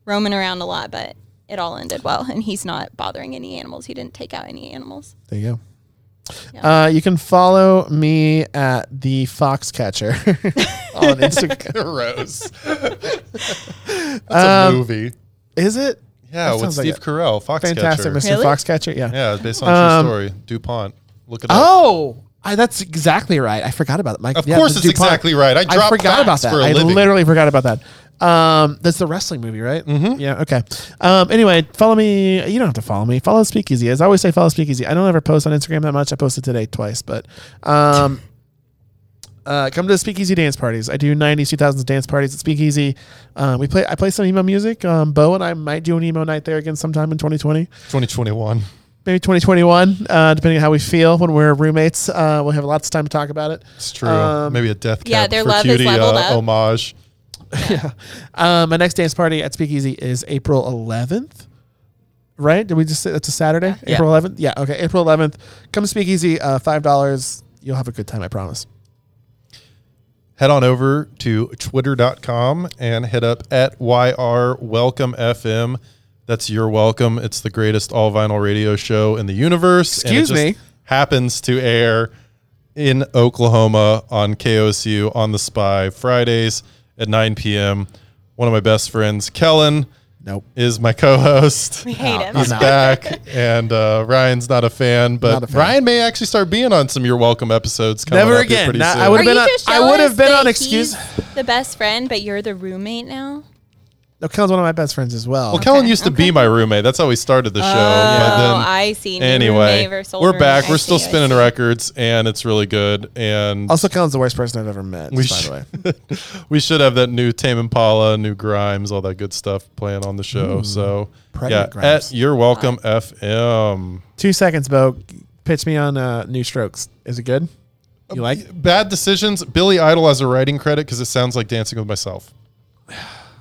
Speaker 2: roaming around a lot, but it all ended well, and he's not bothering any animals. He didn't take out any animals.
Speaker 3: There you go. Uh, you can follow me at the Foxcatcher on Instagram.
Speaker 4: Gross. That's a
Speaker 3: Um,
Speaker 4: movie.
Speaker 3: Is it
Speaker 4: Yeah, with
Speaker 3: sounds like
Speaker 4: Steve
Speaker 3: a
Speaker 4: Carell, Foxcatcher.
Speaker 3: fantastic, Mr.
Speaker 2: Really?
Speaker 3: Foxcatcher? Yeah.
Speaker 4: Yeah, it's based on a
Speaker 3: Um,
Speaker 4: true story. Dupont. Look it up.
Speaker 3: Oh, I, that's exactly right. I forgot about that. Mike.
Speaker 4: Of
Speaker 3: Yeah,
Speaker 4: course,
Speaker 3: the
Speaker 4: it's
Speaker 3: DuPont.
Speaker 4: exactly right. I dropped
Speaker 3: I forgot about
Speaker 4: facts
Speaker 3: that.
Speaker 4: For a
Speaker 3: I
Speaker 4: living.
Speaker 3: literally forgot about that. Um, that's the wrestling movie, right? Mm-hmm. Yeah. Okay. Um, anyway, follow me. You don't have to follow me. Follow Speakeasy. As I always say, follow Speakeasy. I don't ever post on Instagram that much. I posted today twice, but um, uh, come to the Speakeasy dance parties. I do '90s, 2000s dance parties at Speakeasy. Um, we play. I play some emo music. Um, Bo and I might do an emo night there again sometime in 2020
Speaker 4: 2021.
Speaker 3: maybe 2021, uh, depending on how we feel when we're roommates. Uh, we'll have lots of time to talk about it.
Speaker 4: It's true.
Speaker 3: Um,
Speaker 4: Maybe a death cab
Speaker 2: yeah, their
Speaker 4: for
Speaker 2: love is
Speaker 4: cutie
Speaker 2: leveled
Speaker 4: uh,
Speaker 2: up.
Speaker 4: homage.
Speaker 3: Um, my next dance party at Speakeasy is April 11th. Right? Did we just say that's a Saturday?
Speaker 1: Yeah.
Speaker 3: April 11th? Yeah. Okay. April 11th. Come to Speakeasy. Uh, $5. You'll have a good time, I promise.
Speaker 4: Head on over to twitter.com and hit up at YR Welcome FM. That's your welcome. It's the greatest all vinyl radio show in the universe. and it
Speaker 3: Excuse
Speaker 4: just
Speaker 3: me?
Speaker 4: Happens to air in Oklahoma on KOSU on the Spy Fridays at 9 p.m. One of my best friends, Kellen,
Speaker 3: Nope.
Speaker 4: is my co-host.
Speaker 2: We hate him.
Speaker 4: He's back, and uh, Ryan's not a fan, but
Speaker 3: Not a fan.
Speaker 4: Ryan may actually start being on some of your welcome episodes. Coming
Speaker 3: Never
Speaker 4: up here
Speaker 3: again.
Speaker 4: pretty
Speaker 3: Not-
Speaker 4: soon.
Speaker 3: I would
Speaker 2: Are
Speaker 3: have been
Speaker 2: you
Speaker 3: on.
Speaker 2: just
Speaker 3: I would
Speaker 2: jealous
Speaker 3: have been on.
Speaker 2: that
Speaker 3: Excuse.
Speaker 2: he's The best friend, but you're the roommate now.
Speaker 3: No, Kellen's one of my best friends as well.
Speaker 4: Well, Kellen used to be my roommate. That's how we started the show. but
Speaker 2: oh,
Speaker 4: then,
Speaker 2: I see. New
Speaker 4: anyway,
Speaker 2: roommate versus old
Speaker 4: we're back.
Speaker 2: roommate.
Speaker 4: We're
Speaker 2: I
Speaker 4: still
Speaker 2: see, I
Speaker 4: spinning
Speaker 2: see.
Speaker 4: records, and it's really good. And
Speaker 3: Also, Kellen's the worst person I've ever met.
Speaker 4: we,
Speaker 3: by
Speaker 4: sh-
Speaker 3: the way,
Speaker 4: we should have that new Tame Impala, new Grimes, all that good stuff playing on the show. so, yeah,
Speaker 3: pregnant Grimes.
Speaker 4: at You're Welcome FM.
Speaker 3: two seconds, Bo. Pitch me on uh, new strokes. Is it good? You like? it?
Speaker 4: Bad decisions. Billy Idol has a writing credit because it sounds like dancing with myself.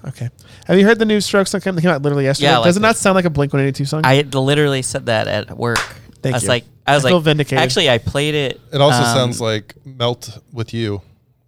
Speaker 3: Okay. Have you heard the new Strokes song came, came out literally yesterday?
Speaker 1: Yeah, I like
Speaker 3: Does it not
Speaker 1: it.
Speaker 3: sound like a Blink One Eighty Two song?
Speaker 1: I had literally said that at work.
Speaker 3: Thank
Speaker 1: I was
Speaker 3: you.
Speaker 1: like, I was
Speaker 3: I
Speaker 1: like,
Speaker 3: feel vindicated.
Speaker 1: Actually, I played it.
Speaker 4: It also
Speaker 1: um,
Speaker 4: sounds like Melt with You.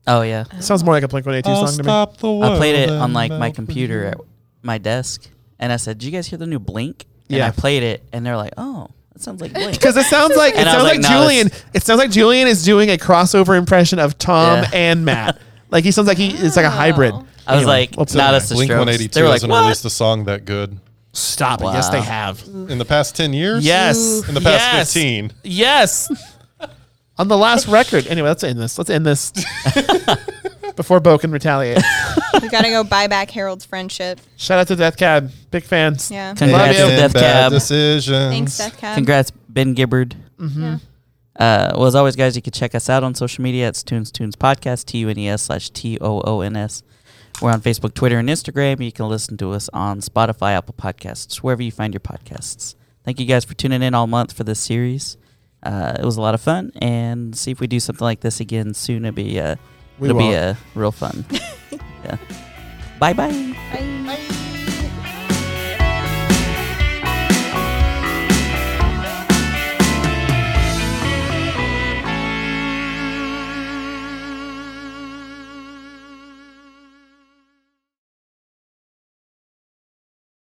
Speaker 1: Oh yeah,
Speaker 3: It sounds more like a Blink One Eighty Two song to me.
Speaker 4: the world.
Speaker 1: I played it on like my computer at my desk, and I said, "Do you guys hear the new Blink?" And
Speaker 3: Yeah.
Speaker 1: I played it, and they're like, "Oh, that sounds like Blink."
Speaker 3: Because it sounds like it
Speaker 1: And I
Speaker 3: sounds
Speaker 1: was
Speaker 3: like,
Speaker 1: like, no,
Speaker 3: Julian.
Speaker 1: that's-
Speaker 3: It sounds like Julian is doing a crossover impression of Tom
Speaker 1: Yeah.
Speaker 3: and Matt. like he sounds like he it's like a hybrid.
Speaker 1: I was
Speaker 3: Anyway,
Speaker 1: like,
Speaker 3: what's
Speaker 1: "Nah,
Speaker 3: up?
Speaker 1: that's the
Speaker 4: Blink
Speaker 1: Strokes."
Speaker 4: 182
Speaker 1: They were like,
Speaker 4: hasn't
Speaker 1: "What?"
Speaker 4: released a song that good
Speaker 3: stop it. Yes, they
Speaker 1: Wow.
Speaker 3: have.
Speaker 4: in the past 10 years.
Speaker 3: Yes,
Speaker 4: In the past
Speaker 3: Yes.
Speaker 4: 15.
Speaker 3: Yes. On the last record. Anyway, let's end this. Let's end this before Bo can retaliate.
Speaker 2: We gotta go buy back Harold's friendship.
Speaker 3: Shout out to Death Cab, big fans.
Speaker 2: Yeah.
Speaker 1: Congrats,
Speaker 3: Love you.
Speaker 1: Death
Speaker 4: bad
Speaker 1: Cab.
Speaker 4: decisions.
Speaker 2: Thanks, Death Cab.
Speaker 1: Congrats, Ben Gibbard.
Speaker 2: Yeah.
Speaker 1: Uh, well, as always, guys, you can check us out on social media. It's Tunes Tunes Podcast, T U N E S slash T O O N S. We're on Facebook, Twitter, and Instagram. You can listen to us on Spotify, Apple Podcasts, wherever you find your podcasts. Thank you guys for tuning in all month for this series. Uh, it was a lot of fun, and see if we do something like this again soon. It'll be uh,
Speaker 3: We
Speaker 1: it'll be
Speaker 3: won't.
Speaker 1: uh, real fun. yeah. Bye bye.
Speaker 3: Mm-hmm.
Speaker 2: Bye.